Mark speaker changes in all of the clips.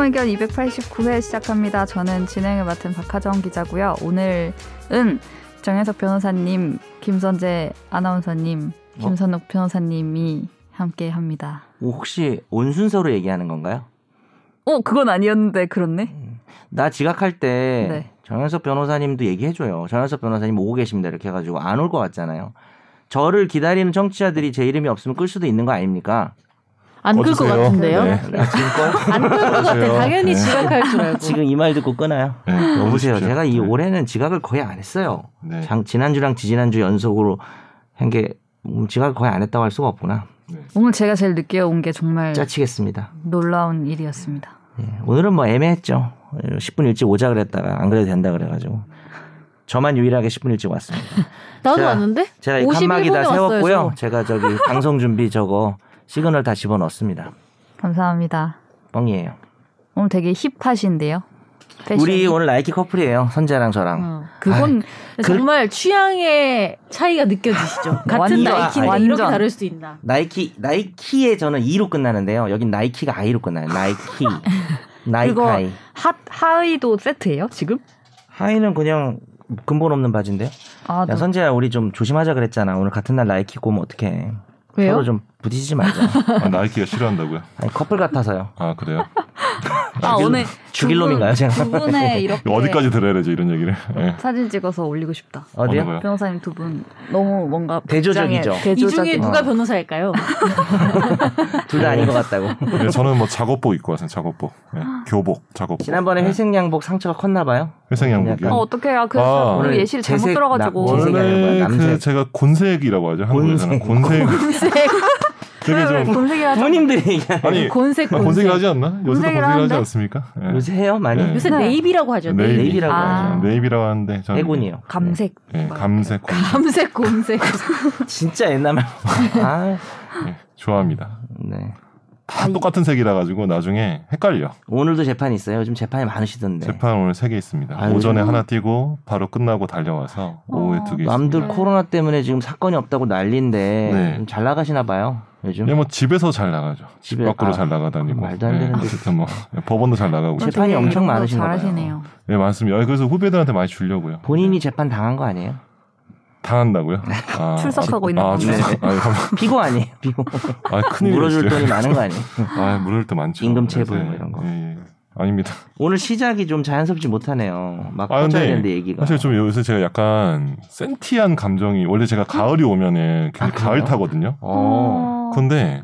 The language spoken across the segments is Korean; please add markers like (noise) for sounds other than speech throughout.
Speaker 1: 의견 289회 시작합니다. 저는 진행을 맡은 박하정 기자고요. 오늘은 정현석 변호사님, 김선재 아나운서님,
Speaker 2: 어?
Speaker 1: 김선욱 변호사님이 함께합니다.
Speaker 2: 오, 뭐 혹시 온 순서로 얘기하는 건가요?
Speaker 1: 어, 그건 아니었는데 그렇네.
Speaker 2: 음. 나 지각할 때
Speaker 1: 네.
Speaker 2: 정현석 변호사님도 얘기해줘요. 정현석 변호사님 오고 계십니다. 이렇게 해가지고 안 올 것 같잖아요. 저를 기다리는 청취자들이 제 이름이 없으면 끌 수도 있는 거 아닙니까?
Speaker 3: 안 끌 것
Speaker 4: 어떠세요?
Speaker 3: 같은데요?
Speaker 4: 네.
Speaker 2: 나 지금 꺼-
Speaker 3: 안 끌 것 같아.
Speaker 4: 어떠세요?
Speaker 3: 당연히
Speaker 4: 네.
Speaker 3: 지각할 줄 알고.
Speaker 2: 지금 이 말 듣고 끊어요.
Speaker 4: 네,
Speaker 2: 아, 여보세요.
Speaker 4: 끊으십시오.
Speaker 2: 제가 이
Speaker 4: 네.
Speaker 2: 올해는 지각을 거의 안 했어요.
Speaker 4: 네.
Speaker 2: 장- 지난주랑 지지난주 연속으로 한 게 음, 지각을 거의 안 했다고 할 수가 없구나.
Speaker 1: 오늘 제가 제일 늦게 온 게 정말
Speaker 2: 짜치겠습니다.
Speaker 1: 놀라운 일이었습니다.
Speaker 2: 예, 오늘은 뭐 애매했죠. 10분 일찍 오자 그랬다가 안 그래도 된다 그래가지고 저만 유일하게 10분 일찍 왔습니다.
Speaker 3: 나도
Speaker 2: 제가-
Speaker 3: 왔는데?
Speaker 2: 제가 이
Speaker 3: 51
Speaker 2: 칸막이 다
Speaker 3: 분에
Speaker 2: 세웠고요.
Speaker 3: 왔어요, 저.
Speaker 2: 제가 저기
Speaker 3: (laughs)
Speaker 2: 방송 준비 저거 시그널 다 집어넣었습니다.
Speaker 1: 감사합니다.
Speaker 2: 뻥이에요.
Speaker 1: 오늘 되게 힙하신데요.
Speaker 3: 네,
Speaker 1: 패션이.
Speaker 2: 우리 오늘 나이키 커플이에요. 선재랑 저랑.
Speaker 3: 어, 그건 정말 취향의 차이가
Speaker 4: (laughs)
Speaker 3: 느껴지시죠. 같은
Speaker 1: 완전,
Speaker 3: 나이키인데
Speaker 1: 완전.
Speaker 3: 이렇게 다를 수 있나.
Speaker 2: 나이키 나이키에 저는 E로 끝나는데요. 여긴 나이키가 I로 끝나요.
Speaker 3: (laughs)
Speaker 2: 나이키.
Speaker 1: 그거
Speaker 2: 나이카이.
Speaker 1: 핫 하의도 세트예요 지금?
Speaker 2: 하이는 그냥 근본 없는 바지인데요.
Speaker 1: 아,
Speaker 2: 야
Speaker 1: 너-
Speaker 2: 선재야 우리 좀 조심하자 그랬잖아. 오늘 같은 날 나이키 고면 어떡해.
Speaker 3: 왜요?
Speaker 2: 서로 좀 부딪히지 말자.
Speaker 4: 아, 나이키가 싫어한다고요?
Speaker 2: 아니, 커플 같아서요.
Speaker 4: 아 그래요?
Speaker 1: 아 오늘
Speaker 2: 죽일
Speaker 1: 두 분-
Speaker 2: 놈인가요, 제가?
Speaker 1: 두
Speaker 2: (laughs)
Speaker 1: 분의 이렇게
Speaker 4: 이거
Speaker 2: 네.
Speaker 4: 어디까지 들어야 되죠 이런 얘기를? 예.
Speaker 1: 사진 찍어서 올리고 싶다.
Speaker 4: 어느
Speaker 2: 어디요?
Speaker 4: 거요?
Speaker 1: 변호사님 두 분 너무 뭔가
Speaker 2: 대조적이죠.
Speaker 1: 복장에
Speaker 4: 네,
Speaker 3: 이
Speaker 1: 대조적인
Speaker 3: 중에 누가 변호사일까요?
Speaker 4: 아,
Speaker 2: 둘 다 아닌 것 같다고.
Speaker 4: (laughs) 예, 저는 뭐 작업복 입고 왔어요. 작업복, 예, 교복, 작업복.
Speaker 2: 지난번에
Speaker 4: 예,
Speaker 2: 회색 양복 상처가 컸나 봐요.
Speaker 4: 회색 양복이요.
Speaker 1: 어 어떡해요? 그래서
Speaker 4: 아,
Speaker 1: 우리
Speaker 2: 오늘
Speaker 1: 예시를 잘못
Speaker 2: 음. 재색
Speaker 1: 들어가지고
Speaker 2: 낙- 재색이 아니라 뭐야,
Speaker 4: 원래 그
Speaker 2: 남색.
Speaker 4: 제가 곤색이라고 하죠. 한국에서는 곤색. (laughs) 되게
Speaker 1: 왜
Speaker 4: 좀
Speaker 1: 곤색이라
Speaker 2: 부모님들이 얘기하는
Speaker 4: 아니
Speaker 3: 곤색
Speaker 4: 아,
Speaker 3: 곤색.
Speaker 4: 곤색을 하지 않나? 요새도
Speaker 1: 곤색이라
Speaker 4: 곤색을 하지
Speaker 1: 하는데?
Speaker 4: 않습니까? 예.
Speaker 2: 요새 해요 많이?
Speaker 4: 네.
Speaker 3: 요새
Speaker 1: 네.
Speaker 3: 네이비라고 하죠. 네이비.
Speaker 4: 네이비.
Speaker 2: 네이비라고
Speaker 1: 아.
Speaker 2: 하죠.
Speaker 4: 네이비라고 하는데 저는
Speaker 2: 해군이요.
Speaker 1: (laughs) 감색.
Speaker 4: 예, 감색 곤색
Speaker 3: 밤색 곤색.
Speaker 2: (laughs) 진짜 옛날
Speaker 4: (laughs)
Speaker 2: 말. 아,
Speaker 4: 예, 좋아합니다.
Speaker 2: 네.
Speaker 4: 다 똑같은 색이라 가지고 나중에 헷갈려.
Speaker 2: 오늘도 재판 있어요. 요즘 재판이 많으시던데.
Speaker 4: 재판 오늘 세 개 있습니다.
Speaker 2: 네. 아,
Speaker 4: 오전에
Speaker 2: 요즘-
Speaker 4: 하나 뛰고 바로 끝나고 달려와서 오후에 두 개
Speaker 2: 어, 남들
Speaker 3: 네.
Speaker 4: 있습니다.
Speaker 2: 코로나 때문에 지금 사건이 없다고 난리인데
Speaker 4: 네.
Speaker 2: 좀잘 나가시나 봐요. 요즘
Speaker 4: 예, 뭐 집에서 잘 나가죠. 집
Speaker 2: 집에-
Speaker 4: 밖으로
Speaker 2: 아,
Speaker 4: 잘 나가다니고.
Speaker 2: 말도 안 되는데.
Speaker 4: 예,
Speaker 2: (laughs)
Speaker 4: 어쨌든 뭐 예, 법원도 잘 나가고.
Speaker 2: (laughs) 재판- 재판이 엄청
Speaker 1: 이런 거
Speaker 2: 많으신가 봐요.
Speaker 1: 잘하시네요.
Speaker 4: 예, 많습니다. 예, 그래서 후배들한테 많이 주려고요. 예,
Speaker 2: 본인이 재판 당한 거 아니에요? (laughs)
Speaker 4: 당한다고요? 아,
Speaker 1: 출석하고 있는
Speaker 4: 아,
Speaker 1: 건데.
Speaker 4: 출석. 아니, 가만-
Speaker 2: 피고
Speaker 4: (laughs)
Speaker 2: 아니에요? 피고.
Speaker 4: 아,
Speaker 2: (laughs)
Speaker 4: 큰일
Speaker 2: 물어줄
Speaker 4: 났어요.
Speaker 2: 돈이 많은
Speaker 4: (laughs)
Speaker 2: 거 아니에요?
Speaker 4: 아, 물을 또 많죠.
Speaker 2: 임금 체불
Speaker 4: 그래서,
Speaker 2: 뭐 이런 거.
Speaker 4: 예, 예. 아닙니다.
Speaker 2: 오늘 시작이 좀 자연스럽지 못하네요. 막
Speaker 4: 아,
Speaker 2: 퍼져야
Speaker 4: 근데
Speaker 2: 되는데 얘기가.
Speaker 4: 사실 좀 요새 제가 약간 센티한 감정이 원래 제가 가을이 오면은 굉장히
Speaker 2: 아, 그래요?
Speaker 4: 가을 타거든요.
Speaker 2: 어.
Speaker 4: 근데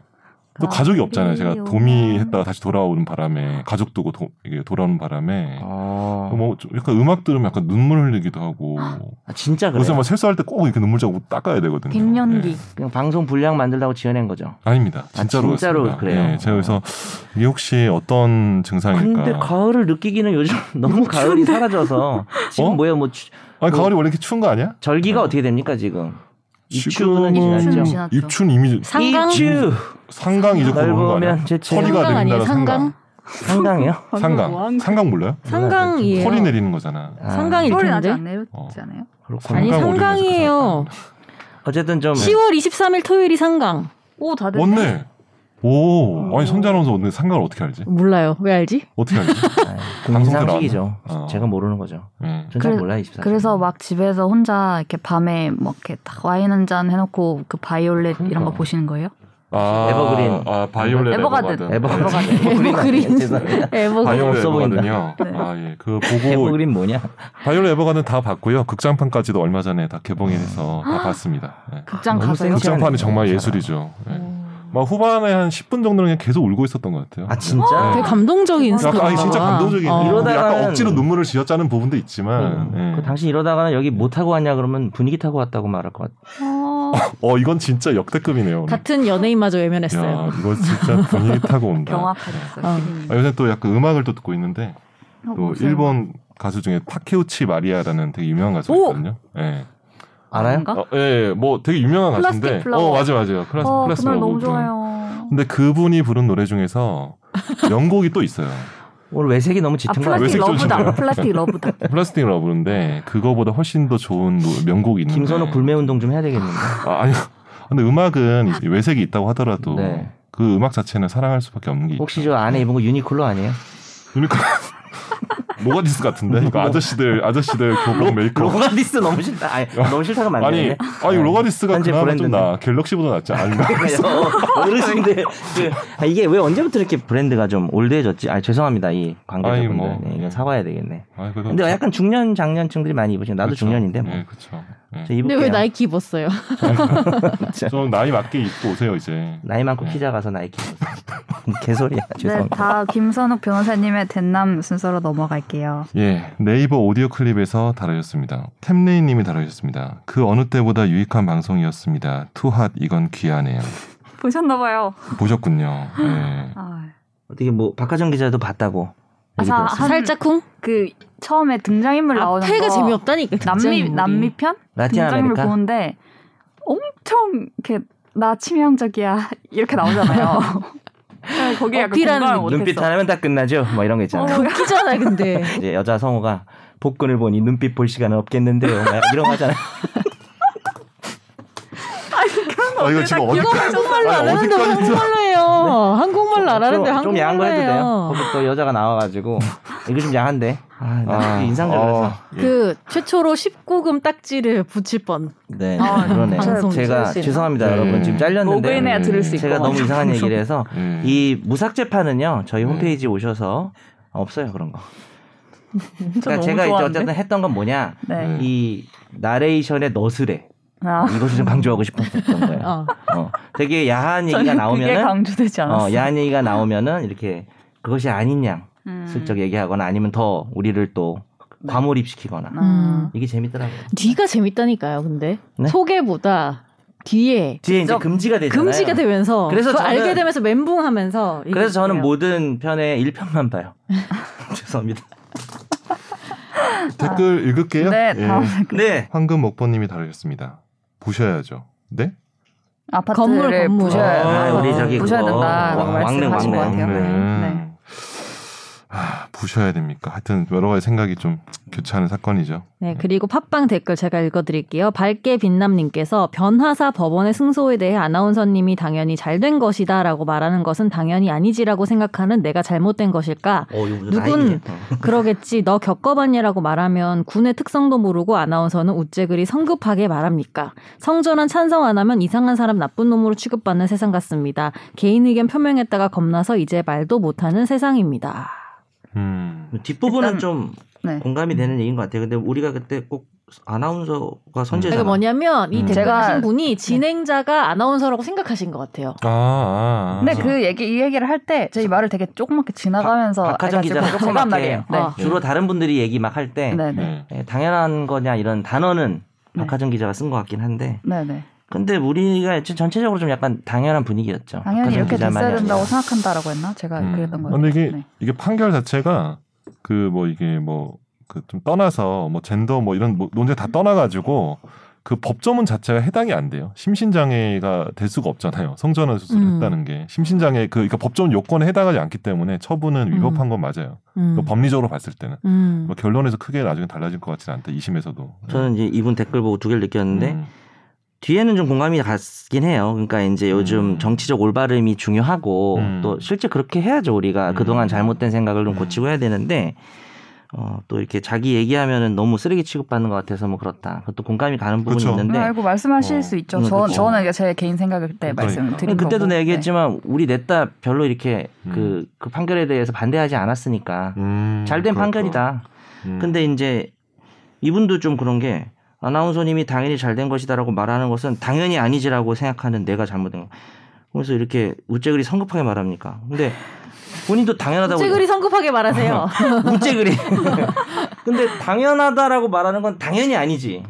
Speaker 4: 또 가족이 없잖아요. 제가
Speaker 1: 가을이요.
Speaker 4: 도미했다가 다시 돌아오는 바람에 가족 두고 도, 이게 돌아오는 바람에
Speaker 2: 어.
Speaker 4: 뭐 좀 약간 음악 들으면 약간 눈물 흘리기도 하고
Speaker 2: 아, 진짜 그래요.
Speaker 4: 요새 막 세수할 때 꼭 이렇게 눈물 자국 닦아야 되거든요.
Speaker 1: 갱년기.
Speaker 4: 예.
Speaker 2: 그냥 방송 분량 만들라고 지어낸 거죠.
Speaker 4: 아닙니다.
Speaker 2: 아,
Speaker 4: 진짜로
Speaker 2: 진짜로
Speaker 4: 그렇습니다.
Speaker 2: 그래요?
Speaker 4: 예, 제가 그래서 이게 혹시 어떤 증상일까?
Speaker 2: 근데 가을을 느끼기는 요즘 (laughs) 너무 가을이 사라져서 지금
Speaker 4: 어?
Speaker 2: 뭐예요? 뭐 추-
Speaker 4: 아니 가을이 원래 이렇게 추운 거 아니야?
Speaker 2: 절기가 어떻게 됩니까 지금? 입추는
Speaker 4: 지금은 뭐
Speaker 1: 입추는
Speaker 2: 지났죠.
Speaker 1: 지났죠.
Speaker 4: 입춘 이미
Speaker 3: 상강
Speaker 2: 입추
Speaker 4: 상강 이제 고는 거 아니야?
Speaker 2: (laughs) 넓으면 제체
Speaker 3: 허리가-
Speaker 4: 서리가
Speaker 3: 상강 아니에요?
Speaker 4: 내린다는 상강.
Speaker 2: 상당해요.
Speaker 4: 상강. 상강 몰라요?
Speaker 3: 상강이에요.
Speaker 4: 허리 내리는 거잖아.
Speaker 2: 아,
Speaker 3: 상강일
Speaker 1: 소리 나지
Speaker 3: 텐데.
Speaker 1: 않요
Speaker 4: 어.
Speaker 1: 않아요?
Speaker 2: 그렇구나.
Speaker 3: 아니
Speaker 4: 상강 올리면서
Speaker 3: 상강이에요.
Speaker 2: 어쨌든
Speaker 4: 네.
Speaker 2: 좀
Speaker 3: 10월 23일 토요일이 상강.
Speaker 1: 오 다들
Speaker 4: 원네. 오, 아니 선재 아나운서 근데 상강을 어떻게 알지?
Speaker 3: 몰라요. 왜 알지?
Speaker 4: 어떻게 알지? 방송
Speaker 2: 아, 공상식이죠.
Speaker 4: 들어왔나? 어.
Speaker 2: 제가 모르는 거죠.
Speaker 4: 예.
Speaker 2: 전 잘
Speaker 1: 그래-
Speaker 2: 몰라요. 24.
Speaker 1: 그래서 막 집에서 혼자 이렇게 밤에 막 이렇게 딱 와인 한 잔 해놓고 그 바이올렛 이런 거
Speaker 2: 그러니까.
Speaker 1: 보시는
Speaker 4: (laughs)
Speaker 1: 거예요?
Speaker 4: 아,
Speaker 2: 에버그린.
Speaker 4: 아, 바이올렛
Speaker 1: 에버가든.
Speaker 2: 에버그린.
Speaker 3: 에버그린.
Speaker 2: 죄송해요.
Speaker 1: 네, 뭐
Speaker 2: 너무
Speaker 3: 에버그린.
Speaker 4: 바이올렛
Speaker 2: 없어
Speaker 4: 에버가든요. 아, 예. 그 보고
Speaker 2: 에버그린 뭐냐?
Speaker 4: 바이올렛 에버가든 다 봤고요. 극장판까지도 얼마 전에 다 개봉해서 다 봤습니다. 예.
Speaker 1: 극장
Speaker 2: 너무
Speaker 1: 가서요?
Speaker 2: 센치-
Speaker 4: 극장판이 정말
Speaker 2: 괜찮아요.
Speaker 4: 예술이죠. 예. 막 후반에 한 10분 정도는 그냥 계속 울고 있었던 것 같아요.
Speaker 2: 아 진짜?
Speaker 3: 되게 감동적인
Speaker 1: 약간-
Speaker 4: 약간
Speaker 3: 스토리인가
Speaker 4: 아니 진짜
Speaker 3: 봐.
Speaker 4: 감동적인
Speaker 3: 어.
Speaker 2: 이러다-
Speaker 4: 약간
Speaker 2: 이러다가는-
Speaker 4: 억지로 눈물을 지었자는 부분도 있지만 예.
Speaker 2: 그 당신 이러다가는 여기 못 타고 왔냐 그러면 분위기 타고 왔다고 말할 것 같아.
Speaker 1: 어,
Speaker 4: 어 이건 진짜
Speaker 2: 음.
Speaker 4: 역대급이네요. 오늘.
Speaker 3: 같은 연예인마저 외면했어요.
Speaker 4: 야 이거 진짜 분위기 타고
Speaker 1: (laughs)
Speaker 4: 온다.
Speaker 1: 경악하셨어요.
Speaker 3: 어.
Speaker 1: 피디님.
Speaker 4: 아, 요새 또 약간 음악을 또 듣고 있는데
Speaker 1: 어,
Speaker 4: 또
Speaker 1: 무슨-
Speaker 4: 일본 가수 중에 타케우치 마리아라는 되게 유명한 가수가
Speaker 3: 오!
Speaker 4: 있거든요. 예.
Speaker 2: 알아요?
Speaker 1: 아닌가?
Speaker 4: 어, 예, 뭐 되게 유명한
Speaker 1: 플라스틱
Speaker 4: 가수인데.
Speaker 1: 플라워.
Speaker 4: 어, 맞아 맞아요. 클라스
Speaker 1: 어,
Speaker 4: 클라스 뭐
Speaker 1: 그날 너무
Speaker 4: 플라워.
Speaker 1: 좋아요.
Speaker 4: 근데 그분이 부른 노래 중에서 명곡이 또 있어요.
Speaker 2: 오늘 외색이 너무
Speaker 1: 아
Speaker 2: 짙은 거
Speaker 1: 플라스틱
Speaker 2: 같아요.
Speaker 4: 외색 좀
Speaker 1: 러브다.
Speaker 4: 줘요.
Speaker 1: 플라스틱 러브다.
Speaker 4: 플라스틱 러브인데 그거보다 훨씬 더 좋은 노- 명곡이 있는데.
Speaker 2: 김선호 굴매 운동 좀 해야 되겠는데.
Speaker 4: 음. 아, 아니. 근데 음악은 이 외색이 있다고 하더라도
Speaker 2: 네.
Speaker 4: 그 음악 자체는 사랑할 수밖에 없는 게 있죠.
Speaker 2: 혹시 저 안에 입은 거 유니클로 아니에요?
Speaker 4: (laughs) 그러니까 모가디스 같은데 이거 아저씨들 아저씨들 교복 메이크업
Speaker 2: 로가디스 너무 싫다. 아니, 너무 싫다가
Speaker 4: 아니
Speaker 2: 만드네.
Speaker 4: 아니 로가디스가
Speaker 2: 현재
Speaker 4: 그나마 좀
Speaker 2: 브랜드인데. (laughs)
Speaker 4: 나. 갤럭시보다 낫지 않나?
Speaker 2: 어르신들 그, 아, 이게 왜 언제부터 이렇게 브랜드가 좀 올드해졌지? 아 죄송합니다 이
Speaker 4: 아니,
Speaker 2: 관계자분들
Speaker 4: 뭐.
Speaker 2: 네, 이거 사와야 되겠네.
Speaker 4: 아, 그래도
Speaker 2: 근데 약간 중년 장년층들이 많이 입으시고 나도
Speaker 4: 그렇죠.
Speaker 2: 중년인데 뭐.
Speaker 4: 예, 그렇죠. 예.
Speaker 2: 저 입을게요.
Speaker 3: 근데 왜 나이키 입었어요?
Speaker 4: 좀 나이 맞게 입고
Speaker 2: (laughs)
Speaker 4: 오세요 이제.
Speaker 2: 나이 많고 키 작아서 나이키 (laughs) 개소리야
Speaker 1: 네,
Speaker 2: (laughs) 죄송합니다.
Speaker 1: 다 김선욱 변호사님의 된남 순서로 넘어갈게요.
Speaker 4: 예, 네이버 오디오 클립에서 다뤄졌습니다. 템레이님이 다뤄졌습니다. 그 어느 때보다 유익한 방송이었습니다. 투핫 이건 귀하네요.
Speaker 1: 보셨나봐요.
Speaker 4: 보셨군요.
Speaker 1: (laughs)
Speaker 4: 예.
Speaker 1: 아,
Speaker 2: 어떻게 뭐 박하정 기자도 봤다고
Speaker 1: 아,
Speaker 2: 얘기
Speaker 1: 사-
Speaker 2: 들었어요.
Speaker 1: 한-
Speaker 3: (laughs) 살짝쿵?
Speaker 1: 그 처음에 등장인물 나오는
Speaker 3: 앞에가
Speaker 1: 거
Speaker 3: 재미없다니까. (laughs) 뭐.
Speaker 1: 남미
Speaker 3: 등장인물이.
Speaker 1: 남미 편
Speaker 2: 라틴
Speaker 1: 등장인물
Speaker 2: 아메리카
Speaker 1: 보는데 엄청 이렇게 나 치명적이야 (laughs) 이렇게 나오잖아요. (laughs) 거기 약간
Speaker 3: 어필하는
Speaker 1: 공감을
Speaker 3: 느낌.
Speaker 2: 눈빛
Speaker 1: 못했어. 어,
Speaker 2: 하나면 다 끝나죠. 뭐 이런 거 있잖아요.
Speaker 3: 웃기잖아 (laughs) 근데.
Speaker 2: 이제 여자 성우가 복근을 보니 눈빛 볼 시간은 없겠는데요. 막 이런 거 하잖아요.
Speaker 4: 아 이거 지금 어디?
Speaker 3: 이거 한국말로 안
Speaker 4: 아니,
Speaker 3: 하는데 왜
Speaker 4: 어디까지
Speaker 3: 한국말로 해요. 한국말로 안 하는데
Speaker 2: 네. 좀, 좀 야한 거
Speaker 3: 한국말로
Speaker 2: 해도 돼요.
Speaker 3: 해요.
Speaker 2: 거기 또 여자가 나와가지고 이거 좀 야한데. 아, 나 인상적이라서.
Speaker 4: 어, 예.
Speaker 3: 그 최초로 19금 딱지를 붙일 뻔.
Speaker 2: 네,
Speaker 1: 아,
Speaker 2: 그러네.
Speaker 3: 방송
Speaker 2: 제가
Speaker 3: 들을 수 있나?
Speaker 2: 죄송합니다,
Speaker 4: 네.
Speaker 2: 여러분. 지금 잘렸는데 음,
Speaker 1: 로그인해야 들을 수뭐 있고.
Speaker 2: 제가 너무 이상한 얘기를 해서
Speaker 4: 예.
Speaker 2: 이 무삭 재판은요. 저희
Speaker 4: 네.
Speaker 2: 홈페이지 오셔서 없어요 그런 거.
Speaker 3: 진짜
Speaker 2: 그러니까
Speaker 3: 너무
Speaker 2: 제가 이제
Speaker 3: 좋아하는데?
Speaker 2: 어쨌든 했던 건 뭐냐.
Speaker 1: 네.
Speaker 4: 네.
Speaker 2: 이 나레이션의 너스레
Speaker 1: 아,
Speaker 2: 이것을 좀 강조하고 싶었던 거예요.
Speaker 3: 어.
Speaker 2: 어, 되게 야한 얘기가
Speaker 1: 저는 그게
Speaker 2: 나오면은
Speaker 1: 강조되지 않았어.
Speaker 2: 어, 야한 얘기가 나오면은 이렇게 그것이 아닌 양
Speaker 1: 음.
Speaker 2: 슬쩍 얘기하거나 아니면 더 우리를 또
Speaker 3: 네.
Speaker 2: 과몰입시키거나
Speaker 1: 음.
Speaker 2: 이게 재밌더라고요.
Speaker 3: 뒤가 재밌다니까요 근데.
Speaker 2: 네?
Speaker 3: 소개보다 뒤에
Speaker 2: 뒤에 이제
Speaker 1: 직접
Speaker 2: 금지가 되잖아요.
Speaker 3: 금지가 되면서
Speaker 2: 그래서
Speaker 3: 그래서
Speaker 2: 저는-
Speaker 3: 알게 되면서 멘붕하면서 이게
Speaker 2: 그래서 저는
Speaker 3: 돼요.
Speaker 2: 모든 편의 1편만 봐요. (laughs) 죄송합니다.
Speaker 4: 댓글 읽을게요.
Speaker 1: 네,
Speaker 4: 예.
Speaker 1: 다음
Speaker 2: 네.
Speaker 4: 황금 먹보님이 다뤄졌습니다. 보셔야죠. 네?
Speaker 1: 아파트를
Speaker 3: 건물, 건물.
Speaker 1: 부셔야,
Speaker 2: 아, 우리 저기
Speaker 1: 부셔야
Speaker 2: 그거
Speaker 1: 된다라고
Speaker 2: 어, 왕-
Speaker 1: 말씀하신
Speaker 2: 왕릉,
Speaker 1: 것 같아요.
Speaker 2: 왕릉.
Speaker 1: 네. 네.
Speaker 4: 아, 부셔야 됩니까? 하여튼 여러 가지 생각이 좀 교차하는 사건이죠.
Speaker 3: 네, 그리고 팟빵 댓글 제가 읽어드릴게요. 밝게 빛남님께서 변하사 법원의 승소에 대해 아나운서님이 당연히 잘 된 것이다 라고 말하는 것은 당연히 아니지라고 생각하는 내가 잘못된 것일까?
Speaker 2: 어, 이거 무슨
Speaker 3: 누군-
Speaker 2: 아이디어.
Speaker 3: 그러겠지, 너 겪어봤냐라고 말하면 군의 특성도 모르고 아나운서는 우째그리 성급하게 말합니까? 성전은 찬성 안 하면 이상한 사람 나쁜 놈으로 취급받는 세상 같습니다. 개인 의견 표명했다가 겁나서 이제 말도 못하는 세상입니다.
Speaker 4: 음.
Speaker 2: 뒷부분은
Speaker 1: 일단-
Speaker 2: 좀
Speaker 1: 네.
Speaker 2: 공감이 되는 얘기인 것 같아요. 근데 우리가 그때 꼭 아나운서가 선제잖아.
Speaker 3: 그러니까 뭐냐면 이
Speaker 4: 음.
Speaker 3: 댓글
Speaker 1: 제가- 네.
Speaker 3: 하신 분이 진행자가 아나운서라고 생각하신 것 같아요.
Speaker 4: 아, 아, 아.
Speaker 1: 근데 그 얘기 이 얘기를 할 때 저희 말을 되게 조그맣게 지나가면서
Speaker 2: 박하정
Speaker 1: 해가지고
Speaker 2: 기자가
Speaker 1: 조그만 말이에요.
Speaker 2: 조그맣게
Speaker 1: 네.
Speaker 3: 아.
Speaker 2: 주로 다른 분들이 얘기 막 할 때 예,
Speaker 1: 네, 네.
Speaker 4: 네.
Speaker 2: 당연한 거냐 이런 단어는
Speaker 1: 네.
Speaker 2: 박하정 기자가 쓴 것 같긴 한데
Speaker 1: 네, 네.
Speaker 2: 근데 우리가 전체적으로 좀 약간 당연한 분위기였죠.
Speaker 1: 당연히 이렇게
Speaker 2: 아, 기자만이
Speaker 1: 됐어야 된다고
Speaker 2: 아니라.
Speaker 1: 생각한다라고 했나? 제가
Speaker 4: 음.
Speaker 1: 그랬던 거예요.
Speaker 4: 근데 이게
Speaker 1: 네.
Speaker 4: 이게 판결 자체가 그 뭐 이게 뭐 그 좀 떠나서 뭐 젠더 뭐 이런 뭐 논쟁 다 떠나가지고 그 법조문 자체가 해당이 안 돼요. 심신장애가 될 수가 없잖아요. 성전환 수술을
Speaker 3: 음.
Speaker 4: 했다는 게 심신장애 그 그러니까 법조문 요건에 해당하지 않기 때문에 처분은 위법한 건 맞아요.
Speaker 3: 음.
Speaker 4: 그 법리적으로 봤을 때는
Speaker 3: 음.
Speaker 4: 뭐 결론에서 크게 나중에 달라질 것 같지는 않다. 2심에서도. 네.
Speaker 2: 저는 이제 이분 댓글 보고 두 개를 느꼈는데
Speaker 4: 음.
Speaker 2: 뒤에는 좀 공감이 갔긴 해요. 그러니까 이제 요즘
Speaker 4: 음.
Speaker 2: 정치적 올바름이 중요하고
Speaker 4: 음.
Speaker 2: 또 실제 그렇게 해야죠. 우리가
Speaker 4: 음.
Speaker 2: 그동안 잘못된 생각을 좀
Speaker 4: 음.
Speaker 2: 고치고 해야 되는데 어, 또 이렇게 자기 얘기하면은 너무 쓰레기 취급받는 것 같아서 뭐 그렇다. 그것도 공감이 가는 부분이
Speaker 4: 그쵸.
Speaker 1: 네,
Speaker 2: 있는데
Speaker 1: 알고 말씀하실
Speaker 4: 어,
Speaker 1: 수 있죠.
Speaker 2: 음,
Speaker 1: 저,
Speaker 2: 그쵸.
Speaker 1: 저는 이게 제 개인 생각일 때
Speaker 4: 그러니까.
Speaker 1: 말씀드린 거고.
Speaker 2: 그때도 내가
Speaker 1: 네.
Speaker 2: 얘기했지만 우리 냈다 별로 이렇게
Speaker 4: 음.
Speaker 2: 그, 그 판결에 대해서 반대하지 않았으니까 잘 된 판결이다.
Speaker 4: 음.
Speaker 2: 근데 이제 이분도 좀 그런 게 아나운서님이 당연히 잘 된 것이다라고 말하는 것은 당연히 아니지라고 생각하는 내가 잘못된 거. 그래서 이렇게 우째그리 성급하게 말합니까? 근데 본인도 당연하다고 어.
Speaker 3: 우체글이 성급하게 말하세요.
Speaker 2: (laughs) 우째그리. 근데 당연하다라고 말하는 건 당연히 아니지.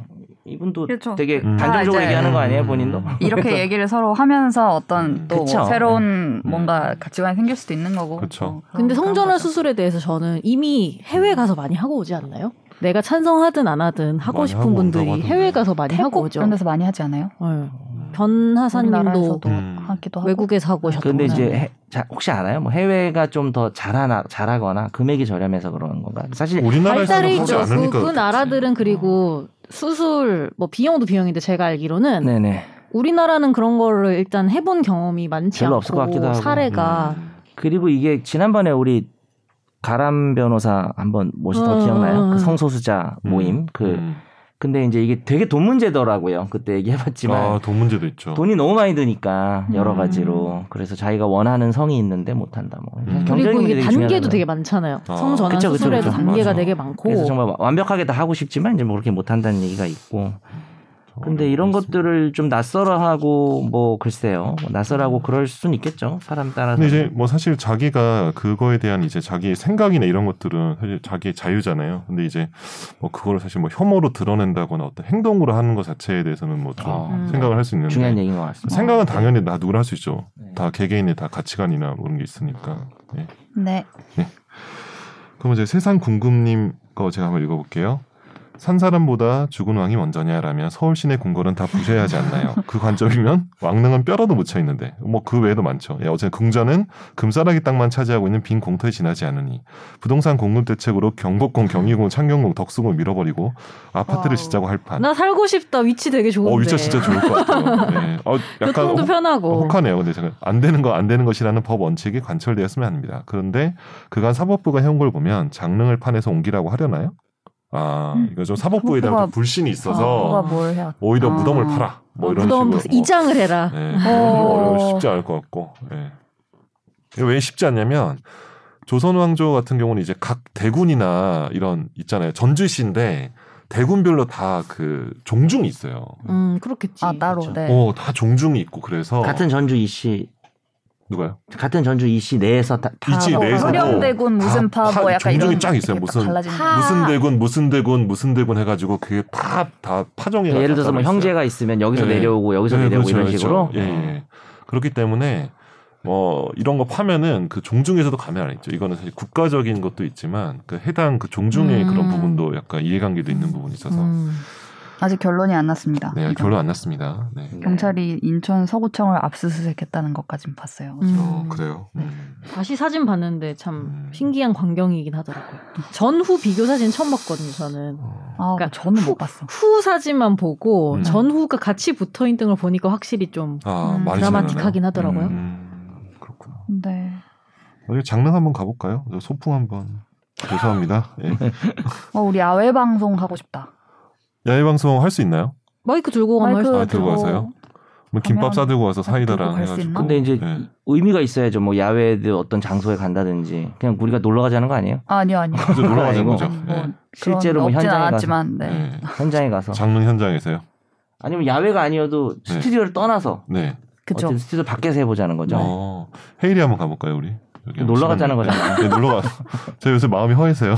Speaker 2: 이분도
Speaker 1: 그렇죠.
Speaker 2: 되게
Speaker 4: 음.
Speaker 2: 단정적으로
Speaker 1: 다 이제-
Speaker 2: 얘기하는 거 아니에요, 본인도?
Speaker 1: 네. 이렇게 얘기를 서로 하면서 어떤 또뭐
Speaker 2: 그렇죠. 음, 그쵸. 네. 음.
Speaker 1: 새로운 뭔가 가치관이 생길 수도 있는 거고.
Speaker 4: 그쵸.
Speaker 1: 뭐 그런-
Speaker 3: (laughs) 근데
Speaker 1: 그런
Speaker 3: 성전환
Speaker 1: 거죠.
Speaker 3: 수술에 대해서 저는 이미 해외 가서 많이 하고 오지 않나요? 내가 찬성하든 안 하든 하고
Speaker 4: 많이
Speaker 3: 싶은
Speaker 4: 하고 온다고
Speaker 3: 분들이
Speaker 4: 하던데.
Speaker 3: 해외 가서 많이 하고
Speaker 1: 태국
Speaker 3: 오죠.
Speaker 1: 이런 데서 많이 하지 않아요?
Speaker 3: 예. 변하사님도
Speaker 1: 우리나라에서도
Speaker 4: 음.
Speaker 1: 하기도 하고.
Speaker 3: 외국에서 하고 네. 오셨던
Speaker 2: 근데 이제
Speaker 3: 거잖아요.
Speaker 2: 해- 자, 혹시 알아요? 뭐 해외가 좀 더 잘하나 잘하거나 금액이 저렴해서 그러는 건가? 사실
Speaker 4: 우리나라에서
Speaker 3: 발달해
Speaker 4: 하지
Speaker 3: 있죠. 그,
Speaker 4: 않으니까
Speaker 3: 그
Speaker 4: 그렇겠지. 음.
Speaker 3: 나라들은 그리고 수술 뭐 비용도 비용인데 제가 알기로는
Speaker 2: 네네.
Speaker 3: 우리나라는 그런 거를 일단 해본 경험이 많지
Speaker 2: 별로
Speaker 3: 않고
Speaker 2: 없을 것 같기도 하고.
Speaker 3: 사례가
Speaker 4: 음.
Speaker 2: 그리고 이게 지난번에 우리 가람 변호사 한번 모시던 거
Speaker 3: 어, 어, 어,
Speaker 2: 기억나요?
Speaker 3: 어.
Speaker 2: 그 성소수자 모임 그
Speaker 4: 음.
Speaker 2: 근데 이제 이게 되게 돈 문제더라고요. 그때 얘기해봤지만
Speaker 4: 아, 돈 문제도 있죠.
Speaker 2: 돈이 너무 많이 드니까 여러
Speaker 3: 음.
Speaker 2: 가지로 그래서 자기가 원하는 성이 있는데 못한다 뭐
Speaker 4: 음.
Speaker 3: 그리고
Speaker 2: 경쟁력이
Speaker 3: 이게
Speaker 2: 되게
Speaker 3: 단계도
Speaker 2: 중요하잖아요.
Speaker 3: 되게 많잖아요.
Speaker 4: 아.
Speaker 3: 성전환
Speaker 2: 그쵸, 그쵸,
Speaker 3: 수술에도
Speaker 2: 그쵸.
Speaker 3: 단계가
Speaker 4: 맞아.
Speaker 3: 되게
Speaker 2: 그래서
Speaker 3: 많고
Speaker 2: 정말 완벽하게 다 하고 싶지만 이제 뭐 그렇게 못한다는 얘기가 있고 근데
Speaker 4: 어려운
Speaker 2: 이런
Speaker 4: 게 있습니다.
Speaker 2: 것들을 좀 낯설어하고 뭐 글쎄요 뭐 낯설어하고 그럴 수는 있겠죠 사람 따라서
Speaker 4: 근데 이제 뭐 사실 자기가 그거에 대한 이제 자기 생각이나 이런 것들은 사실 자기의 자유잖아요. 근데 이제 뭐 그거를 사실 뭐 혐오로 드러낸다거나 어떤 행동으로 하는 것 자체에 대해서는 뭐 좀
Speaker 2: 어,
Speaker 3: 음.
Speaker 4: 생각을 할 수 있는데
Speaker 2: 중요한 얘기인 것 같습니다.
Speaker 4: 생각은 당연히 나 누구나 할 수 있죠.
Speaker 2: 네. 아,
Speaker 4: 다 개개인의 다 가치관이나 그런 게 있으니까. 예.
Speaker 1: 네.
Speaker 4: 그럼 이제 세상 궁금님 거 제가 한번 읽어볼게요. 산 사람보다 죽은 왕이 먼저냐라면 서울 시내 궁궐은 다 부셔야 하지 않나요? 그 관점이면 왕릉은 뼈라도 묻혀 있는데 뭐 그 외에도 많죠. 예, 어쨌든 금전은 금싸라기 땅만 차지하고 있는 빈 공터에 지나지 않으니 부동산 공급 대책으로 경복궁, 경희궁, 창경궁, 덕수궁을 밀어버리고 아파트를
Speaker 1: 와우.
Speaker 4: 짓자고 할 판.
Speaker 3: 나 살고 싶다. 위치 되게 좋은데.
Speaker 4: 어 위치 진짜 좋을 것 같아요. 예. 어, 약간
Speaker 3: 교통도
Speaker 4: 혹- 뭐
Speaker 3: 편하고.
Speaker 4: 혹하네요. 근데 제가 안 되는 거 안 되는 것이라는 법 원칙이 관철되었으면 합니다. 그런데 그간 사법부가 해온 걸 보면 장릉을 판에서 옮기라고 하려나요? 아
Speaker 1: 음.
Speaker 4: 이거 좀 사법부에 대한
Speaker 1: 사법부가-
Speaker 4: 좀 불신이 있어서
Speaker 1: 누가 뭘 해?
Speaker 4: 오히려
Speaker 1: 아.
Speaker 4: 무덤을 팔아 뭐
Speaker 3: 어,
Speaker 4: 이런
Speaker 3: 무덤
Speaker 4: 식으로 뭐,
Speaker 3: 이장을 해라.
Speaker 4: 네,
Speaker 1: 어.
Speaker 4: 어려 쉽지 않을 것 같고 예. 이게 왜 쉽지 않냐면 조선 왕조 같은 경우는 이제 각 대군이나 이런 있잖아요 전주시인데 대군별로 다 그 종중이 있어요.
Speaker 3: 음 그렇겠지.
Speaker 1: 아 따로
Speaker 2: 그렇죠.
Speaker 1: 네.
Speaker 4: 어, 다 종중이 있고 그래서
Speaker 2: 같은 전주 이씨
Speaker 4: 누가요?
Speaker 2: 같은 전주 이씨 내에서 다, 다
Speaker 4: 이씨
Speaker 1: 뭐
Speaker 4: 내에서도
Speaker 1: 소련대군 무슨
Speaker 4: 다
Speaker 1: 파 뭐
Speaker 4: 파-
Speaker 1: 약간
Speaker 4: 종종이
Speaker 1: 이런
Speaker 4: 쫙 있어요.
Speaker 1: 이렇게
Speaker 4: 무슨
Speaker 1: 딱 갈라지는
Speaker 3: 파-
Speaker 4: 무슨
Speaker 3: 아.
Speaker 4: 대군 무슨 대군 무슨 대군 해가지고 그게 다 다 파종이
Speaker 2: 예를 들어서 뭐 형제가 있으면 여기서
Speaker 4: 네.
Speaker 2: 내려오고 여기서 내려오고 이런 식으로
Speaker 4: 예, 예. 그렇기 때문에 뭐 이런 거 파면은 그 종중에서도 감이 안 있죠. 이거는 사실 국가적인 것도 있지만 그 해당 그 종중의
Speaker 3: 음.
Speaker 4: 그런 부분도 약간 이해관계도 있는 부분이 있어서
Speaker 3: 음. 그러니까.
Speaker 1: 아직 결론이 안 났습니다.
Speaker 4: 네
Speaker 1: 이거.
Speaker 4: 결론 안 났습니다. 네.
Speaker 3: 음.
Speaker 1: 경찰이 인천 서구청을 압수수색했다는 것까진 봤어요.
Speaker 4: 어,
Speaker 3: 음.
Speaker 4: 그래요. 음.
Speaker 3: 다시 사진 봤는데 참
Speaker 4: 음.
Speaker 3: 신기한 광경이긴 하더라고요. 전후 비교 사진 처음 봤거든요. 저는
Speaker 4: 어.
Speaker 1: 아,
Speaker 3: 그러니까
Speaker 1: 저는
Speaker 3: 후-
Speaker 1: 못 봤어.
Speaker 3: 후 사진만 보고
Speaker 4: 음.
Speaker 3: 전후가 같이 붙어 있는 걸 보니까 확실히 좀
Speaker 4: 아,
Speaker 1: 음,
Speaker 4: 많이
Speaker 3: 드라마틱하긴
Speaker 4: 지나가네요.
Speaker 3: 하더라고요.
Speaker 4: 음, 그렇구나.
Speaker 1: 네.
Speaker 4: 우리 장릉 한번 가볼까요? 저 소풍 한번. (laughs) 죄송합니다. 예.
Speaker 1: 어, 우리 야외 방송 하고 싶다.
Speaker 4: 야외 방송 할 수 있나요?
Speaker 3: 마이크
Speaker 2: 어,
Speaker 3: 들고
Speaker 2: 그
Speaker 3: 가면
Speaker 1: 마이크
Speaker 3: 할수
Speaker 4: 아, 들고 가세요? 뭐 김밥
Speaker 1: 가면
Speaker 4: 싸들고 와서
Speaker 1: 사진 들고
Speaker 4: 사이다랑
Speaker 1: 갈수
Speaker 4: 해가지고.
Speaker 1: 있나?
Speaker 2: 근데 이제
Speaker 4: 예.
Speaker 2: 의미가 있어야죠. 뭐 야외에도 어떤 장소에 간다든지 그냥 우리가 놀러 가자는 거 아니에요?
Speaker 1: 아니요, 아니요.
Speaker 4: (laughs) 그래서 놀러 가는
Speaker 2: 아이고.
Speaker 4: 거죠.
Speaker 1: 뭐
Speaker 4: 예.
Speaker 2: 실제로 뭐
Speaker 1: 없진
Speaker 2: 현장에
Speaker 1: 않았지만, 네.
Speaker 4: 예.
Speaker 2: 현장에 가서
Speaker 4: 장릉 현장에서요.
Speaker 2: 아니면 야외가 아니어도
Speaker 4: 네.
Speaker 2: 스튜디오를 떠나서
Speaker 4: 네.
Speaker 1: 그죠.
Speaker 2: 어쨌든 스튜디오 밖에서 해보자는 거죠.
Speaker 1: 네.
Speaker 4: 어, 헤일이 한번 가볼까요, 우리? 여기
Speaker 2: 네. 놀러 가자는
Speaker 4: 시간-
Speaker 2: 거잖아요.
Speaker 4: 네, 놀러 가. 저 요새 마음이
Speaker 2: (laughs)
Speaker 4: 허해서요.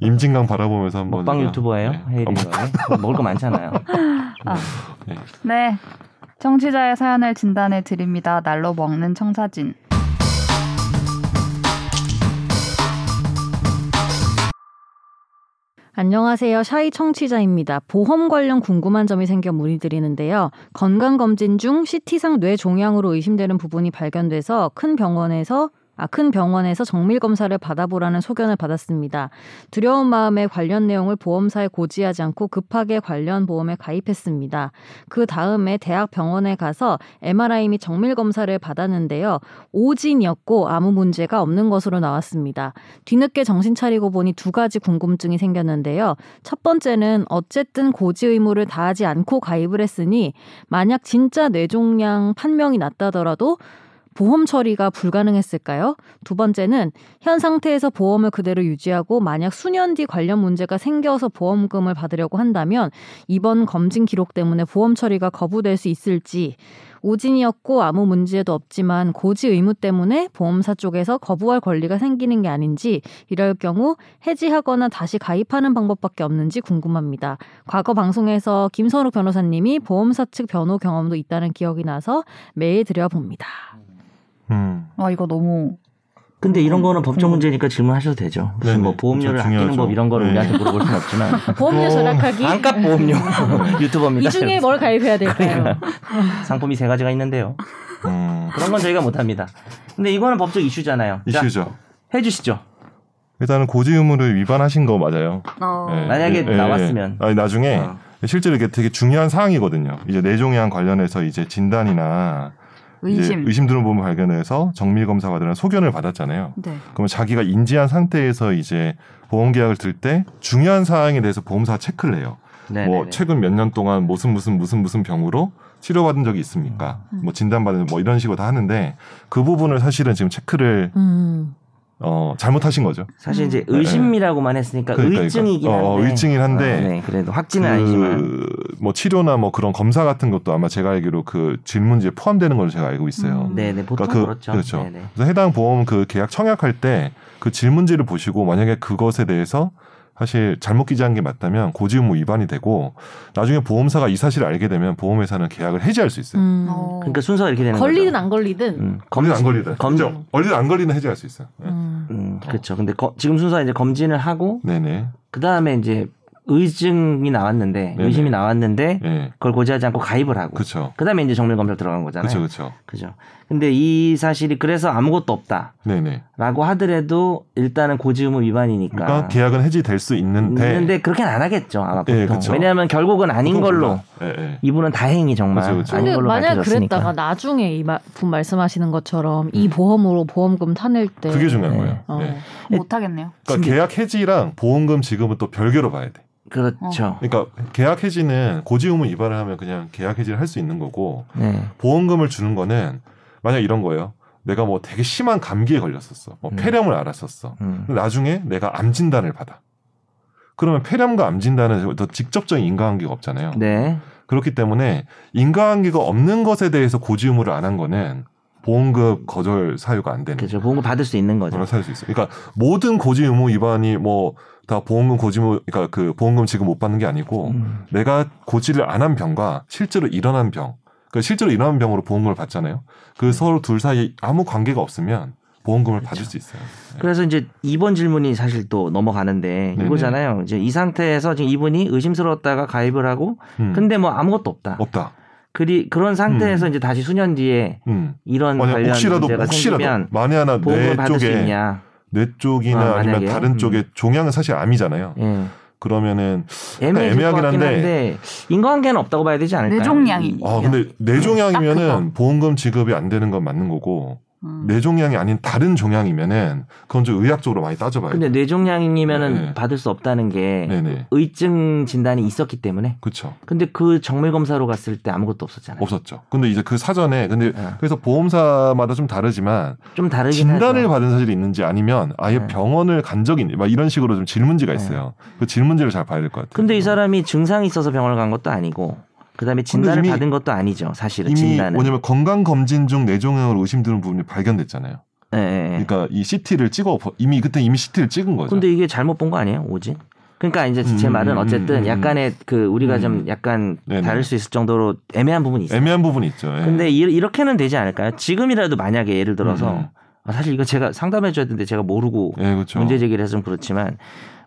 Speaker 4: 임진강 바라보면서 한번.
Speaker 2: 먹방
Speaker 4: 제가-
Speaker 2: 유튜버예요.
Speaker 4: 네.
Speaker 2: 헤일이
Speaker 4: 아,
Speaker 2: 먹을 거
Speaker 4: (laughs)
Speaker 2: 많잖아요.
Speaker 1: 네. 청취자의 사연을 진단해 드립니다. 날로 먹는 청사진.
Speaker 3: 안녕하세요. 샤이 청취자입니다. 보험 관련 궁금한 점이 생겨 문의드리는데요. 건강검진 중 CT상 뇌종양으로 의심되는 부분이 발견돼서 큰 병원에서 아, 큰 병원에서 정밀 검사를 받아보라는 소견을 받았습니다. 두려운 마음에 관련 내용을 보험사에 고지하지 않고 급하게 관련 보험에 가입했습니다. 그 다음에 대학 병원에 가서 MRI 및 정밀 검사를 받았는데요. 오진이었고 아무 문제가 없는 것으로 나왔습니다. 뒤늦게 정신 차리고 보니 두 가지 궁금증이 생겼는데요. 첫 번째는 어쨌든 고지 의무를 다하지 않고 가입을 했으니 만약 진짜 뇌종양 판명이 났다더라도 보험 처리가 불가능했을까요? 두 번째는 현 상태에서 보험을 그대로 유지하고 만약 수년 뒤 관련 문제가 생겨서 보험금을 받으려고 한다면 이번 검진 기록 때문에 보험 처리가 거부될 수 있을지 오진이었고 아무 문제도 없지만 고지 의무 때문에 보험사 쪽에서 거부할 권리가 생기는 게 아닌지 이럴 경우 해지하거나 다시 가입하는 방법밖에 없는지 궁금합니다. 과거 방송에서 김선욱 변호사님이 보험사 측 변호 경험도 있다는 기억이 나서 메일 드려봅니다.
Speaker 4: 음.
Speaker 1: 아, 이거 너무.
Speaker 2: 근데 이런 거는 법적
Speaker 1: 음.
Speaker 2: 문제니까 질문하셔도 되죠. 무슨
Speaker 4: 네네.
Speaker 2: 뭐 보험료를
Speaker 4: 그렇죠.
Speaker 2: 아끼는
Speaker 4: 중요하죠.
Speaker 2: 법 이런 거를
Speaker 4: 네.
Speaker 2: 우리한테 물어볼 순 없지만
Speaker 4: (laughs)
Speaker 3: 보험료 절약하기
Speaker 2: 안값 보험료 (laughs) 유튜버입니다.
Speaker 3: 이 중에 뭘 가입해야 될까요?
Speaker 2: 상품이 세 가지가 있는데요.
Speaker 4: 음.
Speaker 2: 그런 건 저희가 못합니다. 근데 이거는 법적 이슈잖아요. 자,
Speaker 4: 이슈죠.
Speaker 2: 해주시죠.
Speaker 4: 일단은 고지 의무를 위반하신 거 맞아요.
Speaker 1: 어.
Speaker 4: 예,
Speaker 2: 만약에
Speaker 4: 예, 예, 예.
Speaker 2: 나왔으면.
Speaker 4: 아니, 나중에
Speaker 2: 어.
Speaker 4: 실제로 이게 되게 중요한 사항이거든요. 이제 뇌종양 관련해서 이제 진단이나
Speaker 1: 의심.
Speaker 4: 이제 의심드는 부분 발견해서 정밀 검사가 되는 소견을 받았잖아요.
Speaker 1: 네.
Speaker 4: 그러면 자기가 인지한 상태에서 이제 보험 계약을 들 때 중요한 사항에 대해서 보험사 가 체크를 해요.
Speaker 2: 네.
Speaker 4: 뭐 최근 몇 년 동안 무슨 무슨 무슨 무슨 병으로 치료받은 적이 있습니까?
Speaker 1: 음.
Speaker 4: 뭐 진단받은 뭐 이런 식으로 다 하는데 그 부분을 사실은 지금 체크를
Speaker 3: 음.
Speaker 4: 어 잘못하신 거죠.
Speaker 2: 사실 이제
Speaker 4: 네.
Speaker 2: 의심이라고만 했으니까
Speaker 4: 그러니까,
Speaker 2: 의증이긴
Speaker 4: 그러니까.
Speaker 2: 한데.
Speaker 4: 어, 의증이긴 한데
Speaker 2: 아, 네, 그래도 확진은 아니지만.
Speaker 4: 뭐 치료나 뭐 그런 검사 같은 것도 아마 제가 알기로 그 질문지에 포함되는 걸로 제가 알고 있어요.
Speaker 1: 음.
Speaker 2: 네, 네. 보통
Speaker 4: 그러니까 그-
Speaker 2: 렇죠
Speaker 4: 그렇죠.
Speaker 2: 네, 네.
Speaker 4: 그래서 해당 보험 그 계약 청약할 때 그 질문지를 보시고 만약에 그것에 대해서 사실 잘못 기재한 게 맞다면 고지의무 위반이 되고 나중에 보험사가 이 사실을 알게 되면 보험회사는 계약을 해지할 수 있어요.
Speaker 3: 음.
Speaker 1: 어.
Speaker 2: 그러니까 순서가 이렇게 되는
Speaker 3: 걸리든
Speaker 2: 거죠.
Speaker 3: 안 걸리든.
Speaker 2: 음,
Speaker 4: 걸리든 안 걸리든
Speaker 2: 검-
Speaker 4: 그죠? 걸리든 안 걸리든 해지할 수 있어요. 네.
Speaker 3: 음.
Speaker 2: 음, 그렇죠. 근데 거- 지금 순서 이제 검진을 하고
Speaker 4: 네네.
Speaker 2: 그 다음에 이제 의증이 나왔는데
Speaker 4: 네네.
Speaker 2: 의심이 나왔는데
Speaker 4: 예.
Speaker 2: 그걸 고지하지 않고 가입을 하고
Speaker 4: 그렇죠.
Speaker 2: 그 다음에 이제 정밀 검사 들어간 거잖아요.
Speaker 4: 그렇죠. 그렇죠.
Speaker 2: 그죠. 근데 이 사실이 그래서 아무것도 없다라고
Speaker 4: 네네.
Speaker 2: 하더라도 일단은 고지의무 위반이니까.
Speaker 4: 그러니까 계약은 해지될 수 있는데,
Speaker 2: 있는데 그렇게는 안 하겠죠 아마 보통.
Speaker 4: 예, 그쵸.
Speaker 2: 왜냐하면 결국은 아닌 걸로
Speaker 4: 예, 예.
Speaker 2: 이분은 다행히 정말
Speaker 4: 그쵸, 그쵸.
Speaker 2: 아닌
Speaker 3: 근데
Speaker 2: 걸로
Speaker 3: 만약
Speaker 2: 밝혀졌으니까. 음.
Speaker 3: 그랬다가 나중에 이분 말씀하시는 것처럼 이 보험으로 보험금 타낼 때
Speaker 4: 그게 중요한
Speaker 2: 네.
Speaker 4: 거예요.
Speaker 3: 어.
Speaker 4: 네.
Speaker 1: 못 하겠네요.
Speaker 4: 그러니까 계약 해지랑 보험금 지급은 또 별개로 봐야 돼.
Speaker 2: 그렇죠.
Speaker 3: 어.
Speaker 4: 그러니까 계약 해지는 고지의무 위반을 하면 그냥 계약 해지를 할 수 있는 거고
Speaker 2: 네.
Speaker 4: 보험금을 주는 거는 만약 이런 거예요. 내가 뭐 되게 심한 감기에 걸렸었어. 뭐
Speaker 2: 음.
Speaker 4: 폐렴을 앓았었어.
Speaker 2: 음.
Speaker 4: 근데 나중에 내가 암 진단을 받아. 그러면 폐렴과 암 진단은 더 직접적인 인과관계가 없잖아요.
Speaker 2: 네.
Speaker 4: 그렇기 때문에 인과관계가 없는 것에 대해서 고지의무를 안 한 거는 보험금 거절 사유가 안 되는
Speaker 2: 그렇죠. 보험금 받을 수 있는 거죠.
Speaker 4: 그걸 살수 있어요. 그러니까 모든 고지 의무 위반이 뭐 다 보험금 고지 의무 그러니까 그 보험금 지급 못 받는 게 아니고
Speaker 2: 음.
Speaker 4: 내가 고지를 안 한 병과 실제로 일어난 병, 그 실제로 일어난 병으로 보험금을 받잖아요.
Speaker 2: 음.
Speaker 4: 그 서로 둘 사이에 아무 관계가 없으면
Speaker 2: 그렇죠.
Speaker 4: 보험금을 받을 수 있어요.
Speaker 2: 그래서 이제 이번 질문이 사실 또 넘어가는데
Speaker 4: 네네.
Speaker 2: 이거잖아요. 이제 이 상태에서 지금 이분이 의심스러웠다가 가입을 하고
Speaker 4: 음. 어.
Speaker 2: 근데 뭐 아무것도 없다.
Speaker 4: 없다.
Speaker 2: 그리 그런 상태에서 이제 다시 수년 뒤에
Speaker 4: 음.
Speaker 2: 이런
Speaker 4: 만약
Speaker 2: 관련
Speaker 4: 혹시라도
Speaker 2: 문제가
Speaker 4: 혹시라도
Speaker 2: 생기면
Speaker 4: 만에 하나
Speaker 2: 보험을
Speaker 4: 뇌
Speaker 2: 받을 수
Speaker 4: 쪽에
Speaker 2: 있냐.
Speaker 4: 뇌 쪽이나
Speaker 2: 아,
Speaker 4: 아, 니면
Speaker 2: 만약에?
Speaker 4: 다른
Speaker 2: 음.
Speaker 4: 쪽에 종양은 사실 암이잖아요.
Speaker 2: 예.
Speaker 4: 그러면은
Speaker 2: 애매해질 것
Speaker 4: 애매하긴
Speaker 2: 같긴
Speaker 4: 한데
Speaker 2: 한데 인과관계는 없다고 봐야 되지 않을까요?
Speaker 1: 뇌종양이.
Speaker 2: 이-
Speaker 4: 아 근데
Speaker 2: 음.
Speaker 4: 뇌종양이면은 보험금 지급이 안 되는 건 맞는 거고
Speaker 1: 음.
Speaker 4: 뇌종양이 아닌 다른 종양이면은 그건 좀 의학적으로 많이 따져봐요.
Speaker 2: 근데 뇌종양이면은
Speaker 4: 네.
Speaker 2: 받을 수 없다는 게
Speaker 4: 네네.
Speaker 2: 의증 진단이 있었기 때문에.
Speaker 4: 그렇죠.
Speaker 2: 근데 그 정밀 검사로 갔을 때 아무것도 없었잖아요.
Speaker 4: 없었죠. 근데 이제 그 사전에 근데
Speaker 2: 예.
Speaker 4: 그래서 보험사마다 좀 다르지만
Speaker 2: 좀 다르긴
Speaker 4: 진단을
Speaker 2: 하죠.
Speaker 4: 받은 사실이 있는지 아니면 아예
Speaker 2: 네.
Speaker 4: 병원을 간 적이 있는 막 이런 식으로 좀 질문지가 있어요. 그 질문지를 잘 봐야 될 것 같아요.
Speaker 2: 근데 이 사람이 증상이 있어서 병원을 간 것도 아니고 그다음에 진단을
Speaker 4: 이미-
Speaker 2: 받은 것도 아니죠. 사실은
Speaker 4: 이미
Speaker 2: 진단은.
Speaker 4: 뭐냐면 건강 검진 중 뇌종양으로 의심되는 부분이 발견됐잖아요.
Speaker 2: 예, 예, 예.
Speaker 4: 그러니까 이 CT를 찍어 이미 그때 이미 CT를 찍은 거죠.
Speaker 2: 근데 이게 잘못 본 거 아니에요, 오진? 그러니까 이제 제
Speaker 4: 음,
Speaker 2: 말은
Speaker 4: 음,
Speaker 2: 어쨌든
Speaker 4: 음.
Speaker 2: 약간의 그 우리가
Speaker 4: 음.
Speaker 2: 좀 약간
Speaker 4: 네네.
Speaker 2: 다를 수 있을 정도로 애매한 부분이 있어요.
Speaker 4: 애매한 부분이 있죠. 예.
Speaker 2: 근데 이, 렇게는 되지 않을까요? 지금이라도 만약에 예를 들어서
Speaker 4: 음.
Speaker 2: 아, 사실 이거 제가 상담해 줘야 되는데 제가 모르고
Speaker 4: 예, 그렇죠.
Speaker 2: 문제 제기를 해서 좀 그렇지만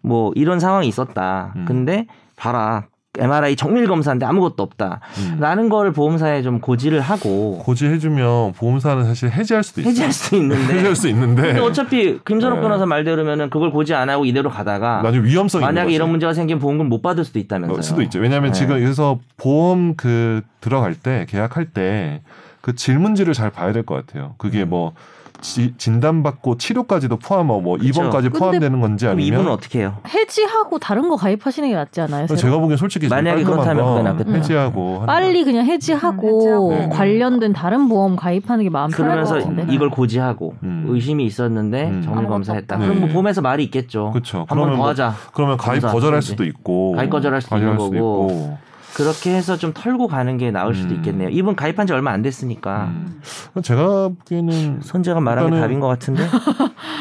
Speaker 2: 뭐 이런 상황이 있었다.
Speaker 4: 음.
Speaker 2: 근데 봐라. MRI 정밀 검사인데 아무것도 없다.
Speaker 4: 음.
Speaker 2: 라는 걸 보험사에 좀 고지를 하고
Speaker 4: 고지해주면 보험사는 사실 해지할 수도 있어요.
Speaker 2: 해지할 수 있는데
Speaker 4: (laughs) 해지할 수 있는데
Speaker 2: 근데 어차피 김선욱
Speaker 4: 그렇죠. 네.
Speaker 2: 변호사 말대로면은 그걸 고지 안 하고 이대로 가다가
Speaker 4: 나중에 위험성이 있는
Speaker 2: 만약에
Speaker 4: 거지.
Speaker 2: 이런 문제가 생기면 보험금 못 받을 수도 있다면서요.
Speaker 4: 어, 수도 있죠. 왜냐하면
Speaker 2: 네.
Speaker 4: 지금 여기서 보험 그 들어갈 때 계약할 때 그 질문지를 잘 봐야 될 것 같아요.
Speaker 2: 음.
Speaker 4: 그게 뭐 지- 진단받고 치료까지도 포함하고 뭐 입원까지
Speaker 3: 근데
Speaker 4: 포함되는 건지
Speaker 2: 그럼 이분은
Speaker 4: 아니면
Speaker 2: 어떻게 해요?
Speaker 3: 해지하고 다른 거 가입하시는 게 낫지 않아요?
Speaker 2: 어,
Speaker 3: 새로?
Speaker 4: 제가 보기엔 솔직히 제일
Speaker 2: 만약에
Speaker 4: 깔끔한
Speaker 2: 그렇다면
Speaker 4: 건
Speaker 2: 그게 낫겠다.
Speaker 4: 해지하고 하는
Speaker 3: 음. 빨리 그냥 해지하고
Speaker 1: 음,
Speaker 4: 해지하고.
Speaker 3: 관련된 다른 보험 가입하는 게 마음 편할
Speaker 2: 네.
Speaker 3: 것
Speaker 2: 그러면서
Speaker 3: 같은데.
Speaker 2: 이걸 고지하고
Speaker 4: 음.
Speaker 2: 의심이 있었는데
Speaker 4: 음.
Speaker 2: 정밀
Speaker 1: 아무것도
Speaker 2: 검사했다.
Speaker 4: 없다.
Speaker 2: 그럼 뭐
Speaker 4: 네.
Speaker 2: 보험에서 말이 있겠죠.
Speaker 4: 그렇죠.
Speaker 2: 한 번
Speaker 4: 그러면
Speaker 2: 더
Speaker 4: 뭐-
Speaker 2: 하자.
Speaker 4: 그러면 가입
Speaker 2: 검사
Speaker 4: 거절할
Speaker 2: 수도
Speaker 4: 수도 있고
Speaker 2: 네. 가입 거절할 수도 있는
Speaker 4: 거절할 수도
Speaker 2: 거고.
Speaker 4: 있고.
Speaker 2: 그렇게 해서 좀 털고 가는 게 나을 수도
Speaker 4: 음.
Speaker 2: 있겠네요. 이분 가입한 지 얼마 안 됐으니까
Speaker 4: 음. 제가 보기에는
Speaker 2: 손재가 말한 게
Speaker 4: 일단은
Speaker 2: 답인 것
Speaker 4: (laughs)
Speaker 2: 같은데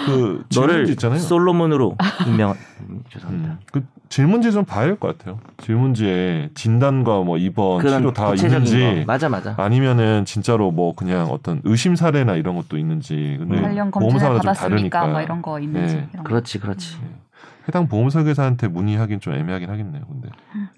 Speaker 4: 그
Speaker 2: 너를
Speaker 4: 질문지 있잖아요.
Speaker 3: (laughs)
Speaker 2: 솔로몬으로 임명. 음, 죄송합니다.
Speaker 4: 음, 그 질문지 좀 봐야 될 것 같아요. 질문지에 진단과 뭐 입원,
Speaker 2: 그런
Speaker 4: 치료 다
Speaker 2: 구체적인
Speaker 4: 있는지
Speaker 2: 거 맞아 맞아.
Speaker 4: 아니면은 진짜로 뭐 그냥 어떤 의심 사례나 이런 것도 있는지 근데
Speaker 1: 음. 관련
Speaker 4: 네. 보험사마다
Speaker 1: 검진을
Speaker 4: 좀
Speaker 1: 받았습니까?
Speaker 4: 다르니까
Speaker 1: 막 이런 거 있는지.
Speaker 4: 네.
Speaker 1: 이런 거.
Speaker 2: 그렇지 그렇지.
Speaker 4: 해당 보험 설계사한테 문의하긴 좀 애매하긴 하겠네요. 근데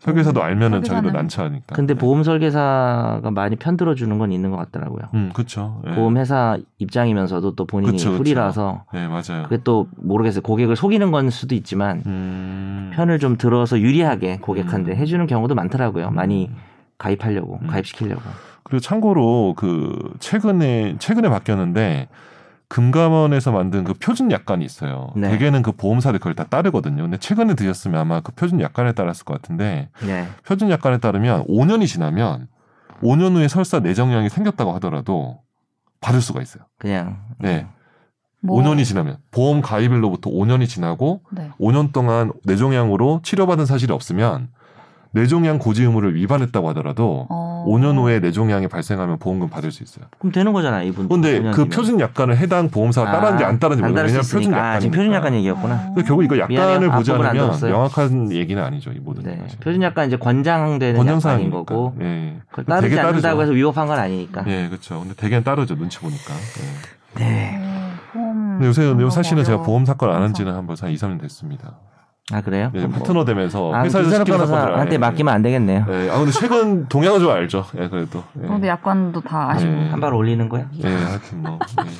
Speaker 4: 설계사도 알면은 저희도
Speaker 1: 음. 설계사는-
Speaker 4: 난처하니까.
Speaker 2: 근데 보험 설계사가 많이 편들어 주는 건 있는 것 같더라고요.
Speaker 4: 음 그렇죠. 예.
Speaker 2: 보험 회사 입장이면서도 또 본인이
Speaker 4: 그쵸, 그쵸.
Speaker 2: 풀이라서
Speaker 4: 네 맞아요.
Speaker 2: 그게 또 모르겠어요. 고객을 속이는 건 수도 있지만
Speaker 4: 음...
Speaker 2: 편을 좀 들어서 유리하게 고객한테
Speaker 4: 음.
Speaker 2: 해주는 경우도 많더라고요. 많이 가입하려고
Speaker 4: 음.
Speaker 2: 가입시키려고.
Speaker 4: 그리고 참고로 그 최근에 최근에 바뀌었는데 금감원에서 만든 그 표준 약관이 있어요.
Speaker 2: 네.
Speaker 4: 대개는 그 보험사들 그걸 다 따르거든요. 근데 최근에 드셨으면 아마 그 표준 약관에 따랐을 것 같은데
Speaker 2: 네.
Speaker 4: 표준 약관에 따르면 5년이 지나면 5년 후에 설사 내정량이 생겼다고 하더라도 받을 수가 있어요.
Speaker 2: 그냥
Speaker 4: 네.
Speaker 1: 뭐,
Speaker 4: 5년이 지나면 보험 가입일로부터 5년이 지나고
Speaker 1: 네.
Speaker 4: 5년 동안 뇌종양으로 치료받은 사실이 없으면 뇌종양 고지 의무를 위반했다고 하더라도
Speaker 1: 어.
Speaker 4: 5년 후에 뇌종양이 발생하면 보험금 받을 수 있어요.
Speaker 2: 그럼 되는 거잖아요, 이분.
Speaker 4: 근데 그 표준 약관을 해당 보험사가 따랐는지 안 따랐는지
Speaker 2: 아,
Speaker 4: 모르겠어요.
Speaker 2: 따를
Speaker 4: 왜냐면
Speaker 2: 수
Speaker 4: 표준
Speaker 2: 있으니까. 아,
Speaker 4: 약관이니까.
Speaker 2: 지금 표준 약관 얘기였구나.
Speaker 1: 어.
Speaker 4: 근데 결국 이거 약관을
Speaker 2: 미안해요.
Speaker 4: 보지
Speaker 2: 앞부분 안
Speaker 4: 않으면
Speaker 2: 들었어요.
Speaker 4: 명확한 얘기는 아니죠. 이 모든
Speaker 2: 네.
Speaker 4: 사실.
Speaker 2: 표준 약관 이제 권장되는 약관인
Speaker 4: 음. 권장사항이니까.
Speaker 2: 거고.
Speaker 4: 예.
Speaker 2: 그걸 따르지
Speaker 4: 되게 따르죠.
Speaker 2: 않는다고 해서 위법한 건 아니니까.
Speaker 4: 예, 그렇죠. 근데 대개는 따르죠. 눈치 보니까. 예.
Speaker 2: 네.
Speaker 1: 음, 보험
Speaker 4: 근데 요새 근데
Speaker 1: 너무
Speaker 4: 사실은 제가
Speaker 1: 어려워.
Speaker 4: 보험 사건 안 한 지는 한번 한 2, 3년 됐습니다.
Speaker 2: 아 그래요?
Speaker 4: 예,
Speaker 2: 그럼 뭐-
Speaker 4: 파트너 되면서
Speaker 2: 아,
Speaker 4: 회사에서
Speaker 2: 김선호
Speaker 4: 시키는 사건들
Speaker 2: 변호사한테 맡기면 안 되겠네요.
Speaker 4: 예, 아 근데 최근 동향은 좀 알죠. 예, 그래도. 예.
Speaker 1: 저도 네. 약관도 다 아시고
Speaker 4: 예.
Speaker 2: 한 발 아, 올리는 거야?
Speaker 4: 예, 하여튼 뭐.
Speaker 2: (laughs)
Speaker 4: 예.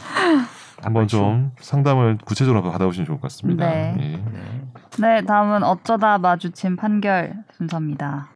Speaker 4: 한번 좀 상담을 구체적으로 한번 받아보시면 좋을 것 같습니다.
Speaker 1: 네.
Speaker 4: 예.
Speaker 2: 네.
Speaker 1: 네, 다음은 어쩌다 마주친 판결 순서입니다.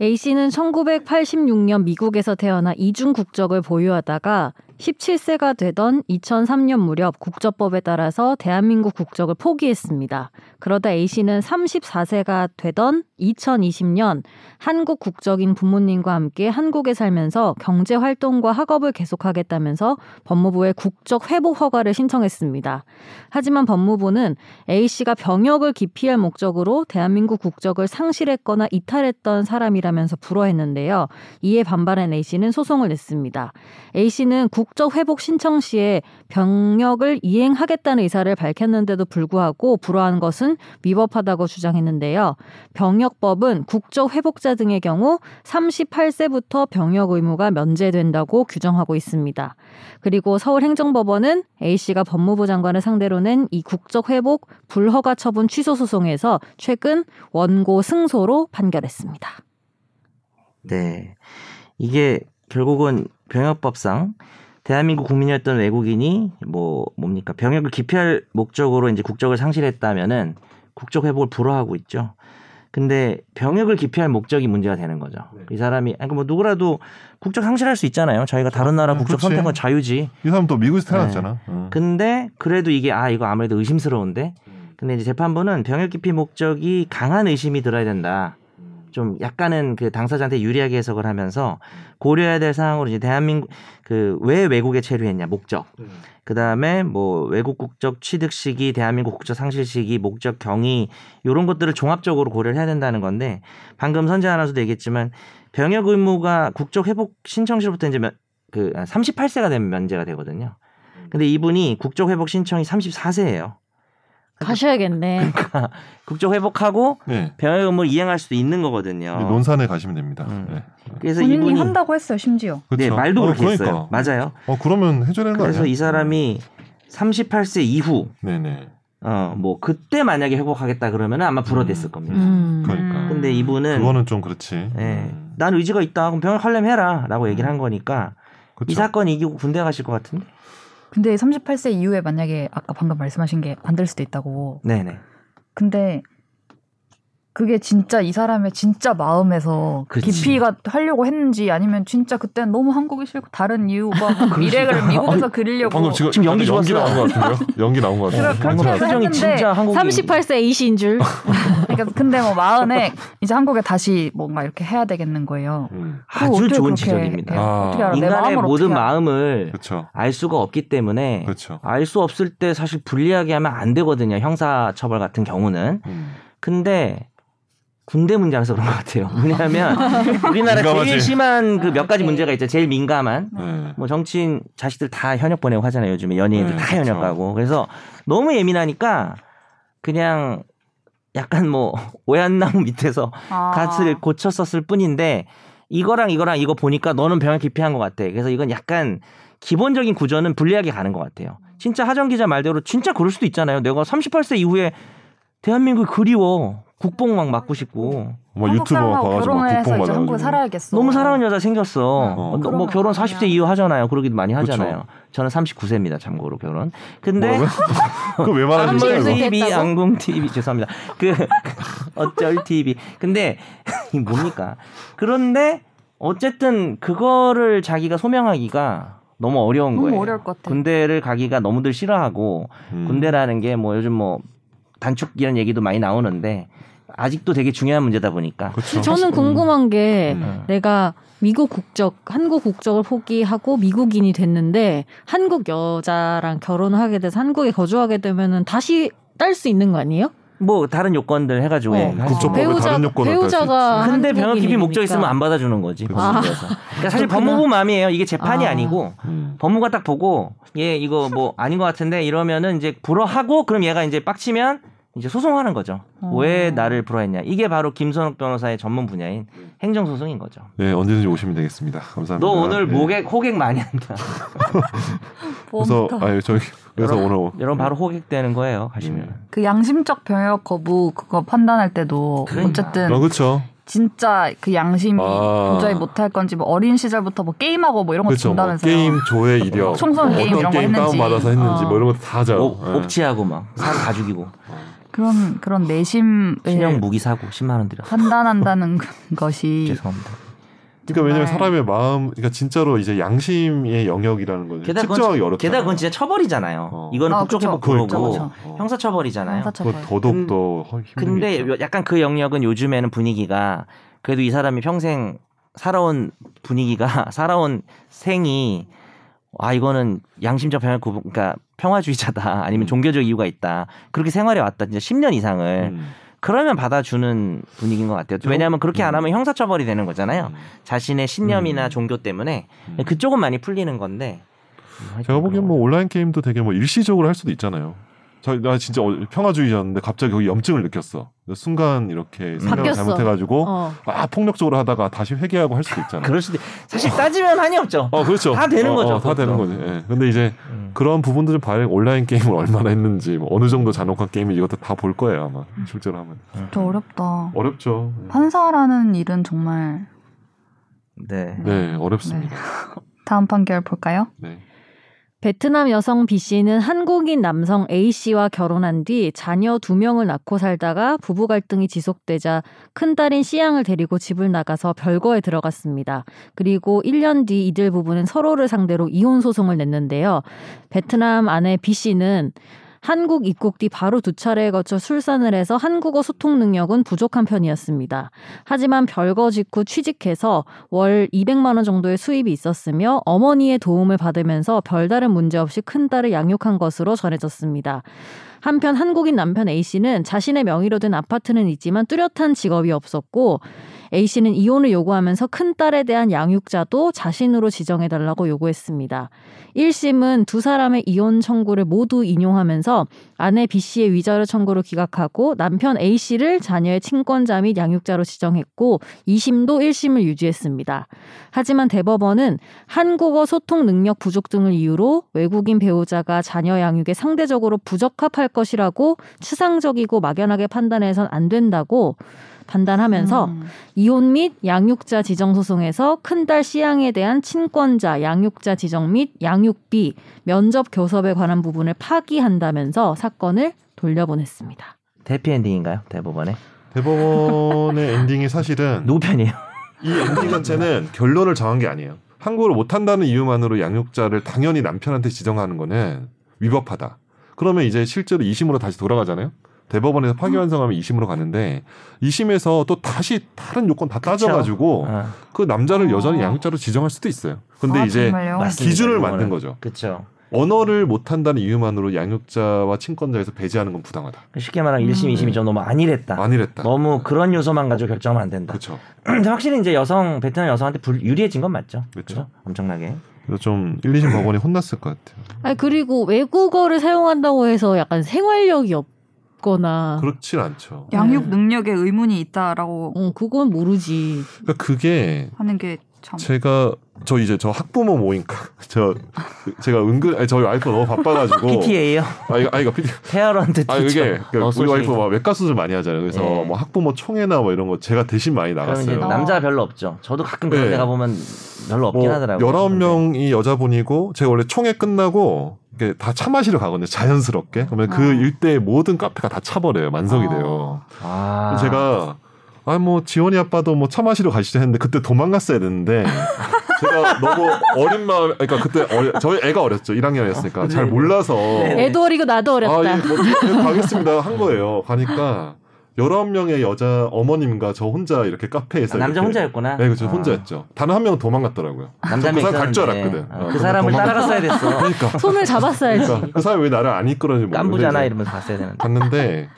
Speaker 3: A씨는 1986년 미국에서 태어나 이중 국적을 보유하다가 17세가 되던 2003년 무렵 국적법에 따라서 대한민국 국적을 포기했습니다. 그러다 A씨는 34세가 되던 2020년 한국 국적인 부모님과 함께 한국에 살면서 경제 활동과 학업을 계속하겠다면서 법무부에 국적 회복 허가를 신청했습니다. 하지만 법무부는 A씨가 병역을 기피할 목적으로 대한민국 국적을 상실했거나 이탈했던 사람이라면서 불어했는데요. 이에 반발한 A씨는 소송을 냈습니다. A씨는 국적 회복 신청 시에 병역을 이행하겠다는 의사를 밝혔는데도 불구하고 불어한 것은 위법하다고 주장했는데요. 병역법은 국적 회복자 등의 경우 38세부터 병역 의무가 면제된다고 규정하고 있습니다. 그리고 서울행정법원은 A씨가 법무부 장관을 상대로 낸 이 국적 회복 불허가 처분 취소 소송에서 최근 원고 승소로 판결했습니다.
Speaker 2: 네. 이게 결국은 병역법상 대한민국 국민이었던 외국인이 뭐 뭡니까 병역을 기피할 목적으로 이제 국적을 상실했다면은 국적 회복을 불허하고 있죠. 근데 병역을 기피할 목적이 문제가 되는 거죠.
Speaker 4: 네.
Speaker 2: 이 사람이 아니 뭐 누구라도 국적 상실할 수 있잖아요. 자기가 다른 나라
Speaker 4: 음,
Speaker 2: 국적
Speaker 4: 그렇지.
Speaker 2: 선택은 자유지.
Speaker 4: 이 사람 또 미국에서 태어났잖아. 응.
Speaker 2: 근데 네. 그래도 이게 아 이거 아무래도 의심스러운데. 근데 이제 재판부는 병역 기피 목적이 강한 의심이 들어야 된다. 좀 약간은 그 당사자한테 유리하게 해석을 하면서 고려해야 될 사항으로 이제 대한민국 그 왜 외국에 체류했냐 목적 그다음에 뭐 외국 국적 취득 시기 대한민국 국적 상실 시기 목적 경위 요런 것들을 종합적으로 고려를 해야 된다는 건데 방금 선재 아나운서도 얘기했지만 병역 의무가 국적 회복 신청 시로부터 이제 면- 그 38세가 되면 면제가 되거든요. 근데 이분이 국적 회복 신청이 34세예요.
Speaker 3: 가셔야겠네.
Speaker 2: 국적 회복하고
Speaker 4: 네.
Speaker 2: 병역 의무를 이행할 수도 있는 거거든요.
Speaker 4: 논산에 가시면 됩니다.
Speaker 2: 어. 음.
Speaker 4: 네.
Speaker 2: 그래서
Speaker 1: 본인이
Speaker 2: 이분이
Speaker 1: 한다고 했어요, 심지어.
Speaker 4: 그렇죠.
Speaker 2: 네, 말도
Speaker 4: 어,
Speaker 2: 그렇게
Speaker 4: 그러니까.
Speaker 2: 했어요. 맞아요.
Speaker 4: 어 그러면 해줘야 되는 거 아니야?
Speaker 2: 그래서 이 사람이 38세 이후
Speaker 4: 네네.
Speaker 2: 어 뭐 그때 만약에 회복하겠다 그러면 아마 불어댔을 겁니다.
Speaker 3: 음.
Speaker 4: 그러니까.
Speaker 1: 음.
Speaker 2: 근데 이분은
Speaker 4: 그거는 좀 그렇지.
Speaker 2: 예,
Speaker 4: 음.
Speaker 2: 난 의지가 있다. 그럼 병역 하려면 해라라고 얘기를 한 거니까
Speaker 4: 그쵸.
Speaker 2: 이 사건 이기고 군대 가실 것 같은데.
Speaker 5: 근데 38세 이후에 만약에 아까 방금 말씀하신 게 안 될 수도 있다고.
Speaker 2: 네네.
Speaker 5: 근데 그게 진짜 이 사람의 진짜 마음에서
Speaker 2: 그치.
Speaker 5: 기피가 하려고 했는지 아니면 진짜 그땐 너무 한국이 싫고 다른 이유
Speaker 2: (laughs)
Speaker 5: 막 미래를 미국에서 그리려고
Speaker 4: 방금 지금,
Speaker 2: 지금 연기
Speaker 4: 연기
Speaker 2: 좋았어요.
Speaker 4: 나온
Speaker 5: (laughs)
Speaker 4: 것 같은데요? 연기 나온 것 같은데.
Speaker 5: 그럼 그렇게 해서-
Speaker 2: 표정이
Speaker 5: 했는데
Speaker 2: 네, 진짜 한국
Speaker 3: 38세 A씨인 줄.
Speaker 5: 그러니까 근데 뭐 마흔에 이제 한국에 다시 뭔가 이렇게 해야 되겠는 거예요.
Speaker 4: 음.
Speaker 5: 그거
Speaker 2: 아주
Speaker 5: 어떻게
Speaker 2: 좋은
Speaker 5: 그렇게 해요?
Speaker 2: 지적입니다.
Speaker 5: 어떻게 알아? 내
Speaker 2: 인간의
Speaker 5: 마음을 네. 아,
Speaker 2: 모든
Speaker 5: 어떻게 알아?
Speaker 2: 마음을
Speaker 4: 그렇죠.
Speaker 2: 알 수가 없기 때문에
Speaker 4: 그렇죠.
Speaker 2: 알 수 없을 때 사실 불리하게 하면 안 되거든요. 형사 처벌 같은 경우는.
Speaker 4: 음.
Speaker 2: 근데 군대 문제라서 그런 것 같아요.
Speaker 4: (laughs)
Speaker 2: 왜냐하면 우리나라 제일
Speaker 4: 민감하지.
Speaker 2: 심한 그 몇 가지 문제가 있죠. 제일 민감한.
Speaker 4: 네.
Speaker 2: 뭐 정치인 자식들 다 현역 보내고 하잖아요. 요즘에 연예인들
Speaker 4: 네,
Speaker 2: 다
Speaker 4: 그렇죠.
Speaker 2: 현역 가고. 그래서 너무 예민하니까 그냥 약간 뭐 (laughs) 오얏나무 밑에서
Speaker 1: 아.
Speaker 2: 갓을 고쳤었을 뿐인데 이거랑 이거랑 이거 보니까 너는 병역 기피한 것 같아. 그래서 이건 약간 기본적인 구조는 불리하게 가는 것 같아요. 진짜 하정 기자 말대로 진짜 그럴 수도 있잖아요. 내가 38세 이후에 대한민국 그리워. 국뽕 막 맞고 싶고
Speaker 4: 뭐
Speaker 5: 한국
Speaker 4: 유튜버
Speaker 5: 사람하고
Speaker 4: 봐가지고 막
Speaker 5: 결혼을 해서
Speaker 4: 국뽕
Speaker 5: 이제
Speaker 4: 받아가지고.
Speaker 5: 한국에 살아야겠어.
Speaker 2: 너무 사랑하는 여자 생겼어.
Speaker 4: 어.
Speaker 2: 뭐
Speaker 5: 그러면
Speaker 2: 결혼
Speaker 5: 그냥.
Speaker 2: 40세 이후 하잖아요. 그러기도 많이
Speaker 4: 그쵸.
Speaker 2: 하잖아요. 저는 39세입니다. 참고로 결혼.
Speaker 5: 뭐
Speaker 2: 근데
Speaker 4: 그거 왜
Speaker 2: 아,
Speaker 4: 말하는
Speaker 3: 삼십
Speaker 4: 거예요?
Speaker 3: 세.
Speaker 4: 이거?
Speaker 2: TV
Speaker 3: 됐다고?
Speaker 2: 안궁 TV 죄송합니다. 그 (laughs) 어쩔 TV. 근데 (laughs) 이 뭡니까? 그런데 어쨌든 그거를 자기가 소명하기가 너무 어려운
Speaker 5: 너무
Speaker 2: 거예요.
Speaker 5: 어려울 것 같아요.
Speaker 2: 군대를 가기가 너무들 싫어하고
Speaker 4: 음.
Speaker 2: 군대라는 게 뭐 요즘 뭐 단축 이런 얘기도 많이 나오는데 아직도 되게 중요한 문제다 보니까
Speaker 4: 그렇죠.
Speaker 3: 저는 궁금한 게
Speaker 4: 음.
Speaker 2: 네,
Speaker 3: 내가 미국 국적, 한국 국적을 포기하고 미국인이 됐는데 한국 여자랑 결혼하게 돼서 한국에 거주하게 되면은 다시 딸 수 있는 거 아니에요?
Speaker 2: 뭐 다른 요건들 해가지고
Speaker 3: 어,
Speaker 2: 예, 할수
Speaker 4: 음. 국적
Speaker 2: 있는데.
Speaker 4: 법에 다른 요건을
Speaker 3: 배우자가
Speaker 2: 근데 변호 기피 목적
Speaker 3: 한국인이니까.
Speaker 2: 있으면 안 받아주는 거지
Speaker 4: 그치.
Speaker 2: 법무부에서. 그러니까 사실
Speaker 3: 그렇구나.
Speaker 2: 법무부 마음이에요. 이게 재판이
Speaker 3: 아.
Speaker 2: 아니고
Speaker 4: 음.
Speaker 2: 법무가 딱 보고 얘 이거
Speaker 5: (laughs)
Speaker 2: 뭐 아닌 것 같은데 이러면은 이제 불허하고 그럼 얘가 이제 빡치면 이제 소송하는 거죠.
Speaker 5: 어.
Speaker 2: 왜 나를 불허했냐? 이게 바로 김선욱 변호사의 전문 분야인 행정 소송인 거죠. 어. 네.
Speaker 4: 예, 언제든지 오시면 되겠습니다. 감사합니다.
Speaker 2: 너 오늘 뭐-
Speaker 4: 예.
Speaker 2: 목액 호객 많이 (laughs) 한다.
Speaker 4: 그래서 아유 저기 그래서 오늘
Speaker 2: 여러분 바로 호객 되는 거예요. 하시면
Speaker 5: 그 양심적 병역 거부 그거 판단할 때도
Speaker 2: 그러니까.
Speaker 5: 어쨌든
Speaker 4: 어, 그렇죠.
Speaker 5: 진짜 그 양심이
Speaker 4: 아.
Speaker 5: 도저히 못할 건지 뭐 어린 시절부터 뭐 게임하고 뭐 이런 거
Speaker 4: 그렇죠. 뭐
Speaker 5: 준다면서요.
Speaker 4: 게임 조회 이력,
Speaker 5: 총선
Speaker 4: 뭐
Speaker 5: 게임
Speaker 4: 어떤
Speaker 5: 이런 거
Speaker 4: 게임
Speaker 5: 했는지.
Speaker 4: 다운 받아서 했는지 뭐 이런 것도 다 하죠.
Speaker 2: 옵,
Speaker 4: 예.
Speaker 2: 옵치하고 막 사람 다
Speaker 5: (laughs)
Speaker 2: 죽이고
Speaker 5: 그런 그런
Speaker 2: 신형
Speaker 4: 뭐.
Speaker 5: 내심을
Speaker 2: 무기 사고 10만 원 드려.
Speaker 5: 판단한다는 그 (laughs) 것이
Speaker 2: 죄송합니다.
Speaker 4: 그러니까 왜냐면
Speaker 5: 정말.
Speaker 4: 사람의 마음, 그러니까 진짜로 이제 양심의 영역이라는 건
Speaker 2: 게다가
Speaker 4: 측정하기
Speaker 2: 그건,
Speaker 4: 어렵죠.
Speaker 2: 게다가 그건 진짜 처벌이잖아요.
Speaker 4: 어.
Speaker 2: 이거는
Speaker 5: 아,
Speaker 2: 국적회복
Speaker 5: 그쵸.
Speaker 2: 그거고
Speaker 5: 그쵸, 그렇죠, 그쵸.
Speaker 2: 형사처벌이잖아요.
Speaker 5: 형사처벌.
Speaker 4: 뭐 그거 더더욱 더 허- 힘든 게
Speaker 2: 근데
Speaker 4: 있죠.
Speaker 2: 요- 약간 그 영역은 요즘에는 분위기가 그래도 이 사람이 평생 살아온 분위기가 (laughs) 살아온 생이 아 이거는 양심적 평화 구분 그러니까 평화주의자다 아니면
Speaker 4: 음.
Speaker 2: 종교적 이유가 있다 그렇게 생활해 왔다 진짜 10년 이상을
Speaker 4: 음.
Speaker 2: 그러면 받아주는 분위기인 것 같아요 왜냐하면 그렇게 안 하면 형사처벌이 되는 거잖아요 자신의 신념이나
Speaker 4: 음.
Speaker 2: 종교 때문에
Speaker 4: 음.
Speaker 2: 그쪽은 많이 풀리는 건데 음,
Speaker 4: 제가
Speaker 2: 하여튼
Speaker 4: 보기엔 뭐 온라인 게임도 되게 뭐 일시적으로 할 수도 있잖아요. 저 나 진짜 어- 평화주의자였는데 갑자기 거기 염증을 느꼈어. 순간 이렇게 생각을
Speaker 3: 바뀌었어.
Speaker 4: 잘못해가지고
Speaker 3: 어.
Speaker 4: 아 폭력적으로 하다가 다시 회개하고 할 수도 있잖아요.
Speaker 2: 그럴 수도 사실 따지면 한이 없죠
Speaker 4: 어 그렇죠.
Speaker 2: 다 되는
Speaker 4: 어,
Speaker 2: 거죠,
Speaker 4: 어, 다 되는
Speaker 2: 그것도.
Speaker 4: 거지. 예. 근데 이제
Speaker 2: 음.
Speaker 4: 그런 부분들 좀 봐야 온라인 게임을 얼마나 했는지 뭐 어느 정도 잔혹한 게임이 이것도 다 볼 거예요 아마
Speaker 5: 음.
Speaker 4: 실제로 하면
Speaker 5: 좀 어렵다.
Speaker 4: 어렵죠. 예.
Speaker 5: 아. 판사라는 일은 정말
Speaker 2: 네
Speaker 4: 네 어렵습니다.
Speaker 5: 다음 판결 볼까요?
Speaker 4: 네.
Speaker 3: 베트남 여성 B 씨는 한국인 남성 A 씨와 결혼한 뒤 자녀 두 명을 낳고 살다가 부부 갈등이 지속되자 큰딸인 C 양을 데리고 집을 나가서 별거에 들어갔습니다. 그리고 1년 뒤 이들 부부는 서로를 상대로 이혼 소송을 냈는데요. 베트남 아내 B 씨는 한국 입국 뒤 바로 두 차례에 걸쳐 출산을 해서 한국어 소통 능력은 부족한 편이었습니다. 하지만 별거 직후 취직해서 월 200만 원 정도의 수입이 있었으며 어머니의 도움을 받으면서 별다른 문제 없이 큰 딸을 양육한 것으로 전해졌습니다. 한편 한국인 남편 A 씨는 자신의 명의로 된 아파트는 있지만 뚜렷한 직업이 없었고 A 씨는 이혼을 요구하면서 큰 딸에 대한 양육자도 자신으로 지정해 달라고 요구했습니다. 1심은 두 사람의 이혼 청구를 모두 인용하면서 아내 B 씨의 위자료 청구를 기각하고 남편 A 씨를 자녀의 친권자 및 양육자로 지정했고 2심도 1심을 유지했습니다. 하지만 대법원은 한국어 소통 능력 부족 등을 이유로 외국인 배우자가 자녀 양육에 상대적으로 부적합할 것이라고 추상적이고 막연하게 판단해선 안 된다고 판단하면서
Speaker 5: 음.
Speaker 3: 이혼 및 양육자 지정 소송에서 큰딸 시양에 대한 친권자 양육자 지정 및 양육비 면접 교섭에 관한 부분을 파기한다면서 사건을 돌려보냈습니다.
Speaker 2: 대피 엔딩인가요 대법원에
Speaker 4: 대법원의 엔딩이 사실은
Speaker 2: 누구 편이에요?
Speaker 4: 이 엔딩 전체는 결론을 정한 게 아니에요. 한국어를 못한다는 이유만으로 양육자를 당연히 남편한테 지정하는 거는 위법하다. 그러면 이제 실제로 2심으로 다시 돌아가잖아요. 대법원에서 파기환송하면 2심으로 가는데 2심에서 또 다시 다른 요건 다 따져가지고 그
Speaker 2: 아,
Speaker 4: 남자를
Speaker 5: 어.
Speaker 4: 여전히 양육자로 지정할 수도 있어요. 근데
Speaker 5: 아,
Speaker 4: 이제
Speaker 5: 정말요?
Speaker 2: 맞습니다.
Speaker 4: 기준을
Speaker 2: 이거는.
Speaker 4: 만든 거죠.
Speaker 2: 그렇죠.
Speaker 4: 언어를 못한다는 이유만으로 양육자와 친권자에서 배제하는 건 부당하다.
Speaker 2: 쉽게 말하면
Speaker 4: 음,
Speaker 2: 일심이심이좀
Speaker 4: 네.
Speaker 2: 너무
Speaker 4: 아,
Speaker 2: 안일했다.
Speaker 4: 만일했다.
Speaker 2: 너무 그런 요소만 가지고 결정하면 안 된다.
Speaker 4: 그렇죠.
Speaker 2: (clears throat) 근데 확실히 이제 여성 베트남 여성한테 불, 유리해진 건 맞죠.
Speaker 4: 그쵸.
Speaker 2: 그죠? 엄청나게.
Speaker 4: 그래서 좀 1, 2심 법원이 혼났을 것 같아요.
Speaker 3: 아니 그리고 외국어를 사용한다고 해서 약간 생활력이 없거나
Speaker 4: (laughs) 그렇진 않죠.
Speaker 5: 양육
Speaker 2: 네.
Speaker 5: 능력에
Speaker 4: 그-
Speaker 5: 의문이 있다라고
Speaker 3: 어, 그건 모르지.
Speaker 4: 그러니까 그게
Speaker 5: 하는 게 참.
Speaker 4: 제가 저 이제 저 학부모 모임 (laughs) 가- 저 제가 은근 아니, 저희 와이프 너무 바빠가지고 (laughs)
Speaker 2: PTA요? (laughs)
Speaker 4: 아 이거 아 이거 PT
Speaker 2: 페어런트
Speaker 4: 아 이게 그러니까
Speaker 2: 어,
Speaker 4: 우리
Speaker 2: 소식이.
Speaker 4: 와이프 막 외과 수술 많이 하잖아요. 그래서
Speaker 2: 예.
Speaker 4: 뭐 학부모 총회나 뭐 이런 거 제가 대신 많이
Speaker 2: 그럼 이제
Speaker 4: 나갔어요.
Speaker 2: 남자 별로 없죠. 저도 가끔 그런
Speaker 4: 네.
Speaker 2: 데가 보면 별로 없긴
Speaker 4: 뭐
Speaker 2: 하더라고요.
Speaker 4: 19명이 여자분이고 제가 원래 총회 끝나고 이게 다 차 마시러 가거든요. 자연스럽게. 그러면 그
Speaker 5: 어.
Speaker 4: 일대의 모든 카페가 다 차버려요. 만석이
Speaker 5: 어.
Speaker 4: 돼요.
Speaker 2: 아.
Speaker 4: 제가 아 뭐 지원이 아빠도 뭐 차 마시러 가시죠 했는데 그때
Speaker 2: (laughs)
Speaker 4: 도망갔어야 됐는데 제가 너무 어린 마음 그러니까 그때 어려- 저희 애가 어렸죠. 1학년이었으니까 잘 몰라서
Speaker 2: 아, 네.
Speaker 3: 애도 어리고 나도 어렸다.
Speaker 4: 아, 예, 뭐, 예, 가겠습니다. 한 거예요. 가니까 19명의 여자 어머님과 저 혼자 이렇게 카페에서
Speaker 2: 아, 남자
Speaker 4: 이렇게-
Speaker 2: 혼자였구나.
Speaker 4: 네, 그죠.
Speaker 2: 아.
Speaker 4: 혼자였죠. 단 한 명은 도망갔더라고요.
Speaker 2: 남자
Speaker 4: 그
Speaker 2: 명
Speaker 4: 사람 갈줄
Speaker 2: 있었는데. 아,
Speaker 4: 알았거든. 어,
Speaker 2: 그
Speaker 4: 근데
Speaker 2: 사람을
Speaker 4: 도망가-
Speaker 2: 따라갔어야 됐어. (laughs)
Speaker 4: 그러니까.
Speaker 3: 손을 잡았어야지.
Speaker 4: 그러니까 그 사람이 왜 나를 안 이끌었는지 모르겠
Speaker 2: 깐부잖아 이러면서 갔어야 되는데.
Speaker 4: 갔는데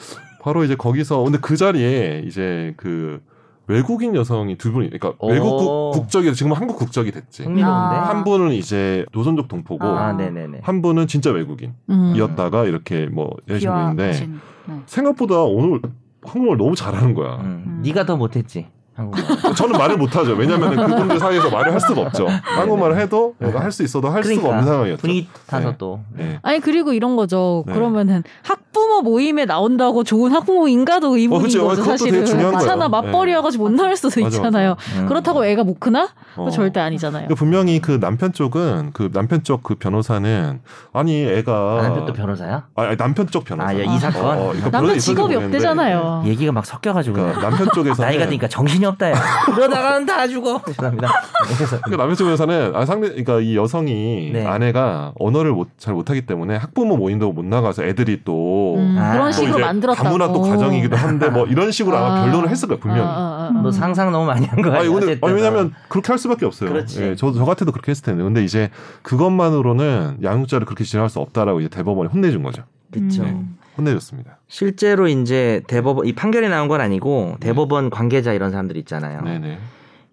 Speaker 4: 바로 이제 거기서 근데 그 자리에 이제 그 외국인 여성이 두 분이 그러니까
Speaker 2: 오.
Speaker 4: 외국 국- 국적이 지금 한국 국적이 됐지.
Speaker 2: 흥미로운데.
Speaker 5: 아.
Speaker 4: 한 분은 이제 노선족 동포고
Speaker 2: 음. 아, 네네네.
Speaker 4: 한 분은 진짜 외국인.
Speaker 3: 음.
Speaker 4: 이었다가 이렇게 뭐 여신 분인데
Speaker 5: 비와진. 네.
Speaker 4: 생각보다 오늘 한국말 너무 잘하는 거야. 그러니까
Speaker 2: 음. 네가 더 못했지. (laughs) 한국말.
Speaker 4: 저는 말을 못하죠. 왜냐하면 그분들 사이에서 말을 할 수가
Speaker 2: (laughs)
Speaker 4: 없죠. 한국말을 해도
Speaker 2: 네.
Speaker 4: 할 수 있어도 할 수가
Speaker 2: 그러니까
Speaker 4: 없는 상황이었죠.
Speaker 2: 분위기 타서
Speaker 4: 네.
Speaker 2: 또.
Speaker 4: 네.
Speaker 3: 아니 그리고 이런 거죠.
Speaker 4: 네.
Speaker 3: 그러면은 학부모 모임에 나온다고 좋은 학부모인가도
Speaker 4: 어,
Speaker 3: 이분인
Speaker 4: 그쵸.
Speaker 3: 거죠
Speaker 4: 그것도 되게
Speaker 3: 사실은.
Speaker 4: 중요한 거예요.
Speaker 3: 괜찮아 맞벌이여가지고 못 나올 수도
Speaker 4: 맞아, 맞아.
Speaker 3: 있잖아요.
Speaker 2: 음.
Speaker 3: 그렇다고 애가 못 크나?
Speaker 4: 어.
Speaker 3: 그거 절대 아니잖아요.
Speaker 4: 근데 분명히 그 남편 쪽은 그 남편 쪽 그 변호사는 아니 애가
Speaker 2: 아, 남편 또 변호사야?
Speaker 4: 아, 아니, 남편 쪽 변호사
Speaker 2: 아, 야, 이 사건?
Speaker 4: 그러니까
Speaker 3: 남편
Speaker 4: 변호사 있었는지
Speaker 3: 직업이
Speaker 4: 모르겠는데. 예.
Speaker 3: 없대잖아요.
Speaker 2: 얘기가 막 섞여가지고
Speaker 4: 그러니까
Speaker 2: 그냥
Speaker 4: 남편 쪽에서
Speaker 2: (laughs) 나이가 드니까 정신이 없다. 야. (laughs) 그러다가는 다 죽어. 죄송합니다. 그래서
Speaker 4: 그 남편 쪽 변호사는 아, 상대 그러니까 이 여성이
Speaker 2: 네.
Speaker 4: 아내가 언어를 못, 잘 못하기 때문에 학부모 모임도 못 나가서 애들이 또
Speaker 3: 음,
Speaker 2: 아,
Speaker 3: 그런
Speaker 2: 또
Speaker 4: 또
Speaker 3: 식으로
Speaker 4: 이제
Speaker 3: 만들었다고.
Speaker 4: 다문화 또 가정이기도 한데 뭐 이런 식으로 아, 마
Speaker 3: 아.
Speaker 4: 변론을 했을 거예요 분명히. 음.
Speaker 3: 아, 아, 아.
Speaker 2: 너 상상 너무 많이 한 거야.
Speaker 4: 아니 오늘 아니 왜냐면 그렇게 할 수밖에 없어요.
Speaker 2: 어. 그렇지.
Speaker 4: 예, 저저 같아도 그렇게 했을 텐데. 근데 이제 그것만으로는 양육자를 그렇게 지랄할 수 없다라고 이제 대법원이 혼내준 거죠.
Speaker 2: 그렇죠.
Speaker 5: 음.
Speaker 4: 혼내줬습니다.
Speaker 2: 실제로 이제 대법원 이 판결이 나온 건 아니고 대법원 관계자 이런 사람들 있잖아요.
Speaker 4: 네. 네네.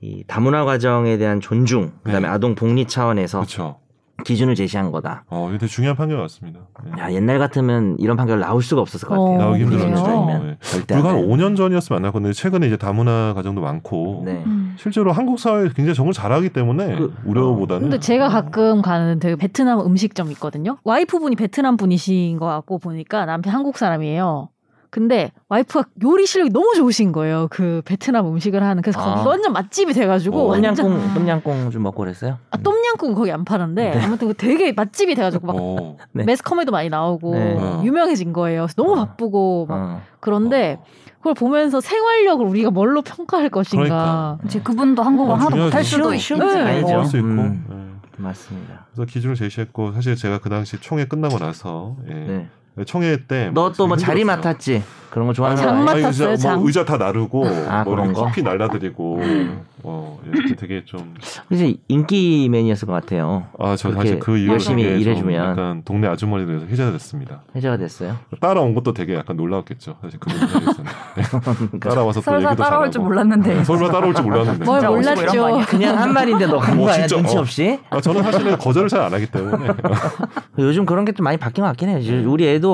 Speaker 2: 이 다문화 과정에 대한 존중, 그다음에
Speaker 4: 네.
Speaker 2: 아동 복리 차원에서
Speaker 4: 그렇죠.
Speaker 2: 기준을 제시한 거다.
Speaker 4: 어, 이게 되게 중요한 판결 같습니다. 예.
Speaker 2: 야, 옛날 같으면 이런 판결 나올 수가 없었을 것
Speaker 3: 어,
Speaker 2: 같아요. 그렇죠.
Speaker 4: 나오기
Speaker 3: 그래요?
Speaker 4: 힘들었죠. 예.
Speaker 2: 절대
Speaker 4: 불과
Speaker 2: 안
Speaker 4: 한
Speaker 2: 돼요.
Speaker 4: 5년 전이었으면 안 나올 건데 최근에 이제 다문화 가정도 많고
Speaker 2: 네.
Speaker 5: 음.
Speaker 4: 실제로 한국 사회 굉장히 정을 잘하기 때문에
Speaker 2: 그-
Speaker 4: 우려보다는
Speaker 3: 근데 제가 가끔 가는 되게 베트남 음식점 있거든요. 와이프분이 베트남 분이신 거 같고 보니까 남편 한국 사람이에요. 근데 와이프가 요리 실력이 너무 좋으신 거예요. 그 베트남 음식을 하는. 그래서
Speaker 2: 아.
Speaker 3: 거기 완전 맛집이 돼가지고
Speaker 2: 어,
Speaker 3: 완전
Speaker 2: 똠양꿍 똠양꿍 좀 먹고 그랬어요?
Speaker 3: 아, 똠양꿍은 거기 안 파는데 아무튼 그 되게 맛집이 돼가지고 막
Speaker 4: 네. 어,
Speaker 2: 네.
Speaker 3: 매스컴에도 많이 나오고
Speaker 2: 네.
Speaker 3: 유명해진 거예요. 그래서 너무
Speaker 2: 어.
Speaker 3: 바쁘고 막
Speaker 2: 어.
Speaker 3: 그런데 그걸 보면서 생활력을 우리가 뭘로 평가할 것인가.
Speaker 4: 그러니까.
Speaker 5: 이제 그분도 한국어
Speaker 3: 뭐
Speaker 4: 어,
Speaker 5: 하나도 못할
Speaker 4: 중요하지.
Speaker 5: 수도
Speaker 2: 쉬운
Speaker 5: 있고.
Speaker 2: 쉬운 게
Speaker 3: 네.
Speaker 2: 아니죠.
Speaker 4: 할 수 있고
Speaker 2: 음,
Speaker 4: 예.
Speaker 2: 맞습니다.
Speaker 4: 그래서 기준을 제시했고 사실 제가 그 당시 총회 끝나고 나서 예.
Speaker 2: 네.
Speaker 4: 총회 때
Speaker 2: 너 또 뭐 자리
Speaker 4: 힘들었어요.
Speaker 2: 맡았지? 그런 거 좋아하는 거
Speaker 3: 장
Speaker 2: 아니야?
Speaker 4: 아니,
Speaker 3: 맡았어요,
Speaker 4: 진짜
Speaker 3: 장.
Speaker 4: 뭐 의자 다 나르고
Speaker 2: 아,
Speaker 4: 뭐
Speaker 2: 그런
Speaker 4: 이렇게
Speaker 2: 거? 음.
Speaker 4: 커피 날라드리고 어 이렇게 되게 좀아저
Speaker 2: 이제 인기맨이었을 것 같아요.
Speaker 4: 사실
Speaker 2: 그렇게
Speaker 4: 그 이후로
Speaker 2: 열심히
Speaker 4: 되게 좀
Speaker 2: 일해주면.
Speaker 4: 약간 동네 아주머니들에서 해제가 됐습니다.
Speaker 2: 해제가 됐어요. (laughs)
Speaker 4: 따라온 것도 되게 약간 놀라웠겠죠. 사실 그분 사이에서는
Speaker 2: 그러니까
Speaker 4: 따라와서 또
Speaker 5: 설사
Speaker 4: 얘기도
Speaker 5: 따라올
Speaker 4: 잘하고. 아,
Speaker 5: 줄 몰랐는데.
Speaker 4: 설마 따라올 줄 몰랐는데.
Speaker 3: 뭘
Speaker 5: 진짜 오시고 이런 거
Speaker 3: 몰랐죠.
Speaker 5: 아니야?
Speaker 2: 그냥 한 말인데 너 간
Speaker 4: 어,
Speaker 2: 거야
Speaker 4: 진짜?
Speaker 2: 눈치
Speaker 4: 어.
Speaker 2: 없이?
Speaker 4: 아, 저는 사실은 거절을 잘 안 하기
Speaker 2: (laughs)
Speaker 4: 때문에
Speaker 2: 그 요즘 그런 게 좀 많이 바뀐 것 같긴 해요. 이제 우리 애도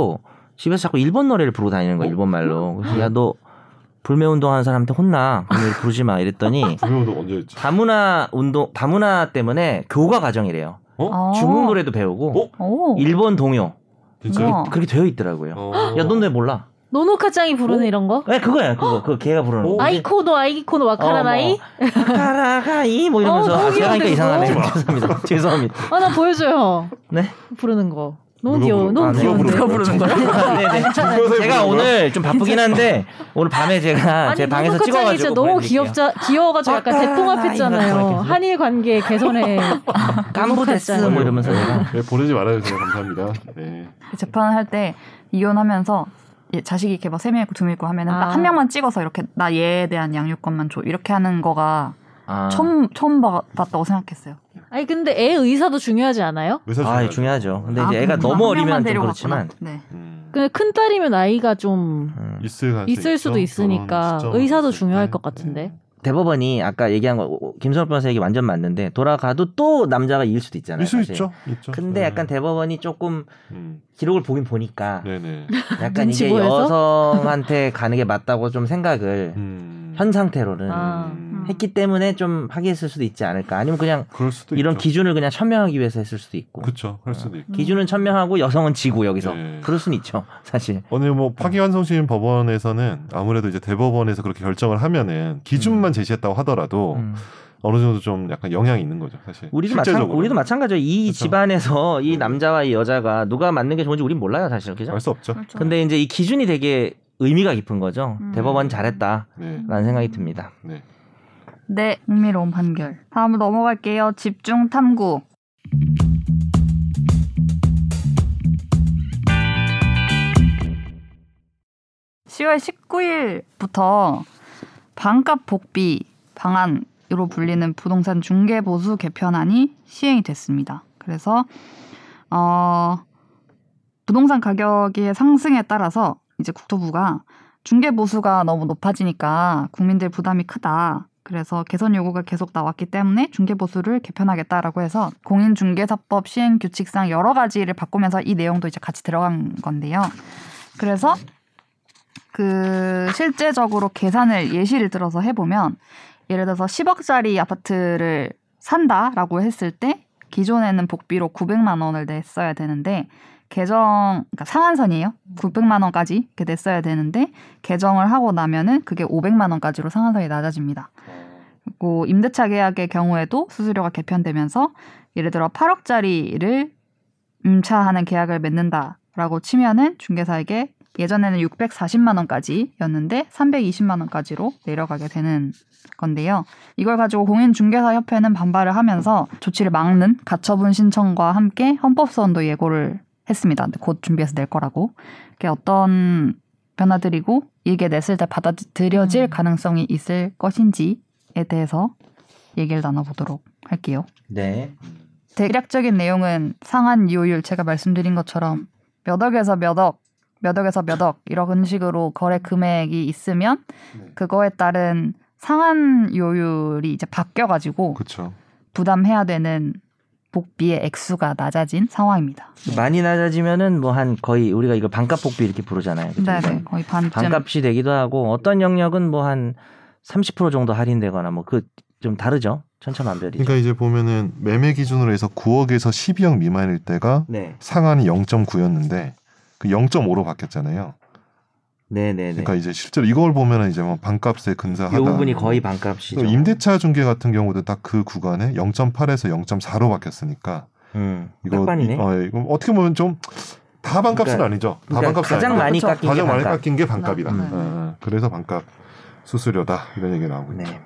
Speaker 2: 집에서 자꾸 일본 노래를 부르고 다니는
Speaker 4: 어?
Speaker 2: 거야 일본 말로. 그래서 야 너 불매 운동하는 사람한테 혼나. 오늘 부르지 마
Speaker 3: (laughs)
Speaker 2: 이랬더니
Speaker 4: 분명도 언제였죠?
Speaker 2: 다문화 운동 다문화 때문에 교과 과정이래요.
Speaker 4: 어?
Speaker 5: 어.
Speaker 2: 중국 노래도 배우고
Speaker 4: 어?
Speaker 5: 오.
Speaker 2: 일본 동요
Speaker 4: 진짜요?
Speaker 3: 뭐.
Speaker 5: 어.
Speaker 2: 그렇게 되어 있더라고요.
Speaker 4: 어.
Speaker 2: 야 넌 왜 몰라?
Speaker 3: 노노카짱이 부르는 이런 거?
Speaker 2: 네, 그거야 그거 그 걔가 부르는
Speaker 4: 오.
Speaker 2: 거.
Speaker 3: 아이코노 아이코노
Speaker 2: 어,
Speaker 3: 어. 와카라나이?
Speaker 2: 카라가이 뭐 이러면서
Speaker 3: 어,
Speaker 2: 아,
Speaker 3: 너무
Speaker 2: 제가 하니까
Speaker 3: 귀여운데,
Speaker 2: 이상하네. (laughs)
Speaker 3: 그거?
Speaker 2: 죄송합니다. 죄송합니다.
Speaker 3: 아 나 보여줘요.
Speaker 2: 네.
Speaker 3: 부르는 거. 너무
Speaker 4: 누가
Speaker 3: 귀여워.
Speaker 4: 부르-
Speaker 3: 너무
Speaker 2: 아, 누가
Speaker 3: 귀여운데.
Speaker 4: 부르는 거야?
Speaker 2: 부르는 거예요? 네네.
Speaker 4: 중국에서
Speaker 2: 제가
Speaker 4: 부르는 거야?
Speaker 2: 오늘 좀 바쁘긴 한데 오늘 밤에 제가
Speaker 3: 아니
Speaker 2: 제 방에서
Speaker 3: 노노카짱이
Speaker 2: 찍어가지고
Speaker 3: 진짜 너무
Speaker 2: 보내드릴게요.
Speaker 3: 귀엽자 귀여워가지고 약간
Speaker 2: 와카라나이
Speaker 3: 대통합했잖아요.
Speaker 2: 이런 거
Speaker 3: 한일 관계 개선에
Speaker 2: 깜부데스 뭐 이러면서 내가
Speaker 4: 네, 보내지 말아주세요. 감사합니다. 네.
Speaker 5: 재판할 때 이혼하면서 이 자식이 이렇게 막 세 명 있고 두 명 있고 하면은
Speaker 3: 아.
Speaker 5: 딱한 명만 찍어서 이렇게 나 얘에 대한 양육권만 줘 이렇게 하는 거가
Speaker 2: 아,
Speaker 5: 처음 처음 봐- 봤다고 생각했어요.
Speaker 3: 아니 근데 애 의사도 중요하지 않아요?
Speaker 4: 의사
Speaker 2: 아,
Speaker 4: 중요하죠.
Speaker 2: 중요하죠. 근데 이제
Speaker 5: 아,
Speaker 2: 애가
Speaker 5: 그렇구나.
Speaker 2: 너무
Speaker 5: 한 명만
Speaker 2: 어리면 좀
Speaker 5: 데려갔구나.
Speaker 2: 그렇지만
Speaker 5: 네.
Speaker 4: 음.
Speaker 3: 근데 큰 딸이면 나이가 좀
Speaker 2: 음.
Speaker 4: 있을 가능성이
Speaker 3: 있을 수도
Speaker 4: 있죠.
Speaker 3: 있으니까
Speaker 4: 결혼 시점은
Speaker 3: 의사도
Speaker 4: 있을
Speaker 3: 중요할
Speaker 4: 때.
Speaker 3: 것 같은데.
Speaker 2: 대법원이 아까 얘기한 거 오- 김선호 변호사 얘기 완전 맞는데 돌아가도 또 남자가 이길 수도
Speaker 4: 네.
Speaker 2: 있잖아요.
Speaker 4: 있을
Speaker 2: 사실.
Speaker 4: 수 있죠. 있죠.
Speaker 2: 근데
Speaker 4: 네.
Speaker 2: 약간 대법원이 조금
Speaker 4: 음.
Speaker 2: 기록을 보긴 보니까 (laughs)
Speaker 4: 네네.
Speaker 2: 약간
Speaker 3: 눈치
Speaker 2: 이게
Speaker 3: 보여서?
Speaker 2: 여성한테 가는 게 맞다고 좀 생각을
Speaker 4: 음.
Speaker 2: 현 상태로는
Speaker 3: 아.
Speaker 4: 음.
Speaker 5: 음.
Speaker 2: 했기 때문에 좀 파기했을 수도 있지 않을까. 아니면 그냥
Speaker 4: 그럴 수도
Speaker 2: 이런
Speaker 4: 있죠.
Speaker 2: 기준을 그냥 천명하기 위해서 했을 수도 있고.
Speaker 4: 그렇죠. 그럴 수도 있고.
Speaker 2: 기준은 천명하고 여성은 지고 여기서.
Speaker 4: 예.
Speaker 2: 그럴 수는 있죠. 사실.
Speaker 4: 오늘 뭐 파기환송심 법원에서는 아무래도 이제 대법원에서 그렇게 결정을 하면은 기준만 제시했다고 하더라도
Speaker 2: 음.
Speaker 4: 어느 정도 좀 약간 영향이 있는 거죠, 사실.
Speaker 2: 우리도 마찬
Speaker 4: 실제적으로.
Speaker 2: 우리도 마찬가지죠. 이
Speaker 4: 그렇죠.
Speaker 2: 집안에서 이
Speaker 4: 음.
Speaker 2: 남자와 이 여자가 누가 맞는 게 좋은지 우린 몰라요, 사실. 그죠?
Speaker 4: 알 수 없죠.
Speaker 1: 음.
Speaker 5: 그렇죠.
Speaker 2: 근데 이제 이 기준이 되게 의미가 깊은 거죠.
Speaker 5: 음.
Speaker 2: 대법원 잘했다라는
Speaker 4: 네.
Speaker 2: 생각이 듭니다.
Speaker 4: 네.
Speaker 1: 네.
Speaker 5: 흥미로운 판결.
Speaker 1: 다음으로 넘어갈게요. 집중 탐구.
Speaker 5: 시
Speaker 1: 10월 19일부터 반값 복비 방안으로 불리는 부동산 중개 보수 개편안이 시행이 됐습니다. 그래서 어 부동산 가격의 상승에 따라서 이제 국토부가 중개 보수가 너무 높아지니까 국민들 부담이 크다. 그래서 개선 요구가 계속 나왔기 때문에 중개 보수를 개편하겠다라고 해서 공인중개사법 시행 규칙상 여러 가지를 바꾸면서 이 내용도 이제 같이 들어간 건데요. 그래서 그 실제적으로 계산을 예시를 들어서 해보면 예를 들어서 10억짜리 아파트를 산다라고 했을 때 기존에는 복비로 900만 원을 냈어야 되는데 개정 그러니까 상한선이에요. 900만 원까지 이렇게 냈어야 되는데 개정을 하고 나면은 그게 500만 원까지로 상한선이 낮아집니다. 그리고 임대차 계약의 경우에도 수수료가 개편되면서 예를 들어 8억짜리를 임차하는 계약을 맺는다라고 치면은 중개사에게 예전에는 640만 원까지였는데 320만 원까지로 내려가게 되는 건데요. 이걸 가지고 공인중개사협회는 반발을 하면서 조치를 막는 가처분 신청과 함께 헌법소원도 예고를 했습니다. 근데 곧 준비해서 낼 거라고. 그게 어떤 변화들이고 이게 냈을 때 받아들여질
Speaker 5: 음.
Speaker 1: 가능성이 있을 것인지에 대해서 얘기를 나눠보도록 할게요.
Speaker 2: 네.
Speaker 1: 대략적인 내용은 상한 이율 제가 말씀드린 것처럼 몇 억에서 몇 억, 몇 억에서 몇 억 이런 식으로 거래 금액이 있으면
Speaker 4: 네.
Speaker 1: 그거에 따른 상한 요율이 이제 바뀌어가지고
Speaker 4: 그렇죠.
Speaker 1: 부담해야 되는 복비의 액수가 낮아진 상황입니다.
Speaker 2: 많이 낮아지면은 뭐 한 거의 우리가 이거 반값 복비 이렇게 부르잖아요. 그죠?
Speaker 1: 네네 거의 반쯤
Speaker 2: 반값이 되기도 하고 어떤 영역은 뭐 한 30% 정도 할인되거나 뭐 그 좀 다르죠. 천차만별이죠.
Speaker 4: 그러니까 이제 보면은 매매 기준으로 해서 9억에서 12억 미만일 때가
Speaker 2: 네.
Speaker 4: 상한이 0.9였는데 그 0.5로 바뀌었잖아요.
Speaker 2: 네, 네, 네.
Speaker 4: 그러니까 이제 실제로 이걸 보면은 이제 뭐 반값에 근사하다.
Speaker 2: 이 부분이 거의
Speaker 4: 또
Speaker 2: 반값이죠.
Speaker 4: 임대차 중개 같은 경우도 딱 그 구간에 0.8에서 0.4로 바뀌었으니까
Speaker 2: 음.
Speaker 4: 이거
Speaker 2: 딱반이네.
Speaker 4: 어, 이거 어떻게 보면 좀 다 반값은
Speaker 2: 그러니까-
Speaker 4: 아니죠. 다
Speaker 2: 그러니까
Speaker 4: 반값은
Speaker 2: 가장
Speaker 4: 아니고
Speaker 1: 그렇죠.
Speaker 2: 많이 깎인 게
Speaker 4: 가장 많이
Speaker 2: 반값. 음.
Speaker 4: 깎인 게 반값이다.
Speaker 1: 네.
Speaker 4: 어, 어. 그래서 반값 수수료다 이런 얘기가 나오고
Speaker 2: 네.
Speaker 4: 있죠.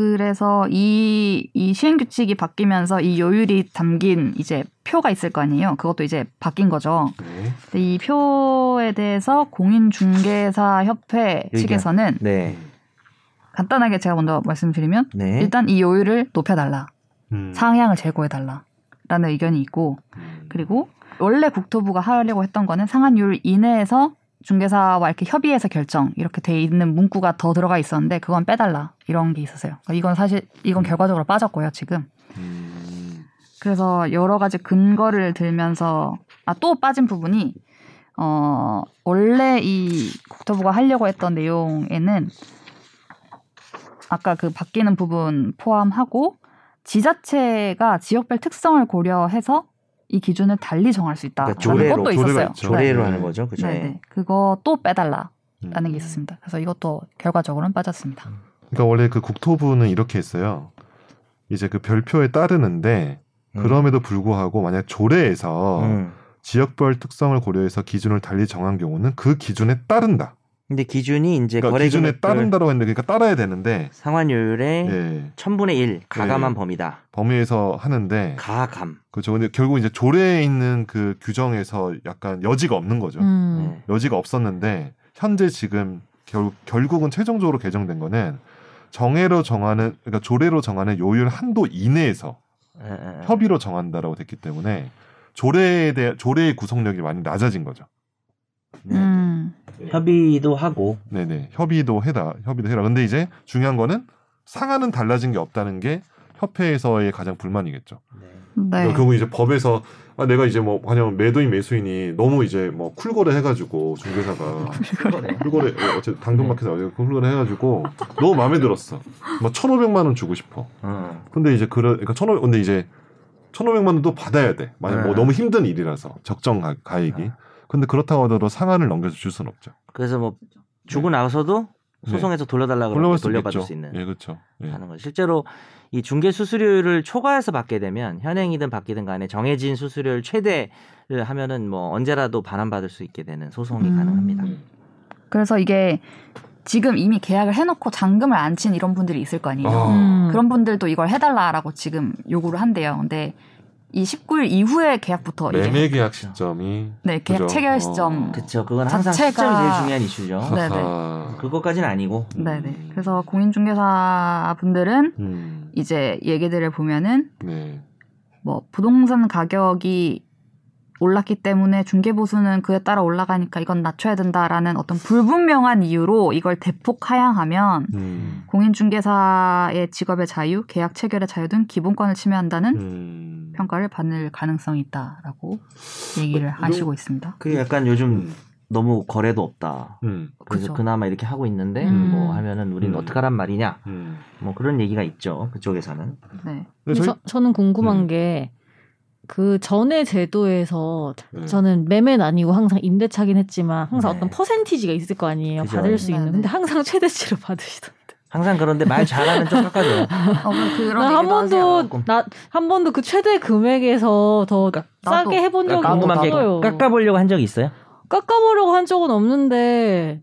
Speaker 1: 그래서 이, 이 시행 규칙이 바뀌면서 이 요율이 담긴 이제 표가 있을 거 아니에요. 그것도 이제 바뀐 거죠.
Speaker 4: 네.
Speaker 1: 근데 이 표에 대해서 공인중개사협회
Speaker 2: 의견.
Speaker 1: 측에서는
Speaker 2: 네.
Speaker 4: 음.
Speaker 1: 간단하게 제가 먼저 말씀드리면
Speaker 2: 네.
Speaker 1: 일단 이 요율을 높여달라
Speaker 4: 음.
Speaker 1: 상향을 제고해달라라는 의견이 있고
Speaker 4: 음.
Speaker 1: 그리고 원래 국토부가 하려고 했던 거는 상한율 이내에서 중개사와 이렇게 협의해서 결정 이렇게 돼 있는 문구가 더 들어가 있었는데 그건 빼달라 이런 게 있었어요. 그러니까 이건 사실 이건 결과적으로 빠졌고요 지금.
Speaker 4: 음.
Speaker 1: 그래서 여러 가지 근거를 들면서 아 또 빠진 부분이 어 원래 이 국토부가 하려고 했던 내용에는 아까 그 바뀌는 부분 포함하고 지자체가 지역별 특성을 고려해서 이 기준을 달리 정할 수 있다라는
Speaker 2: 그러니까 조례로,
Speaker 1: 아, 것도
Speaker 4: 조례가
Speaker 1: 있었어요.
Speaker 4: 있죠.
Speaker 1: 네.
Speaker 2: 조례로
Speaker 4: 네.
Speaker 2: 하는 거죠. 그죠?
Speaker 1: 네, 네. 그거 또 빼달라라는
Speaker 4: 음.
Speaker 1: 게 있었습니다. 그래서 이것도 결과적으로는 빠졌습니다.
Speaker 4: 그러니까 원래 그 국토부는 이렇게 했어요. 이제 그 별표에 따르는데
Speaker 2: 음.
Speaker 4: 그럼에도 불구하고 만약 조례에서
Speaker 2: 음.
Speaker 4: 지역별 특성을 고려해서 기준을 달리 정한 경우는 그 기준에 따른다.
Speaker 2: 근데 기준이 이제
Speaker 4: 그러니까
Speaker 2: 예, 거래
Speaker 4: 기준에
Speaker 2: 기준에 따른
Speaker 4: 따른다라고 했는데 그러니까 따라야 되는데
Speaker 2: 상환율의
Speaker 4: 예.
Speaker 2: 1000분의 1 가감한
Speaker 4: 네.
Speaker 2: 범위다.
Speaker 4: 범위에서 하는데
Speaker 2: 가감.
Speaker 4: 그렇죠. 근데 결국 이제 조례에 있는 그 규정에서 약간 여지가 없는 거죠.
Speaker 2: 네.
Speaker 3: 음.
Speaker 4: 여지가 없었는데 현재 지금 결, 결국은 최종적으로 개정된 거는 정해로 정하는 그러니까 조례로 정하는 요율 한도 이내에서
Speaker 2: 예, 예, 예.
Speaker 4: 협의로 정한다라고 됐기 때문에 조례에 대해 조례의 구속력이 많이 낮아진 거죠.
Speaker 2: 네.
Speaker 1: 음.
Speaker 2: 협의도 하고
Speaker 4: 네네 협의도 해라 협의도 해라. 근데 이제 중요한 거는 상한은 달라진 게 없다는 게 협회에서의 가장 불만이겠죠.
Speaker 2: 네.
Speaker 1: 네.
Speaker 4: 그러니까 결국 이제 법에서 아, 내가 이제 뭐 그냥 매도인 매수인이 너무 이제 뭐 쿨거래 해가지고 중개사가 쿨거래 어, 어쨌든 당근마켓에
Speaker 2: 네.
Speaker 4: 어디 쿨거래 해가지고 너무 마음에 들었어. 막 1,500만 원 주고 싶어.
Speaker 2: 어.
Speaker 4: 근데 이제 그러 그러니까 1,500 근데 이제 1,500만 원도 받아야 돼. 만약 뭐
Speaker 2: 네.
Speaker 4: 너무 힘든 일이라서 적정 가, 가액이. 근데 그렇다고 하더라도 상한을 넘겨서 줄 수는 없죠.
Speaker 2: 그래서 뭐 주고 나서도 소송에서 돌려달라 그러면
Speaker 4: 올라갈 네. 수
Speaker 2: 돌려받을
Speaker 4: 있겠죠.
Speaker 2: 수 있는
Speaker 4: 예, 그렇죠. 예.
Speaker 2: 하는 거죠. 실제로 이 중개 수수료를 초과해서 받게 되면 현행이든 바뀌든 간에 정해진 수수료를 최대를 하면은 뭐 언제라도 반환받을 수 있게 되는 소송이
Speaker 1: 음.
Speaker 2: 가능합니다.
Speaker 5: 그래서 이게 지금 이미 계약을 해놓고 잔금을 안 친 이런 분들이 있을 거 아니에요.
Speaker 4: 아.
Speaker 3: 음.
Speaker 5: 그런 분들도 이걸 해달라라고 지금 요구를 한대요. 근데 이 19일 이후에
Speaker 1: 어,
Speaker 5: 계약부터 이게
Speaker 4: 매매 계약 시점이
Speaker 5: 네 계약
Speaker 4: 그죠.
Speaker 5: 체결
Speaker 4: 어.
Speaker 5: 시점.
Speaker 2: 그렇죠. 그건 항상
Speaker 5: 자체가-
Speaker 2: 시점이 제일 중요한 이슈죠.
Speaker 5: 네. 네네.
Speaker 4: 하하.
Speaker 2: 그것까지는 아니고
Speaker 5: 네네. 그래서 공인중개사 분들은
Speaker 4: 음.
Speaker 5: 이제 얘기들을 보면은
Speaker 4: 네.
Speaker 5: 뭐 부동산 가격이 올랐기 때문에 중개 보수는 그에 따라 올라가니까 이건 낮춰야 된다라는 어떤 불분명한 이유로 이걸 대폭 하향하면
Speaker 4: 음.
Speaker 5: 공인중개사의 직업의 자유, 계약 체결의 자유 등 기본권을 침해한다는
Speaker 4: 음.
Speaker 5: 평가를 받을 가능성이 있다라고
Speaker 4: 어,
Speaker 5: 얘기를 하시고 있습니다.
Speaker 2: 그게 약간 요즘 너무 거래도 없다.
Speaker 4: 음.
Speaker 2: 그래서
Speaker 5: 그죠.
Speaker 2: 그나마 이렇게 하고 있는데
Speaker 3: 음.
Speaker 2: 뭐 하면은 우린
Speaker 4: 음.
Speaker 2: 어떡하란 말이냐.
Speaker 4: 음.
Speaker 2: 뭐 그런 얘기가 있죠. 그쪽에서는.
Speaker 5: 네.
Speaker 4: 근데 저희-
Speaker 3: 저, 저는 궁금한
Speaker 4: 음.
Speaker 3: 게 그 전에 제도에서
Speaker 4: 네.
Speaker 3: 저는 매매는 아니고 항상 임대차긴 했지만 항상
Speaker 2: 네.
Speaker 3: 어떤 퍼센티지가 있을 거 아니에요.
Speaker 2: 그죠.
Speaker 3: 받을 수
Speaker 5: 네,
Speaker 3: 있는.
Speaker 5: 네.
Speaker 3: 근데 항상 최대치로 (laughs) 받으시던.
Speaker 2: 항상 그런데 말 잘하면 좀
Speaker 3: (laughs)
Speaker 2: 깎아줘요.
Speaker 5: 어, 왜 그런 얘기도 하세요?
Speaker 3: 나 한
Speaker 5: 그러니까
Speaker 3: 번도
Speaker 2: 조금.
Speaker 3: 나 한 번도 그 최대 금액에서 더 싸게 해본 적이
Speaker 2: 궁금한 게
Speaker 3: 없어요.
Speaker 2: 깎아보려고 한 적 있어요?
Speaker 3: 깎아보려고 한 적은 없는데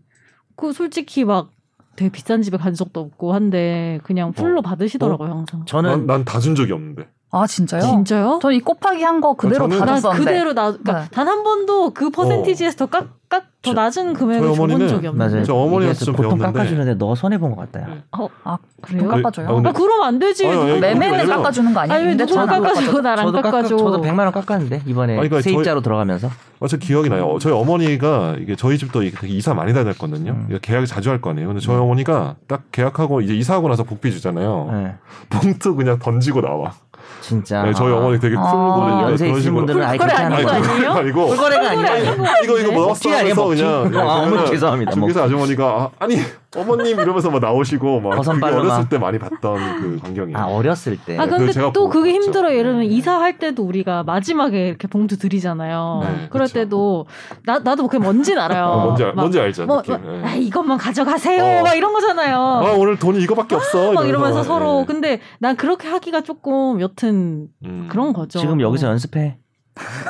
Speaker 3: 그 솔직히 막 되게 비싼 집에 간 적도 없고 한데
Speaker 4: 뭐,
Speaker 3: 그냥 풀로 받으시더라고요 항상.
Speaker 2: 저는
Speaker 4: 난다 준 적이 없는데.
Speaker 5: 아 진짜요?
Speaker 3: 진짜요?
Speaker 5: 저는 이 곱하기 한 거 그대로
Speaker 4: 저는-
Speaker 5: 다
Speaker 3: 나
Speaker 5: 받았었는데.
Speaker 3: 그대로 나 그러니까
Speaker 5: 네.
Speaker 3: 단 한 번도 그 퍼센티지에서 더 깎, 깎, 더
Speaker 4: 저-
Speaker 3: 낮은 금액을
Speaker 4: 저희
Speaker 3: 줘본
Speaker 4: 어머니는-
Speaker 3: 적이
Speaker 2: 음, 맞아요.
Speaker 3: 없는데.
Speaker 4: 저 어머니한테
Speaker 2: 얘기해서
Speaker 4: 좀
Speaker 2: 보통
Speaker 4: 배웠는데.
Speaker 2: 깎아주는데 너 손해 본 것 같다.
Speaker 3: 음.
Speaker 2: 야.
Speaker 4: 네.
Speaker 5: 아
Speaker 3: 그래요?
Speaker 5: 돈 깎아줘요? 어,
Speaker 4: 아, 근데-
Speaker 3: 아 그럼 안 되지.
Speaker 4: 아니, 아니,
Speaker 3: 누가-
Speaker 4: 매매-
Speaker 5: 매매는
Speaker 4: 그래요?
Speaker 5: 깎아주는 거 아니에요?
Speaker 3: 아니 왜
Speaker 5: 근데
Speaker 3: 누가
Speaker 5: 저는 안
Speaker 3: 깎아주고 나랑
Speaker 2: 저도
Speaker 3: 깎아줘?
Speaker 2: 저도 100만 원 깎았는데 이번에
Speaker 4: 아니, 그러니까
Speaker 2: 세입자로 들어가면서
Speaker 4: 아, 저 기억이 나요. 어, 저희 어머니가 이게 저희 집도 이게 되게 이사 많이 다녔거든요.
Speaker 2: 음.
Speaker 4: 이거 계약을 자주 할 거 아니에요. 근데 저희 어머니가 딱 계약하고 이제 이사하고 나서 복비 주잖아요.
Speaker 2: 네.
Speaker 4: 봉투 그냥 던지고 나와.
Speaker 2: 진짜
Speaker 4: 어. 네, 저희 어머니 되게
Speaker 5: 아.
Speaker 4: 풀고
Speaker 2: 연세 있으신 분들은 아예
Speaker 3: 그래,
Speaker 2: 그렇게 하는
Speaker 3: 아니,
Speaker 4: 아니,
Speaker 2: 거예요.
Speaker 3: 아니, 아니에요?
Speaker 4: 그거 아니고
Speaker 2: 꿀거래가 아니에요.
Speaker 4: 이거 이거 뭐
Speaker 2: 먹튀 아니에요,
Speaker 4: 써서
Speaker 2: 먹튀?
Speaker 4: 그냥
Speaker 2: 아, 어머니
Speaker 4: 그러면은
Speaker 2: 죄송합니다.
Speaker 4: 중개사 아주머니가 아, 니 어머님 이러면서 막 나오시고 막
Speaker 2: 버선
Speaker 4: 그게
Speaker 2: 빨로나.
Speaker 4: 어렸을 때 많이 봤던 그 광경이에요.
Speaker 2: 아 어렸을 때.
Speaker 3: 아
Speaker 4: 그거
Speaker 3: 근데
Speaker 4: 제가
Speaker 3: 또
Speaker 4: 보고
Speaker 3: 그게
Speaker 4: 봤죠.
Speaker 3: 힘들어. 예를 들면
Speaker 2: 음.
Speaker 4: 네.
Speaker 3: 이사할 때도 우리가 마지막에 이렇게 봉투 드리잖아요.
Speaker 4: 네,
Speaker 2: 그렇죠.
Speaker 3: 그럴
Speaker 4: 그쵸.
Speaker 3: 때도 나 나도 그게 뭔진 알아요.
Speaker 4: 어, 뭔지 알,
Speaker 3: 막
Speaker 4: 뭔지 알죠
Speaker 3: 뭐,
Speaker 4: 느낌.
Speaker 3: 뭐,
Speaker 4: 예.
Speaker 3: 아, 이것만 가져가세요.
Speaker 4: 어.
Speaker 3: 막 이런 거잖아요.
Speaker 4: 아 오늘 돈이 이거밖에 없어.
Speaker 3: 막 이러면서 서로.
Speaker 4: 예.
Speaker 3: 근데 난 그렇게 하기가 조금 여튼
Speaker 4: 음.
Speaker 3: 그런 거죠. 어.
Speaker 2: 지금 여기서 연습해.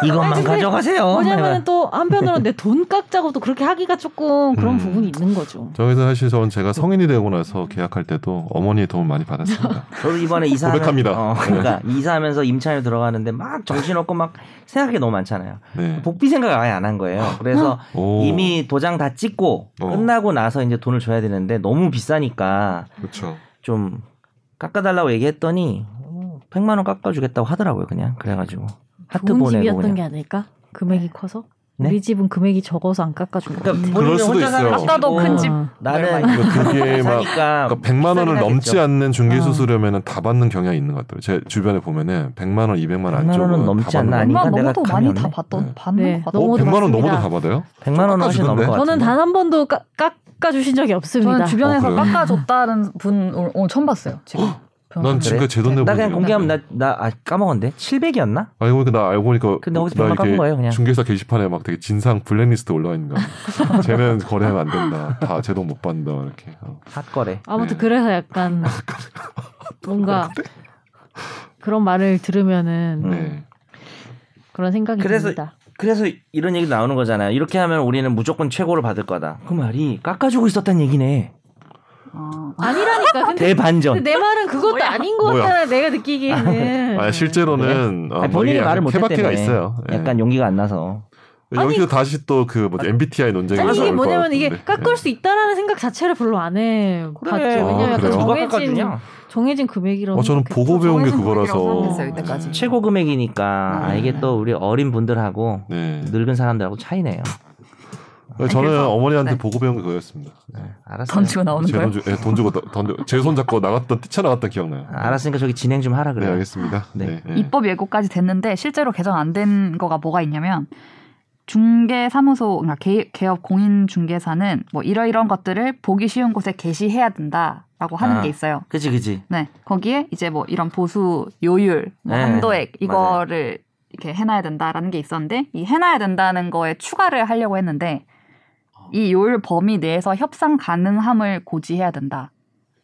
Speaker 2: 이것만
Speaker 3: 아니, 근데
Speaker 2: 가져가세요. 네,
Speaker 3: 뭐냐면 또 한편으로는 내
Speaker 2: (laughs)
Speaker 3: 돈 깎자고 또 그렇게 하기가 조금 그런
Speaker 4: 음.
Speaker 3: 부분이 있는 거죠.
Speaker 4: 저기서 사실 저는 제가 성인이 되고 나서 계약할 때도 어머니의 도움 많이
Speaker 2: (laughs)
Speaker 4: 받았습니다.
Speaker 2: 저도
Speaker 4: (laughs)
Speaker 2: 이번에 이사
Speaker 4: 고백합니다. 네.
Speaker 2: 그러니까 이사하면서 임차인에 들어가는데 막 정신없고 막 생각이 너무 많잖아요.
Speaker 4: 네.
Speaker 2: 복비 생각을 아예 안 한 거예요. 그래서
Speaker 4: 오,
Speaker 2: 이미 도장 다 찍고
Speaker 4: 어.
Speaker 2: 끝나고 나서 이제 돈을 줘야 되는데 너무 비싸니까
Speaker 4: 그렇죠.
Speaker 2: 좀 깎아달라고 얘기했더니 어, 100만 원 깎아주겠다고 하더라고요 그냥 그래가지고 하트
Speaker 3: 좋은
Speaker 2: 보내고
Speaker 3: 집이었던
Speaker 2: 그냥
Speaker 3: 게 아닐까? 금액이 커서
Speaker 2: 네?
Speaker 3: 우리 집은 금액이 적어서 안 깎아준 음. 거.
Speaker 2: 그러니까
Speaker 3: 같아.
Speaker 2: 본인은
Speaker 4: 음, 그럴 수도
Speaker 2: 혼자
Speaker 4: 있어요.
Speaker 2: 사는 집이고
Speaker 5: 아빠도 큰 집.
Speaker 2: 나는
Speaker 4: 그러니까 그게 막
Speaker 2: (laughs) 사니까
Speaker 4: 그러니까 100만 원을
Speaker 2: 비싸긴
Speaker 4: 넘지
Speaker 2: 하겠죠.
Speaker 4: 않는 중개
Speaker 3: 어.
Speaker 4: 수수료면은 다 받는 경향이 있는 것 같아요. 제 주변에 보면은 100만 원, 200만 원
Speaker 2: 100만 원은
Speaker 4: 안쪽은
Speaker 2: 넘지
Speaker 4: 다 받는
Speaker 2: 않나?
Speaker 4: 것
Speaker 2: 아닌가?
Speaker 4: 같아요.
Speaker 5: 엄마
Speaker 2: 내가
Speaker 5: 너무도
Speaker 2: 감이
Speaker 5: 많이
Speaker 2: 없네.
Speaker 5: 다 받던
Speaker 4: 네.
Speaker 5: 받는
Speaker 3: 네.
Speaker 5: 거
Speaker 4: 어,
Speaker 5: 같아요.
Speaker 3: 넘어도
Speaker 4: 100만 원
Speaker 3: 받습니다.
Speaker 4: 넘어도 다 받아요?
Speaker 2: 100만 원 훨씬
Speaker 4: 깎아주던데?
Speaker 2: 넘을 것 같아요.
Speaker 3: 저는 단 한 번도 깎, 깎아주신 적이 없습니다.
Speaker 5: 저는 주변에서
Speaker 4: 어, 그래요?
Speaker 5: 깎아줬다는 분 오늘, 오늘 처음 봤어요. 지금.
Speaker 4: 난 지금까지 제 돈 내고
Speaker 2: 나 그냥
Speaker 4: 본 적이
Speaker 2: 공개하면 나나 아, 까먹었는데 700이었나?
Speaker 4: 알고 보니까 그러니까 나 알고 보니까
Speaker 2: 근데 거기서
Speaker 4: 나
Speaker 2: 백만 깎은 거예요, 그냥.
Speaker 4: 중개사 게시판에 막 되게 진상 블랙리스트 올라와 있는 거. 쟤는 거래하면 안 된다. 다 제 돈 못 받는다 이렇게. 어.
Speaker 2: 핫거래.
Speaker 3: 아무튼
Speaker 4: 네.
Speaker 3: 그래서 약간 뭔가 그런 말을 들으면은
Speaker 4: 네.
Speaker 3: 그런 생각이
Speaker 2: 그래서-
Speaker 3: 듭니다.
Speaker 2: 그래서 이런 얘기 나오는 거잖아요. 이렇게 하면 우리는 무조건 최고를 받을 거다. 그 말이 깎아주고 있었단 얘기네.
Speaker 5: 아,
Speaker 3: 아니라니까.
Speaker 2: (laughs)
Speaker 3: 근데,
Speaker 2: 대반전.
Speaker 3: 근데 내 말은 그것도 아닌 것
Speaker 4: 뭐야?
Speaker 3: 같아. 내가 느끼기에는.
Speaker 4: (laughs) 아 실제로는
Speaker 2: 네.
Speaker 4: 어,
Speaker 2: 아니,
Speaker 4: 뭐
Speaker 2: 본인이
Speaker 4: 이게
Speaker 2: 말을 못했대.
Speaker 4: 케바케가 있어요. 예.
Speaker 2: 약간 용기가 안 나서.
Speaker 4: 여기서 다시 또 그 뭐 MBTI 논쟁이
Speaker 3: 아니 이게
Speaker 4: 나올 것
Speaker 3: 뭐냐면 이게
Speaker 4: 같은데.
Speaker 3: 깎을 수 있다라는 생각 자체를 별로 안해 봤죠.
Speaker 2: 그렇죠. 그래.
Speaker 4: 아,
Speaker 3: 왜냐면 약간
Speaker 4: 그래요?
Speaker 2: 누가
Speaker 3: 정해진
Speaker 2: 깎아주냐?
Speaker 3: 정해진 금액이라고.
Speaker 4: 어 저는
Speaker 3: 생각했죠.
Speaker 4: 보고 배운 게
Speaker 5: 정해진 금액이라고
Speaker 4: 그거라서
Speaker 5: 생각했어요, 이때까지.
Speaker 2: 최고 금액이니까 아,
Speaker 4: 네.
Speaker 2: 이게 또 우리 어린 분들하고
Speaker 4: 네.
Speaker 2: 늙은 사람들하고 차이네요.
Speaker 4: 그러니까 저는
Speaker 1: 그래서-
Speaker 4: 어머니한테
Speaker 1: 네.
Speaker 4: 보고 배운 게 그거였습니다.
Speaker 2: 네, 알았어요.
Speaker 1: 던지고 나오는
Speaker 4: 제
Speaker 1: 아, 거예요?
Speaker 4: 돈, 주, 예, 돈 주고 던- 던져 제손 잡고 나갔던 뛰쳐나갔던 기억나요.
Speaker 2: 아, 알았으니까 저기 진행 좀 하라
Speaker 4: 네
Speaker 2: 그래요.
Speaker 4: 알겠습니다.
Speaker 2: 네.
Speaker 4: 네, 예.
Speaker 1: 입법 예고까지 됐는데 실제로 개정 안 된 거가 뭐가 있냐면 중개 사무소 그러니까 개, 개업 공인 중개사는 뭐 이러이러한 것들을 보기 쉬운 곳에 게시해야 된다라고 하는
Speaker 2: 아.
Speaker 1: 게 있어요.
Speaker 2: 그지 그지.
Speaker 1: 네. 거기에 이제 뭐 이런 보수 요율, 뭐
Speaker 2: 네,
Speaker 1: 한도액
Speaker 2: 맞아요.
Speaker 1: 이거를 이렇게 해놔야 된다라는 게 있었는데 이 해놔야 된다는 거에 추가를 하려고 했는데
Speaker 2: 어.
Speaker 1: 이 요율 범위 내에서 협상 가능함을 고지해야 된다.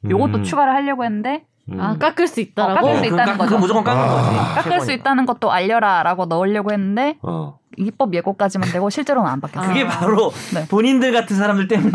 Speaker 1: 요것도
Speaker 4: 음,
Speaker 1: 추가를 하려고 했는데
Speaker 4: 음.
Speaker 3: 아 깎을 수 있다라고.
Speaker 1: 깎을 수 있다는
Speaker 2: 깎-
Speaker 1: 거죠.
Speaker 2: 어, 그건 무조건 깎는 거지.
Speaker 4: 아.
Speaker 1: 깎을 수 있다는 것도 알려라라고 넣으려고 했는데
Speaker 4: 어.
Speaker 1: 입법 예고까지만 되고 실제로는 안 바뀌었어요.
Speaker 2: 그게
Speaker 3: 아.
Speaker 2: 바로
Speaker 1: 네.
Speaker 2: 본인들 같은 사람들 때문에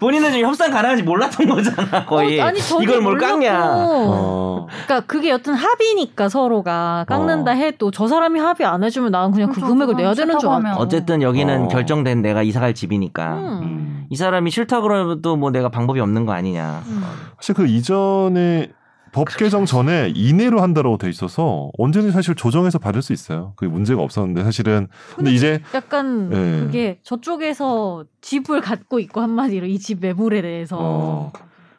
Speaker 2: 본인은 지금 협상 가능한지 몰랐던 거잖아 거의.
Speaker 3: 어, 아니 저도
Speaker 2: 이걸 뭘 깎냐.
Speaker 3: 몰랐고.
Speaker 4: 어.
Speaker 3: 그러니까 그게 여튼 합의니까 서로가 깎는다
Speaker 4: 어.
Speaker 3: 해도 저 사람이 합의 안 해주면 나는 그냥 그
Speaker 1: 그렇죠.
Speaker 3: 금액을
Speaker 1: 그건
Speaker 3: 내야 되는 줄
Speaker 1: 싫다고
Speaker 3: 알아.
Speaker 1: 하면.
Speaker 2: 어쨌든 여기는
Speaker 4: 어.
Speaker 2: 결정된 내가 이사갈 집이니까
Speaker 3: 음.
Speaker 4: 음.
Speaker 2: 이 사람이 싫다 그러도 뭐 내가 방법이 없는 거
Speaker 1: 네.
Speaker 2: 아니냐.
Speaker 3: 음.
Speaker 4: 사실 그 이전에 법
Speaker 1: 그렇죠.
Speaker 4: 개정 전에 이내로 한다라고 돼 있어서 언제든지 사실 조정해서 받을 수 있어요. 그게 문제가 없었는데 사실은 근데 이제
Speaker 3: 약간
Speaker 4: 예.
Speaker 3: 그게 저쪽에서 집을 갖고 있고 한마디로 이 집 매물에 대해서
Speaker 4: 어.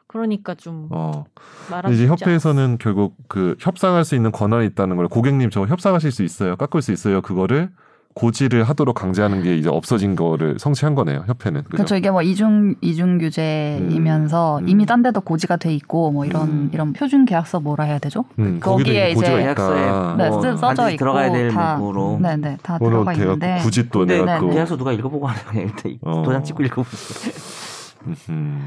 Speaker 3: 그러니까 좀
Speaker 4: 어
Speaker 3: 말하기
Speaker 4: 근데 이제
Speaker 3: 쉽지 않-
Speaker 4: 협회에서는 결국 그 협상할 수 있는 권한이 있다는 걸 고객님 저 협상하실 수 있어요, 깎을 수 있어요 그거를 고지를 하도록 강제하는 게 이제 없어진 거를 성취한 거네요. 협회는 그죠?
Speaker 1: 그렇죠. 이게 뭐 이중 이중 규제이면서
Speaker 4: 음, 음.
Speaker 1: 이미 딴 데도 고지가 돼 있고 뭐 이런
Speaker 4: 음.
Speaker 1: 이런 표준 계약서 뭐라 해야 되죠?
Speaker 4: 음, 거기도
Speaker 1: 거기에
Speaker 4: 이제 고지가
Speaker 1: 이제
Speaker 2: 계약서에
Speaker 4: 있다.
Speaker 1: 네,
Speaker 2: 뭐
Speaker 1: 쓰- 써져
Speaker 2: 반드시
Speaker 1: 있고
Speaker 2: 들어가야 될
Speaker 1: 다- 음.
Speaker 2: 문구로.
Speaker 1: 네네 다
Speaker 4: 오늘
Speaker 1: 들어가
Speaker 4: 내가
Speaker 1: 있는데
Speaker 4: 음. 굳이 또
Speaker 2: 근데
Speaker 4: 내가 또
Speaker 2: 계약서 누가 읽어보고 하는 거야 일단
Speaker 4: 네, 어.
Speaker 2: 도장 찍고 읽어보세요.
Speaker 4: 음.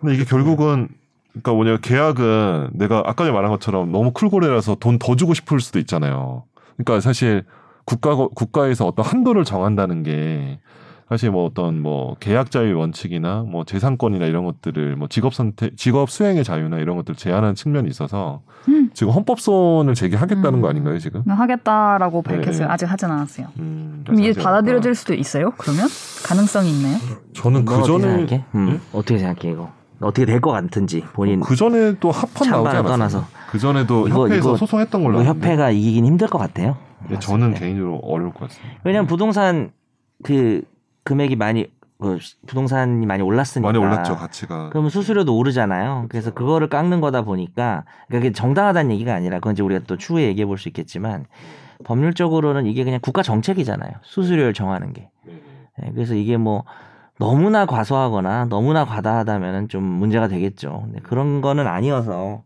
Speaker 4: 근데 이게 결국은 그러니까 뭐냐 계약은 내가 아까 전에 말한 것처럼 너무 쿨고래라서 돈 더 주고 싶을 수도 있잖아요. 그러니까 사실 국가 국가에서 어떤 한도를 정한다는 게 사실 뭐 어떤 뭐 계약 자유 원칙이나 뭐 재산권이나 이런 것들을 뭐 직업 선택 직업 수행의 자유나 이런 것들 을 제한하는 측면이 있어서
Speaker 1: 음.
Speaker 4: 지금 헌법소원을 제기하겠다는
Speaker 3: 음.
Speaker 4: 거 아닌가요 지금?
Speaker 1: 하겠다라고 밝혔어요.
Speaker 4: 네.
Speaker 1: 아직 하진 않았어요.
Speaker 4: 음,
Speaker 1: 그럼 이게
Speaker 4: 그래서
Speaker 1: 받아들여질 수도 있어요? 그러면 가능성이 있나요?
Speaker 4: 저는
Speaker 2: 너
Speaker 4: 그
Speaker 2: 어떻게
Speaker 4: 전에
Speaker 2: 생각해? 음, 어떻게 생각해 이거? 어떻게 될 것 같은지 본인
Speaker 4: 그 전에 또 합헌 나오지
Speaker 2: 찬반을
Speaker 4: 않았어요?
Speaker 2: 떠나서
Speaker 4: 그 전에도
Speaker 2: 이거-
Speaker 4: 협회에서
Speaker 2: 이거-
Speaker 4: 소송했던 걸로
Speaker 2: 이거
Speaker 4: 아는데.
Speaker 2: 그 협회가 이기긴 힘들 것 같아요.
Speaker 4: 네, 저는
Speaker 2: 네.
Speaker 4: 개인적으로 어려울 것 같습니다.
Speaker 2: 왜냐면 부동산 그 금액이 많이 그 부동산이 많이 올랐으니까
Speaker 4: 많이 올랐죠 가치가.
Speaker 2: 그러면 수수료도 오르잖아요. 그래서 그거를 깎는 거다 보니까 그러니까 그게 정당하다는 얘기가 아니라 그건 이제 우리가 또 추후에 얘기해 볼 수 있겠지만 법률적으로는 이게 그냥 국가 정책이잖아요. 수수료를 정하는 게. 예, 그래서 이게 뭐 너무나 과소하거나 너무나 과다하다면은 좀 문제가 되겠죠. 근데 그런 거는 아니어서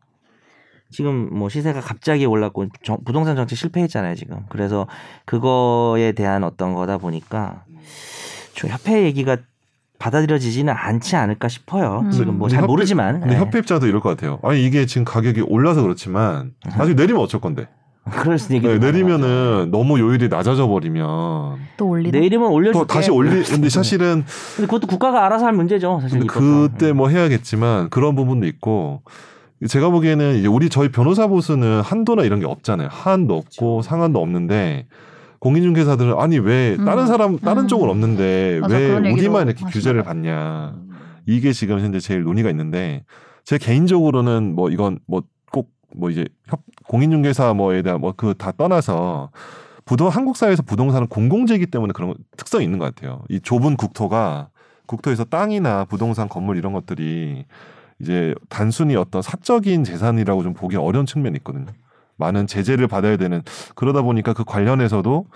Speaker 2: 지금 뭐 시세가 갑자기 올랐고 정- 부동산 정책 실패했잖아요 지금. 그래서 그거에 대한 어떤 거다 보니까 좀 협회 얘기가 받아들여지지는 않지 않을까 싶어요.
Speaker 3: 음.
Speaker 2: 지금 뭐 잘
Speaker 4: 근데 협회-
Speaker 2: 모르지만.
Speaker 4: 근데
Speaker 2: 예.
Speaker 4: 협회 입자도 이럴 것 같아요. 아니 이게 지금 가격이 올라서 그렇지만 나중에 내리면 어쩔 건데.
Speaker 2: (laughs) 그럴 수 있겠죠.
Speaker 4: 네, 내리면은 너무 요율이 낮아져 버리면
Speaker 1: 또 올리나?
Speaker 2: 내리면 올려줄게.
Speaker 4: 또 다시 올리. 근데 사실은
Speaker 2: 근데 그것도 국가가 알아서 할 문제죠. 사실
Speaker 4: 근데
Speaker 2: 이것도. 네.
Speaker 4: 그때 뭐 해야겠지만 그런 부분도 있고 제가 보기에는 이제 우리 저희 변호사 보수는 한도나 이런 게 없잖아요. 한도
Speaker 1: 그렇죠.
Speaker 4: 없고 상한도 없는데 공인중개사들은 아니 왜 다른
Speaker 1: 음.
Speaker 4: 사람 다른
Speaker 1: 음.
Speaker 4: 쪽은 없는데
Speaker 1: 맞아,
Speaker 4: 왜
Speaker 1: 그런 얘기도
Speaker 4: 우리만 이렇게
Speaker 1: 하시더라고요.
Speaker 4: 규제를 받냐. 이게 지금 현재 제일 논의가 있는데 제 개인적으로는 뭐 이건 뭐 꼭 뭐 이제 협 공인중개사 뭐에 대한 뭐 그 다 떠나서 부동 한국 사회에서 부동산은 공공재이기 때문에 그런 특성이 있는 것 같아요. 이 좁은 국토가 국토에서 땅이나 부동산 건물 이런 것들이 이제 단순히 어떤 사적인 재산이라고 좀 보기 어려운 측면이 있거든요. 많은 제재를 받아야 되는 그러다 보니까 그 관련해서도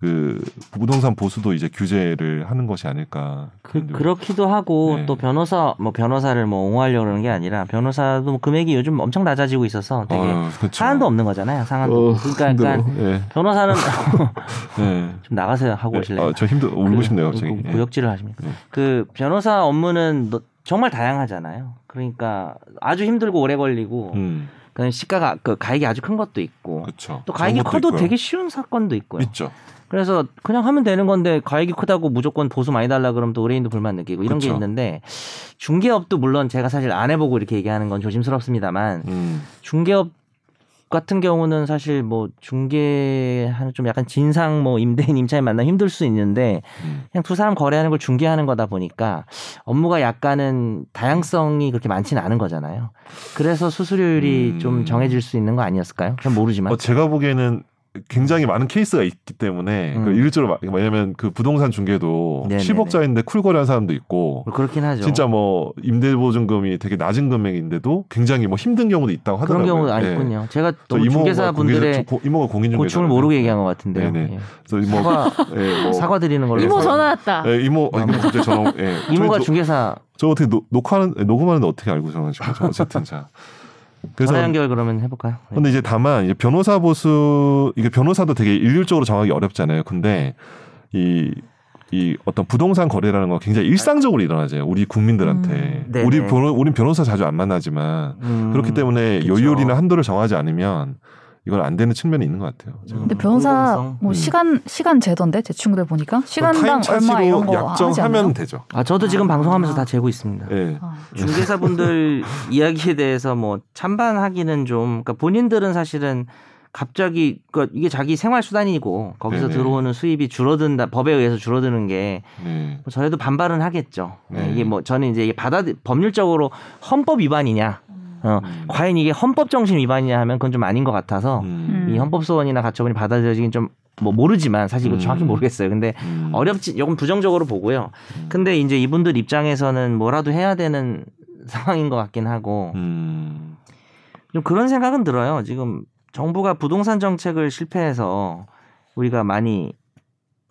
Speaker 4: 그 부동산 보수도 이제 규제를 하는 것이 아닐까.
Speaker 2: 그, 그렇기도 하고
Speaker 4: 네.
Speaker 2: 또 변호사 뭐 변호사를 뭐 옹호하려고 그러는 게 아니라 변호사도 뭐 금액이 요즘 엄청 낮아지고 있어서 되게
Speaker 4: 아유, 그쵸.
Speaker 2: 상한도 없는 거잖아요. 상한도.
Speaker 4: 어,
Speaker 2: 그러니까 약간
Speaker 4: 힘들어. 예.
Speaker 2: 변호사는 (laughs)
Speaker 4: 예.
Speaker 2: 좀 나가세요 하고
Speaker 4: 예.
Speaker 2: 오실래요?
Speaker 4: 아, 저 힘들 울고
Speaker 2: 그-
Speaker 4: 싶네요,
Speaker 2: 그
Speaker 4: 갑자기. 예.
Speaker 2: 구역질을 하십니까?
Speaker 4: 네.
Speaker 2: 그 변호사 업무는 너- 정말 다양하잖아요. 그러니까 아주 힘들고 오래 걸리고
Speaker 4: 음.
Speaker 2: 그냥 시가가 그 가액이 아주 큰 것도 있고
Speaker 4: 그렇죠.
Speaker 2: 또 가액이 커도 되게 쉬운 사건도 있고요.
Speaker 4: 있죠.
Speaker 2: 그래서 그냥 하면 되는 건데 가액이 크다고 무조건 보수 많이 달라 그러면 또 의뢰인도 불만 느끼고 이런 게
Speaker 4: 그쵸.
Speaker 2: 있는데 중개업도 물론 제가 사실 안 해보고 이렇게 얘기하는 건 조심스럽습니다만
Speaker 4: 음.
Speaker 2: 중개업 같은 경우는 사실 뭐 중개하는 좀 약간 진상 뭐 임대인 임차인 만나 힘들 수 있는데
Speaker 4: 음.
Speaker 2: 그냥 두 사람 거래하는 걸 중개하는 거다 보니까 업무가 약간은 다양성이 그렇게 많지는 않은 거잖아요. 그래서 수수료율이
Speaker 4: 음.
Speaker 2: 좀 정해질 수 있는 거 아니었을까요? 전 모르지만
Speaker 4: 어, 제가 보기에는 굉장히 많은 케이스가 있기 때문에
Speaker 2: 음.
Speaker 4: 그 일주로 마- 왜냐면 그 부동산 중개도
Speaker 2: 네네네.
Speaker 4: 10억짜리인데 쿨거리한 사람도 있고
Speaker 2: 그렇긴 하죠.
Speaker 4: 어, 진짜 뭐 임대보증금이 되게 낮은 금액인데도 굉장히 뭐 힘든 경우도 있다고
Speaker 2: 그런
Speaker 4: 하더라고요.
Speaker 2: 경우도 아
Speaker 4: 예.
Speaker 2: 있군요. 제가
Speaker 4: 저
Speaker 2: 너무
Speaker 4: 이모가
Speaker 2: 중개사 분들의
Speaker 4: 공인중개사- 고- 이모가 공인중개사
Speaker 2: 고충을 모르게 얘기한 것 같은데요.
Speaker 4: 네네.
Speaker 2: 예.
Speaker 4: 그래서 이모
Speaker 2: 사과
Speaker 4: 예, 뭐-
Speaker 2: 사과 드리는 걸로.
Speaker 3: 이모
Speaker 2: 해서.
Speaker 3: 전화 왔다.
Speaker 4: 예, 이모 아, 이모 갑자기 전화 오- 예.
Speaker 2: 이모가
Speaker 4: 저희 저-
Speaker 2: 중개사
Speaker 4: 저 어떻게 노- 녹화하는 녹음하는데 어떻게 알고 전화하신 거죠? 어쨌든 자.
Speaker 2: 전화 연결 그러면 해볼까요? 네.
Speaker 4: 근데 이제 다만 이제 변호사 보수 이게 변호사도 되게 일률적으로 정하기 어렵잖아요. 근데 이 이 어떤 부동산 거래라는 건 굉장히 일상적으로 일어나죠. 우리 국민들한테.
Speaker 2: 음, 네네.
Speaker 4: 우리 변호 우린 변호사 자주 안 만나지만
Speaker 2: 음,
Speaker 4: 그렇기 때문에
Speaker 2: 그쵸.
Speaker 4: 요율이나 한도를 정하지 않으면 이건 안 되는 측면이 있는 것 같아요. 제가.
Speaker 1: 근데 변호사
Speaker 2: 공공성.
Speaker 1: 뭐
Speaker 4: 음. 뭐
Speaker 1: 시간 시간 제던데 제 친구들 보니까
Speaker 4: 타임
Speaker 1: 시간당 얼마 이런
Speaker 4: 차시로
Speaker 1: 거 하지 않나요?
Speaker 4: 약정하면 되죠.
Speaker 2: 아 저도 지금
Speaker 1: 아.
Speaker 2: 방송하면서 다 재고 있습니다.
Speaker 4: 예.
Speaker 1: 아,
Speaker 2: 중개사분들
Speaker 4: (laughs)
Speaker 2: 이야기에 대해서 뭐 찬반하기는 좀 그러니까 본인들은 사실은 갑자기 그러니까 이게 자기 생활 수단이고 거기서
Speaker 4: 네네.
Speaker 2: 들어오는 수입이 줄어든다 법에 의해서 줄어드는 게
Speaker 4: 네.
Speaker 2: 뭐 전에도 반발은 하겠죠.
Speaker 4: 네.
Speaker 2: 이게 뭐 저는 이제 이게 받아 법률적으로 헌법 위반이냐, 어,
Speaker 4: 음.
Speaker 2: 과연 이게 헌법 정신 위반이냐 하면 그건 좀 아닌 것 같아서
Speaker 4: 음.
Speaker 2: 이 헌법 소원이나 가처분이 받아들여지긴 좀 뭐 모르지만 사실 이거 정확히
Speaker 4: 음.
Speaker 2: 모르겠어요. 근데
Speaker 4: 음.
Speaker 2: 어렵지 조금 부정적으로 보고요.
Speaker 4: 음.
Speaker 2: 근데 이제 이분들 입장에서는 뭐라도 해야 되는 (laughs) 상황인 것 같긴 하고
Speaker 4: 음.
Speaker 2: 좀 그런 생각은 들어요. 지금 정부가 부동산 정책을 실패해서 우리가 많이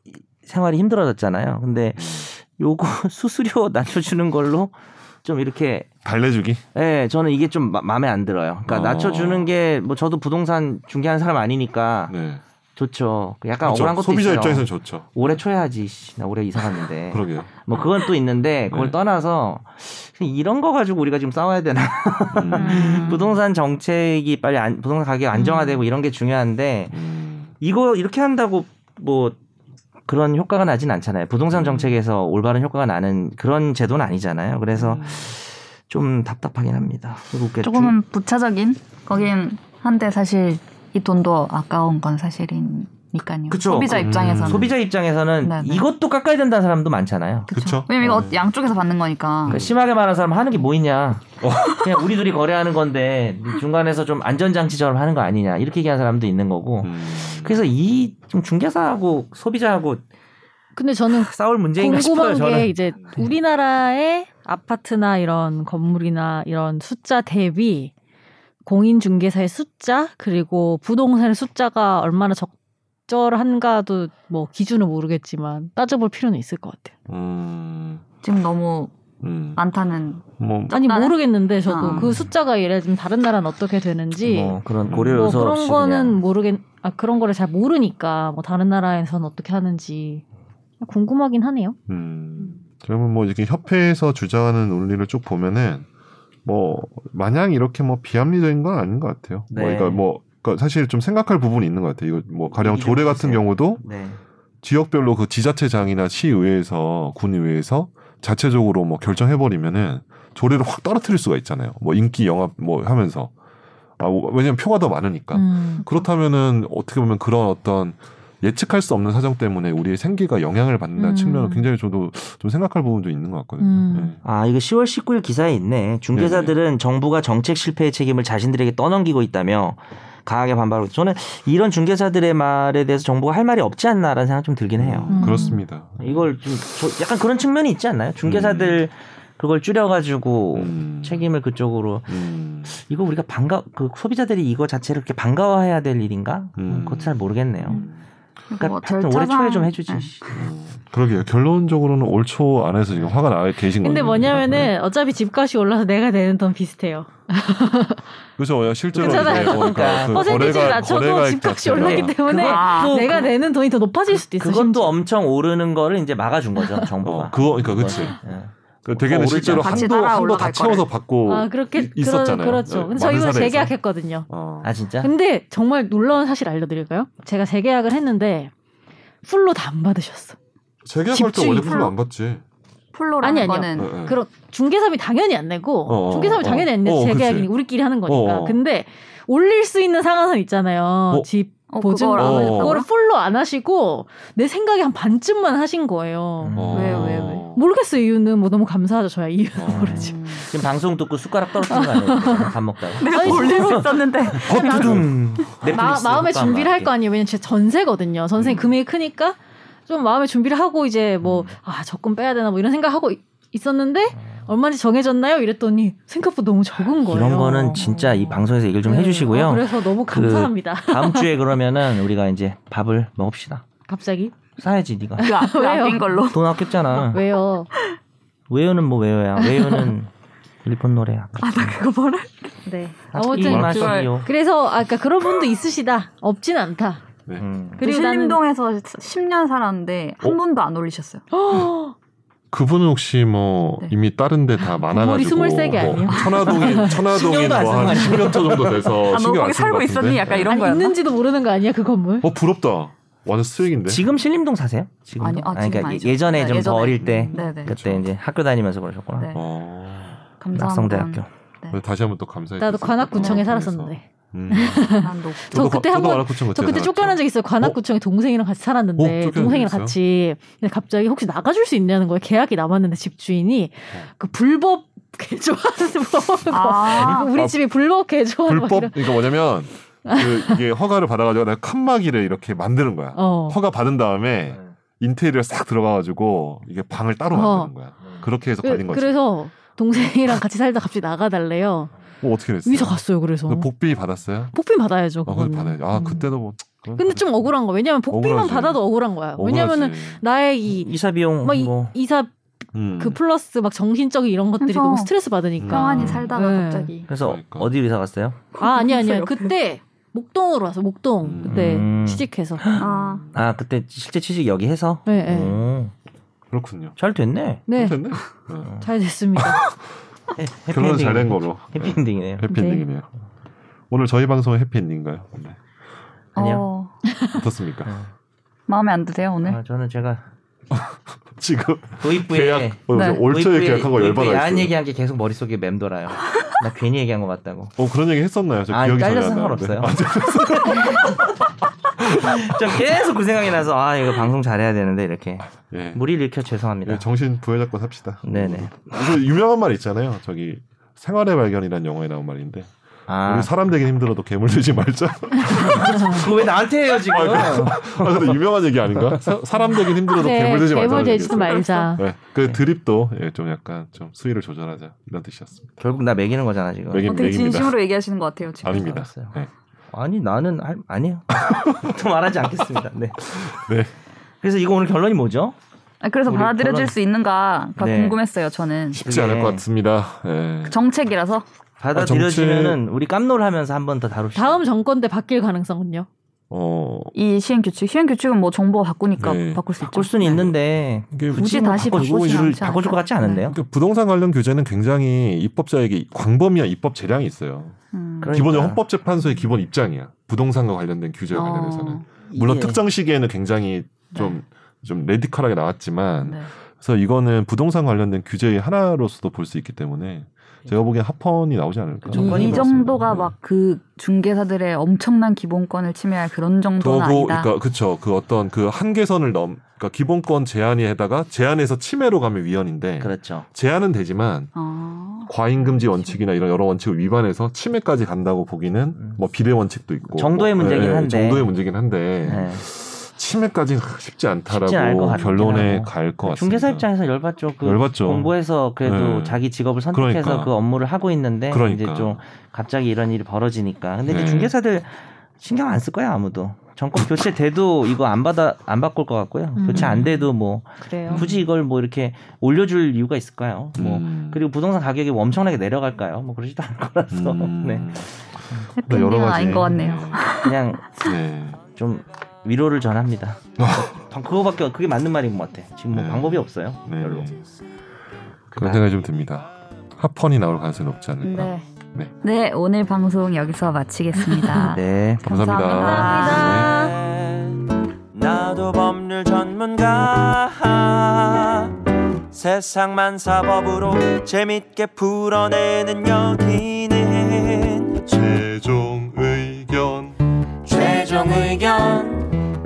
Speaker 2: 이- 생활이 힘들어졌잖아요. 근데
Speaker 4: 음.
Speaker 2: 요거 (laughs) 수수료 낮춰주는 걸로 좀 이렇게
Speaker 4: 달래주기.
Speaker 2: 예, 저는 이게 좀 마- 마음에 안 들어요. 그러니까
Speaker 4: 어.
Speaker 2: 낮춰주는 게 뭐 저도 부동산 중개하는 사람 아니니까
Speaker 4: 네.
Speaker 2: 좋죠. 약간
Speaker 4: 그렇죠.
Speaker 2: 그러니까 억울한 것도
Speaker 4: 소비자
Speaker 2: 있어요.
Speaker 4: 입장에서는 좋죠.
Speaker 2: 올해 초에 하지. 씨, 나 올해 이사
Speaker 4: (laughs)
Speaker 2: 갔는데.
Speaker 4: 그러게요.
Speaker 2: 뭐 그건 또 있는데 그걸
Speaker 4: 네.
Speaker 2: 떠나서 이런 거 가지고 우리가 지금 싸워야 되나?
Speaker 4: 음.
Speaker 2: 부동산 정책이 빨리 안, 부동산 가격 안정화되고
Speaker 5: 음.
Speaker 2: 이런 게 중요한데
Speaker 4: 음.
Speaker 2: 이거 이렇게 한다고 뭐 그런 효과가 나진 않잖아요.
Speaker 5: 음.
Speaker 2: 부동산 정책에서 올바른 효과가 나는 그런 제도는 아니잖아요. 그래서 좀 답답하긴 합니다. 그리고 이렇게 중-
Speaker 5: 음. 조금은 부차적인 거긴 한데 사실 이 돈도 아까운 건 사실이니까요.
Speaker 2: 그쵸.
Speaker 5: 소비자
Speaker 4: 음.
Speaker 5: 입장에서는
Speaker 2: 소비자 입장에서는
Speaker 5: 네, 네.
Speaker 2: 이것도 깎아야 된다는 사람도 많잖아요.
Speaker 4: 그쵸.
Speaker 5: 왜냐면 이거
Speaker 4: 어.
Speaker 5: 양쪽에서 받는 거니까.
Speaker 2: 그러니까 심하게 말하는 사람 하는 게 뭐 있냐.
Speaker 5: 어.
Speaker 2: 그냥 우리 둘이 거래하는 건데 중간에서 좀 안전장치처럼 하는 거 아니냐. 이렇게 얘기하는 사람도 있는 거고.
Speaker 4: 음.
Speaker 2: 뭐 그래서 이 좀 중개사하고 소비자하고
Speaker 3: 근데 저는
Speaker 2: 싸울 문제인가 싶어요.
Speaker 3: 궁금한 게
Speaker 2: 저는.
Speaker 3: 이제
Speaker 5: 네.
Speaker 3: 우리나라의 아파트나 이런 건물이나 이런 숫자 대비 공인중개사의 숫자 그리고 부동산의 숫자가 얼마나 적절한가도 뭐 기준은 모르겠지만 따져볼 필요는 있을 것 같아요.
Speaker 4: 음.
Speaker 5: 지금 너무
Speaker 4: 음.
Speaker 5: 많다는
Speaker 4: 뭐
Speaker 3: 아니
Speaker 5: 적당한?
Speaker 3: 모르겠는데 저도
Speaker 5: 아.
Speaker 3: 그 숫자가 예를 들면 다른 나라는 어떻게 되는지
Speaker 2: 뭐 그런
Speaker 4: 뭐
Speaker 2: 고려
Speaker 3: 뭐
Speaker 2: 요소
Speaker 3: 그런
Speaker 2: 없이
Speaker 3: 거는
Speaker 2: 그냥.
Speaker 3: 모르겠 아 그런 거를 잘 모르니까 뭐 다른 나라에서는 어떻게 하는지 궁금하긴 하네요.
Speaker 4: 음. 그러면 뭐 이렇게 협회에서 주장하는 논리를 쭉 보면은 뭐 마냥 이렇게 뭐 비합리적인 건 아닌 것 같아요.
Speaker 2: 네.
Speaker 4: 뭐 그러니까 뭐 그러니까 사실 좀 생각할 부분이 있는 것 같아요. 이거 뭐 가령
Speaker 2: 얘기 좀
Speaker 4: 조례 같은
Speaker 2: 해주세요.
Speaker 4: 경우도
Speaker 2: 네.
Speaker 4: 지역별로 그 지자체장이나 시의회에서 군의회에서 자체적으로 뭐 결정해 버리면은 조례를 확 떨어뜨릴 수가 있잖아요. 뭐 인기 영합 뭐 하면서 아 뭐- 왜냐면 표가 더
Speaker 2: 그러니까
Speaker 4: 많으니까.
Speaker 3: 음.
Speaker 4: 그렇다면은 어떻게 보면 그런 어떤 예측할 수 없는 사정 때문에 우리의 생계가 영향을 받는다는
Speaker 3: 음.
Speaker 4: 측면은 굉장히 저도 좀 생각할 부분도 있는 것 같거든요. 네.
Speaker 3: 음.
Speaker 2: 아 이거 10월 19일 기사에 있네. 중개사들은 정부가 정책 실패의 책임을 자신들에게 떠넘기고 있다며 강하게 반발하고 있- 저는 이런 중개사들의 말에 대해서 정부가 할 말이 없지 않나라는 생각 좀 들긴 해요.
Speaker 3: 음.
Speaker 4: 그렇습니다.
Speaker 2: 이걸 좀 저- 약간 그런 측면이 있지 않나요? 중개사들 그걸 줄여가지고
Speaker 4: 음.
Speaker 2: 책임을 그쪽으로
Speaker 4: 음.
Speaker 2: 이거 우리가 반가 그 소비자들이 이거 자체를 이렇게 반가워해야 될 일인가?
Speaker 4: 음.
Speaker 2: 그것도 잘 모르겠네요. 그러니까
Speaker 5: 뭐
Speaker 2: 하여튼 올해
Speaker 5: 절차상-
Speaker 2: 초에 좀 해주지.
Speaker 5: 네.
Speaker 4: 음. 그러게요. 결론적으로는 올 초 안에서 지금 화가 나 계신 거예요.
Speaker 3: 근데
Speaker 4: 네.
Speaker 3: 뭐냐면은 어차피 집값이 올라서 내가 내는 돈 비슷해요.
Speaker 4: 그죠? 실제로
Speaker 3: 그렇잖아요.
Speaker 4: 이제 뭐
Speaker 2: 그러니까
Speaker 4: 그
Speaker 3: 퍼센티지를
Speaker 4: 거래가-
Speaker 3: 낮춰도
Speaker 4: 거래가
Speaker 3: 집값이
Speaker 4: 있다. 그러니까.
Speaker 3: 올랐기 때문에
Speaker 5: 아,
Speaker 2: 또
Speaker 3: (laughs) 내가 내는 돈이 더 높아질 수도 있어.
Speaker 2: 그것도 엄청 오르는 거를 이제 막아준 거죠 정부가.
Speaker 4: 어, 그거 그러니까 그치.
Speaker 2: 예.
Speaker 4: 그 대개는
Speaker 2: 오르지
Speaker 4: 실제로
Speaker 2: 않아.
Speaker 5: 같이
Speaker 4: 한도
Speaker 5: 따라
Speaker 4: 한도 다
Speaker 5: 올라갈
Speaker 4: 채워서 받고
Speaker 3: 아 그렇게
Speaker 4: 이- 뭐 있었잖아요.
Speaker 3: 그렇죠
Speaker 4: 네,
Speaker 3: 근데 저희
Speaker 4: 많은
Speaker 3: 이거
Speaker 4: 사례에서.
Speaker 3: 재계약했거든요.
Speaker 4: 어.
Speaker 2: 아 진짜?
Speaker 3: 근데 정말 놀라운 사실 알려드릴까요? 제가 재계약을 했는데 풀로 다 안 받으셨어.
Speaker 4: 재계약할 때
Speaker 3: 집주인
Speaker 4: 원래
Speaker 3: 풀로?
Speaker 4: 별로 안 받지.
Speaker 5: 플로라는
Speaker 3: 아니, 아니요.
Speaker 5: 거는
Speaker 4: 예, 예.
Speaker 3: 그럼 중개사비 당연히 안 내고
Speaker 4: 어, 어,
Speaker 3: 중개사비
Speaker 4: 어.
Speaker 3: 당연히 안 내고
Speaker 4: 어,
Speaker 3: 재계약이니
Speaker 4: 그치.
Speaker 3: 우리끼리 하는 거니까.
Speaker 4: 어, 어.
Speaker 3: 근데 올릴 수 있는 상한선 있잖아요.
Speaker 4: 어.
Speaker 3: 집
Speaker 5: 어,
Speaker 3: 보증
Speaker 5: 그걸 안
Speaker 4: 어.
Speaker 5: 했다고요?
Speaker 3: 그거를 풀로 안 하시고 내 생각에 한 반쯤만 하신 거예요.
Speaker 2: 음.
Speaker 4: 어.
Speaker 5: 왜, 왜, 왜?
Speaker 3: 모르겠어요 이유는 뭐 너무 감사하죠 저야 이유는
Speaker 2: 아.
Speaker 3: (laughs) 모르죠.
Speaker 2: 지금 방송 듣고 숟가락 떨어뜨린 거
Speaker 3: (laughs)
Speaker 2: 아니에요? 밥 먹다가.
Speaker 1: 내가 올릴 수 있었는데
Speaker 4: 어,
Speaker 2: 허뚜둥.
Speaker 3: 네. 마, 마음의 준비를 할 거 아니에요. 왜냐면 제 전세거든요. 전세
Speaker 2: 음.
Speaker 3: 금액이 크니까 좀 마음의 준비를 하고 이제 뭐
Speaker 2: 음.
Speaker 3: 아, 적금 빼야 되나 뭐 이런 생각하고 이- 있었는데 얼마인지 정해졌나요? 이랬더니 생각보다 너무 적은 거예요.
Speaker 2: 아. 이런 거는 진짜 이 방송에서 얘기를 좀
Speaker 3: 네.
Speaker 2: 해주시고요.
Speaker 3: 어, 그래서 너무
Speaker 2: 그-
Speaker 3: 감사합니다. (laughs)
Speaker 2: 다음 주에 그러면은 우리가 이제 밥을 먹읍시다.
Speaker 3: 갑자기
Speaker 2: 사야지 네가.
Speaker 5: (laughs)
Speaker 1: 그 앞- 그
Speaker 3: 아, 왜요?
Speaker 1: 앞인 걸로
Speaker 2: 돈 아꼈잖아.
Speaker 3: 왜요?
Speaker 2: 외유는 뭐 외유야. 외유는 일본 노래야.
Speaker 1: 아나 그거 뭐래?
Speaker 3: 네.
Speaker 2: 이
Speaker 3: 아무튼
Speaker 2: 맛이
Speaker 1: 그걸-
Speaker 2: 이요.
Speaker 3: 그래서 아까 그러니까 그런 분도 있으시다. 없진 않다.
Speaker 2: 음.
Speaker 3: 그리고 나는 (gasps)
Speaker 1: 신림동에서 10년 살았는데 한
Speaker 4: 어?
Speaker 1: 번도 안 올리셨어요.
Speaker 3: 허!
Speaker 4: 그분은 혹시 뭐
Speaker 1: 네.
Speaker 4: 이미 다른 데 다
Speaker 3: 머리
Speaker 4: 많아가지고 뭐
Speaker 3: 스물 세개 아니에요?
Speaker 4: 천화동이 천화동이
Speaker 2: 신경도 안쓴거
Speaker 4: 뭐한
Speaker 2: 아니에요?
Speaker 4: 10년 차 정도 돼서
Speaker 1: 아, 너
Speaker 4: 신경
Speaker 1: 거기
Speaker 4: 안 쓰는 것
Speaker 1: 살고
Speaker 4: 같은데.
Speaker 1: 있었니? 약간 이런
Speaker 3: 아니
Speaker 1: 거였나?
Speaker 3: 있는지도 모르는 거 아니야 그건 뭘?
Speaker 2: 뭐,
Speaker 4: 어 부럽다. 완전 수익인데.
Speaker 2: 지금 신림동 사세요? 지금?
Speaker 1: 아니, 아, 지금 아니죠.
Speaker 2: 그러니까 예전에 좀
Speaker 1: 네,
Speaker 2: 더
Speaker 1: 예전에.
Speaker 2: 어릴 때
Speaker 3: 음.
Speaker 1: 네네.
Speaker 3: 그렇죠.
Speaker 2: 그때 이제 학교 다니면서 그러셨구나.
Speaker 1: 네.
Speaker 4: 어.
Speaker 1: 감사합니다.
Speaker 2: 아, 낙성대학교.
Speaker 1: 네.
Speaker 4: 다시 한번 또 감사해.
Speaker 3: 나도
Speaker 4: 주셔서
Speaker 3: 관악구청에
Speaker 4: 너무
Speaker 3: 살았었는데.
Speaker 4: 감사해서. 음.
Speaker 1: 난 녹.
Speaker 3: 저
Speaker 4: 저도
Speaker 3: 그때 한
Speaker 4: 관- 저도
Speaker 3: 번-
Speaker 4: 관악구청
Speaker 3: 저
Speaker 4: 그때
Speaker 3: 그때 쫓겨난
Speaker 4: 살았죠.
Speaker 3: 적 있어요. 관악구청에 동생이랑 같이
Speaker 4: 뭐 어,
Speaker 3: 살았는데
Speaker 4: 쫓겨난 적
Speaker 3: 동생이랑
Speaker 4: 있어요?
Speaker 3: 같이 근데 갑자기 혹시 나가줄 수 있냐는 거예요. 계약이 남았는데 집주인이
Speaker 4: 어.
Speaker 3: 그 불법 (laughs) 개조하는 거
Speaker 1: 아,
Speaker 3: 우리 집이 불법 개조하는 거
Speaker 4: 불법 그러니까 뭐냐면 그 이게 허가를 받아가지고 내가 칸막이를 이렇게 만드는 거야.
Speaker 3: 어.
Speaker 4: 허가 받은
Speaker 2: 네.
Speaker 4: 다음에 인테리어 싹 들어가가지고 이게 방을 따로
Speaker 3: 어.
Speaker 4: 만드는 거야. 그렇게 해서
Speaker 3: 그,
Speaker 4: 걸린 거지.
Speaker 3: 그래서 동생이랑 같이 살다 갑자기 나가달래요.
Speaker 4: 뭐 어떻게 됐어요?
Speaker 3: 위서 갔어요. 그래서
Speaker 4: 그 복비 받았어요?
Speaker 3: 복비 받아야죠.
Speaker 4: 아,
Speaker 3: 그거는.
Speaker 4: 그래도 받아야지. 아,
Speaker 3: 음.
Speaker 4: 그때도 뭐. 그건
Speaker 3: 근데 좀
Speaker 4: 받아야지.
Speaker 3: 억울한 거. 왜냐면 복비만
Speaker 4: 억울하지.
Speaker 3: 받아도 억울한 거야. 왜냐면은
Speaker 4: 억울하지.
Speaker 3: 나의 이
Speaker 2: 이사 비용
Speaker 3: 막 이,
Speaker 2: 뭐
Speaker 3: 이사
Speaker 4: 음.
Speaker 3: 그 플러스 막 정신적인 이런 것들이
Speaker 1: 그래서
Speaker 3: 너무 스트레스 받으니까.
Speaker 1: 평안히 살다가
Speaker 3: 네.
Speaker 1: 갑자기.
Speaker 2: 그래서
Speaker 4: 그러니까.
Speaker 2: 어디로 이사 갔어요?
Speaker 3: 아 아니
Speaker 1: (laughs)
Speaker 3: 아니야
Speaker 1: 옆에.
Speaker 3: 그때 목동으로 와서 목동
Speaker 4: 음.
Speaker 3: 그때
Speaker 2: 음.
Speaker 3: 취직해서
Speaker 1: 아,
Speaker 2: 아 그때 실제 취직 여기 해서
Speaker 3: 네, 네.
Speaker 4: 음.
Speaker 2: 오,
Speaker 4: 그렇군요.
Speaker 2: 잘 됐네
Speaker 3: 네 잘 (laughs)
Speaker 4: 됐네. 어. (laughs)
Speaker 3: 됐습니다
Speaker 2: 해-
Speaker 4: 결혼은
Speaker 2: 해피엔딩이네.
Speaker 4: 잘 된 거로. 네.
Speaker 2: 해피엔딩이네요
Speaker 4: 해피엔딩이네요. 오늘 저희 방송은 해피엔딩인가요? 네.
Speaker 2: 아니요
Speaker 1: 어,
Speaker 2: (laughs)
Speaker 4: 어떻습니까?
Speaker 1: 마음에 안 드세요 오늘?
Speaker 2: 아, 저는 제가
Speaker 4: 지금
Speaker 2: 도입부에
Speaker 4: 계약 어,
Speaker 1: 네.
Speaker 4: 올초에
Speaker 2: 도입부에-
Speaker 4: 계약한 거
Speaker 2: 도입부에
Speaker 4: 열받아
Speaker 2: 야한
Speaker 4: 있어요.
Speaker 2: 얘기한 게 계속 머릿속에 맴돌아요 나 괜히 얘기한 것
Speaker 4: (laughs)
Speaker 2: 같다고
Speaker 4: 어 그런 얘기 했었나요? 저
Speaker 2: 아
Speaker 4: 기억이 전혀
Speaker 2: 잘려서
Speaker 4: 안 나는데.
Speaker 2: 상관없어요 (laughs) 좀 계속 그 생각이 나서 아 이거 방송 잘해야 되는데 이렇게
Speaker 4: 예.
Speaker 2: 무리를 일으켜 죄송합니다
Speaker 4: 예, 정신 부여잡고 삽시다.
Speaker 2: 네네
Speaker 4: 그 유명한 말 있잖아요. 저기 생활의 발견이라는 영화에 나온 말인데
Speaker 2: 아
Speaker 4: 우리 사람 되긴 힘들어도 괴물 되지 말자. (laughs)
Speaker 2: 그거 왜 나한테 해요 지금
Speaker 4: 아 근데 유명한 얘기 아닌가? 사, 사람 되긴 힘들어도
Speaker 3: 네,
Speaker 4: 괴물 되지 말자.
Speaker 3: 괴물 되지도 말자
Speaker 4: 네, 그 드립도 예, 좀 약간 좀 수위를 조절하자 이런 뜻이었습니다.
Speaker 2: 결국 나 매기는 거잖아 지금
Speaker 4: 매김,
Speaker 1: 되게
Speaker 4: 매깁니다.
Speaker 1: 진심으로 얘기하시는 것 같아요 지금.
Speaker 4: 아닙니다.
Speaker 2: 알았어요.
Speaker 4: 네.
Speaker 2: 아니 나는 할- 아니에요. (laughs) 또 말하지 않겠습니다. 네.
Speaker 4: 네.
Speaker 2: 그래서 이거 오늘 결론이 뭐죠?
Speaker 1: 아, 그래서
Speaker 2: 우리
Speaker 1: 받아들여질
Speaker 2: 결혼-
Speaker 1: 수 있는가가
Speaker 2: 네.
Speaker 1: 궁금했어요 저는.
Speaker 4: 쉽지 않을 것 같습니다. 예.
Speaker 1: 정책이라서
Speaker 2: 받아들여지면은 우리 깜놀하면서 한 번 더 다룹시다.
Speaker 3: 다음 정권 때 바뀔 가능성은요
Speaker 4: 어
Speaker 1: 이 시행 규칙, 시행 규칙은 뭐 정보가 바꾸니까
Speaker 4: 네.
Speaker 1: 바꿀 수 있죠.
Speaker 2: 바꿀 수는 있는데
Speaker 4: 이게
Speaker 1: 굳이
Speaker 2: 뭐
Speaker 1: 다시
Speaker 2: 바꿔주고
Speaker 1: 바꾸진
Speaker 2: 이를
Speaker 1: 않지 않을까?
Speaker 2: 바꿔줄 것 같지 않은데요?
Speaker 4: 그러니까 부동산 관련 규제는 굉장히 입법자에게 광범위한 입법 재량이 있어요.
Speaker 1: 음.
Speaker 2: 그러니까.
Speaker 4: 기본적으로 헌법재판소의 기본 입장이야. 부동산과 관련된 규제와
Speaker 1: 어.
Speaker 4: 관련해서는 물론
Speaker 2: 이게 네.
Speaker 4: 특정 시기에는 굉장히 좀 좀 레디컬하게 나왔지만
Speaker 1: 네.
Speaker 4: 그래서 이거는 부동산 관련된 규제의 하나로서도 볼 수 있기 때문에 제가 보기엔 합헌이 나오지 않을까.
Speaker 2: 이- 정권이
Speaker 1: 이
Speaker 2: 네. 그렇습니다. 네.
Speaker 1: 정도가 막 그 중개사들의 엄청난 기본권을 침해할 그런
Speaker 4: 더
Speaker 1: 정도는
Speaker 4: 고
Speaker 1: 아니다.
Speaker 4: 그러니까 그쵸 그 어떤 그 한계선을 넘 그러니까 기본권 제한에다가 제한에서 침해로 가면 위헌인데
Speaker 2: 그렇죠.
Speaker 4: 제한은 되지만
Speaker 1: 아,
Speaker 4: 과잉금지 원칙이나 이런 여러 원칙을 위반해서 침해까지 간다고 보기는
Speaker 2: 음.
Speaker 4: 뭐 비례 원칙도 있고
Speaker 2: 정도의
Speaker 4: 뭐,
Speaker 2: 문제긴 한데.
Speaker 4: 정도의 문제긴 한데
Speaker 2: 네.
Speaker 4: 치매까지는 쉽지
Speaker 2: 쉽지 않을 것
Speaker 4: 않다라고
Speaker 2: 같긴
Speaker 4: 결론에
Speaker 2: 하고.
Speaker 4: 갈 것 같습니다.
Speaker 2: 중개사 입장에서 열받죠. 그
Speaker 4: 열받죠.
Speaker 2: 공부해서 그래도
Speaker 4: 네.
Speaker 2: 자기 직업을 선택해서
Speaker 4: 그러니까.
Speaker 2: 그 업무를 하고 있는데
Speaker 4: 그러니까.
Speaker 2: 이제 좀 갑자기 이런 일이 벌어지니까. 근데 이제
Speaker 4: 네.
Speaker 2: 중개사들 신경 안 쓸 거야 아무도. 정권 교체 돼도 이거 안 받아 안 바꿀 것 같고요.
Speaker 3: 음.
Speaker 2: 교체 안 돼도 뭐
Speaker 1: 음.
Speaker 3: 그래요
Speaker 2: 굳이 이걸 뭐 이렇게 올려줄 이유가 있을까요? 뭐
Speaker 4: 음.
Speaker 2: 그리고 부동산 가격이 뭐 엄청나게 내려갈까요? 뭐 그러지도 않을 거라서
Speaker 4: 음.
Speaker 2: (laughs) 네.
Speaker 4: 네,
Speaker 1: 해피엔딩은 아닌 것 같네요.
Speaker 2: 그냥
Speaker 4: 네.
Speaker 2: 좀 위로를
Speaker 4: (laughs)
Speaker 2: 전합니다. 방- 그거밖에 그게 맞는 말인 것 같아. 지금 뭐
Speaker 4: 네.
Speaker 2: 방법이 없어요.
Speaker 4: 네.
Speaker 2: 별로.
Speaker 4: 그런 생각이 좀 듭니다. 합헌이 나올 가능성이 높지 않을까.
Speaker 1: 네.
Speaker 4: 네.
Speaker 1: 네, 오늘 방송 여기서
Speaker 4: (laughs)
Speaker 1: 마치겠습니다.
Speaker 2: 네.
Speaker 4: 감사합니다.
Speaker 1: 감사합니다.
Speaker 4: 네.
Speaker 6: 나도 법률 전문가 세상만 사법으로 재밌게 풀어내는 여기는
Speaker 4: 최종 의견.
Speaker 6: 최종 의견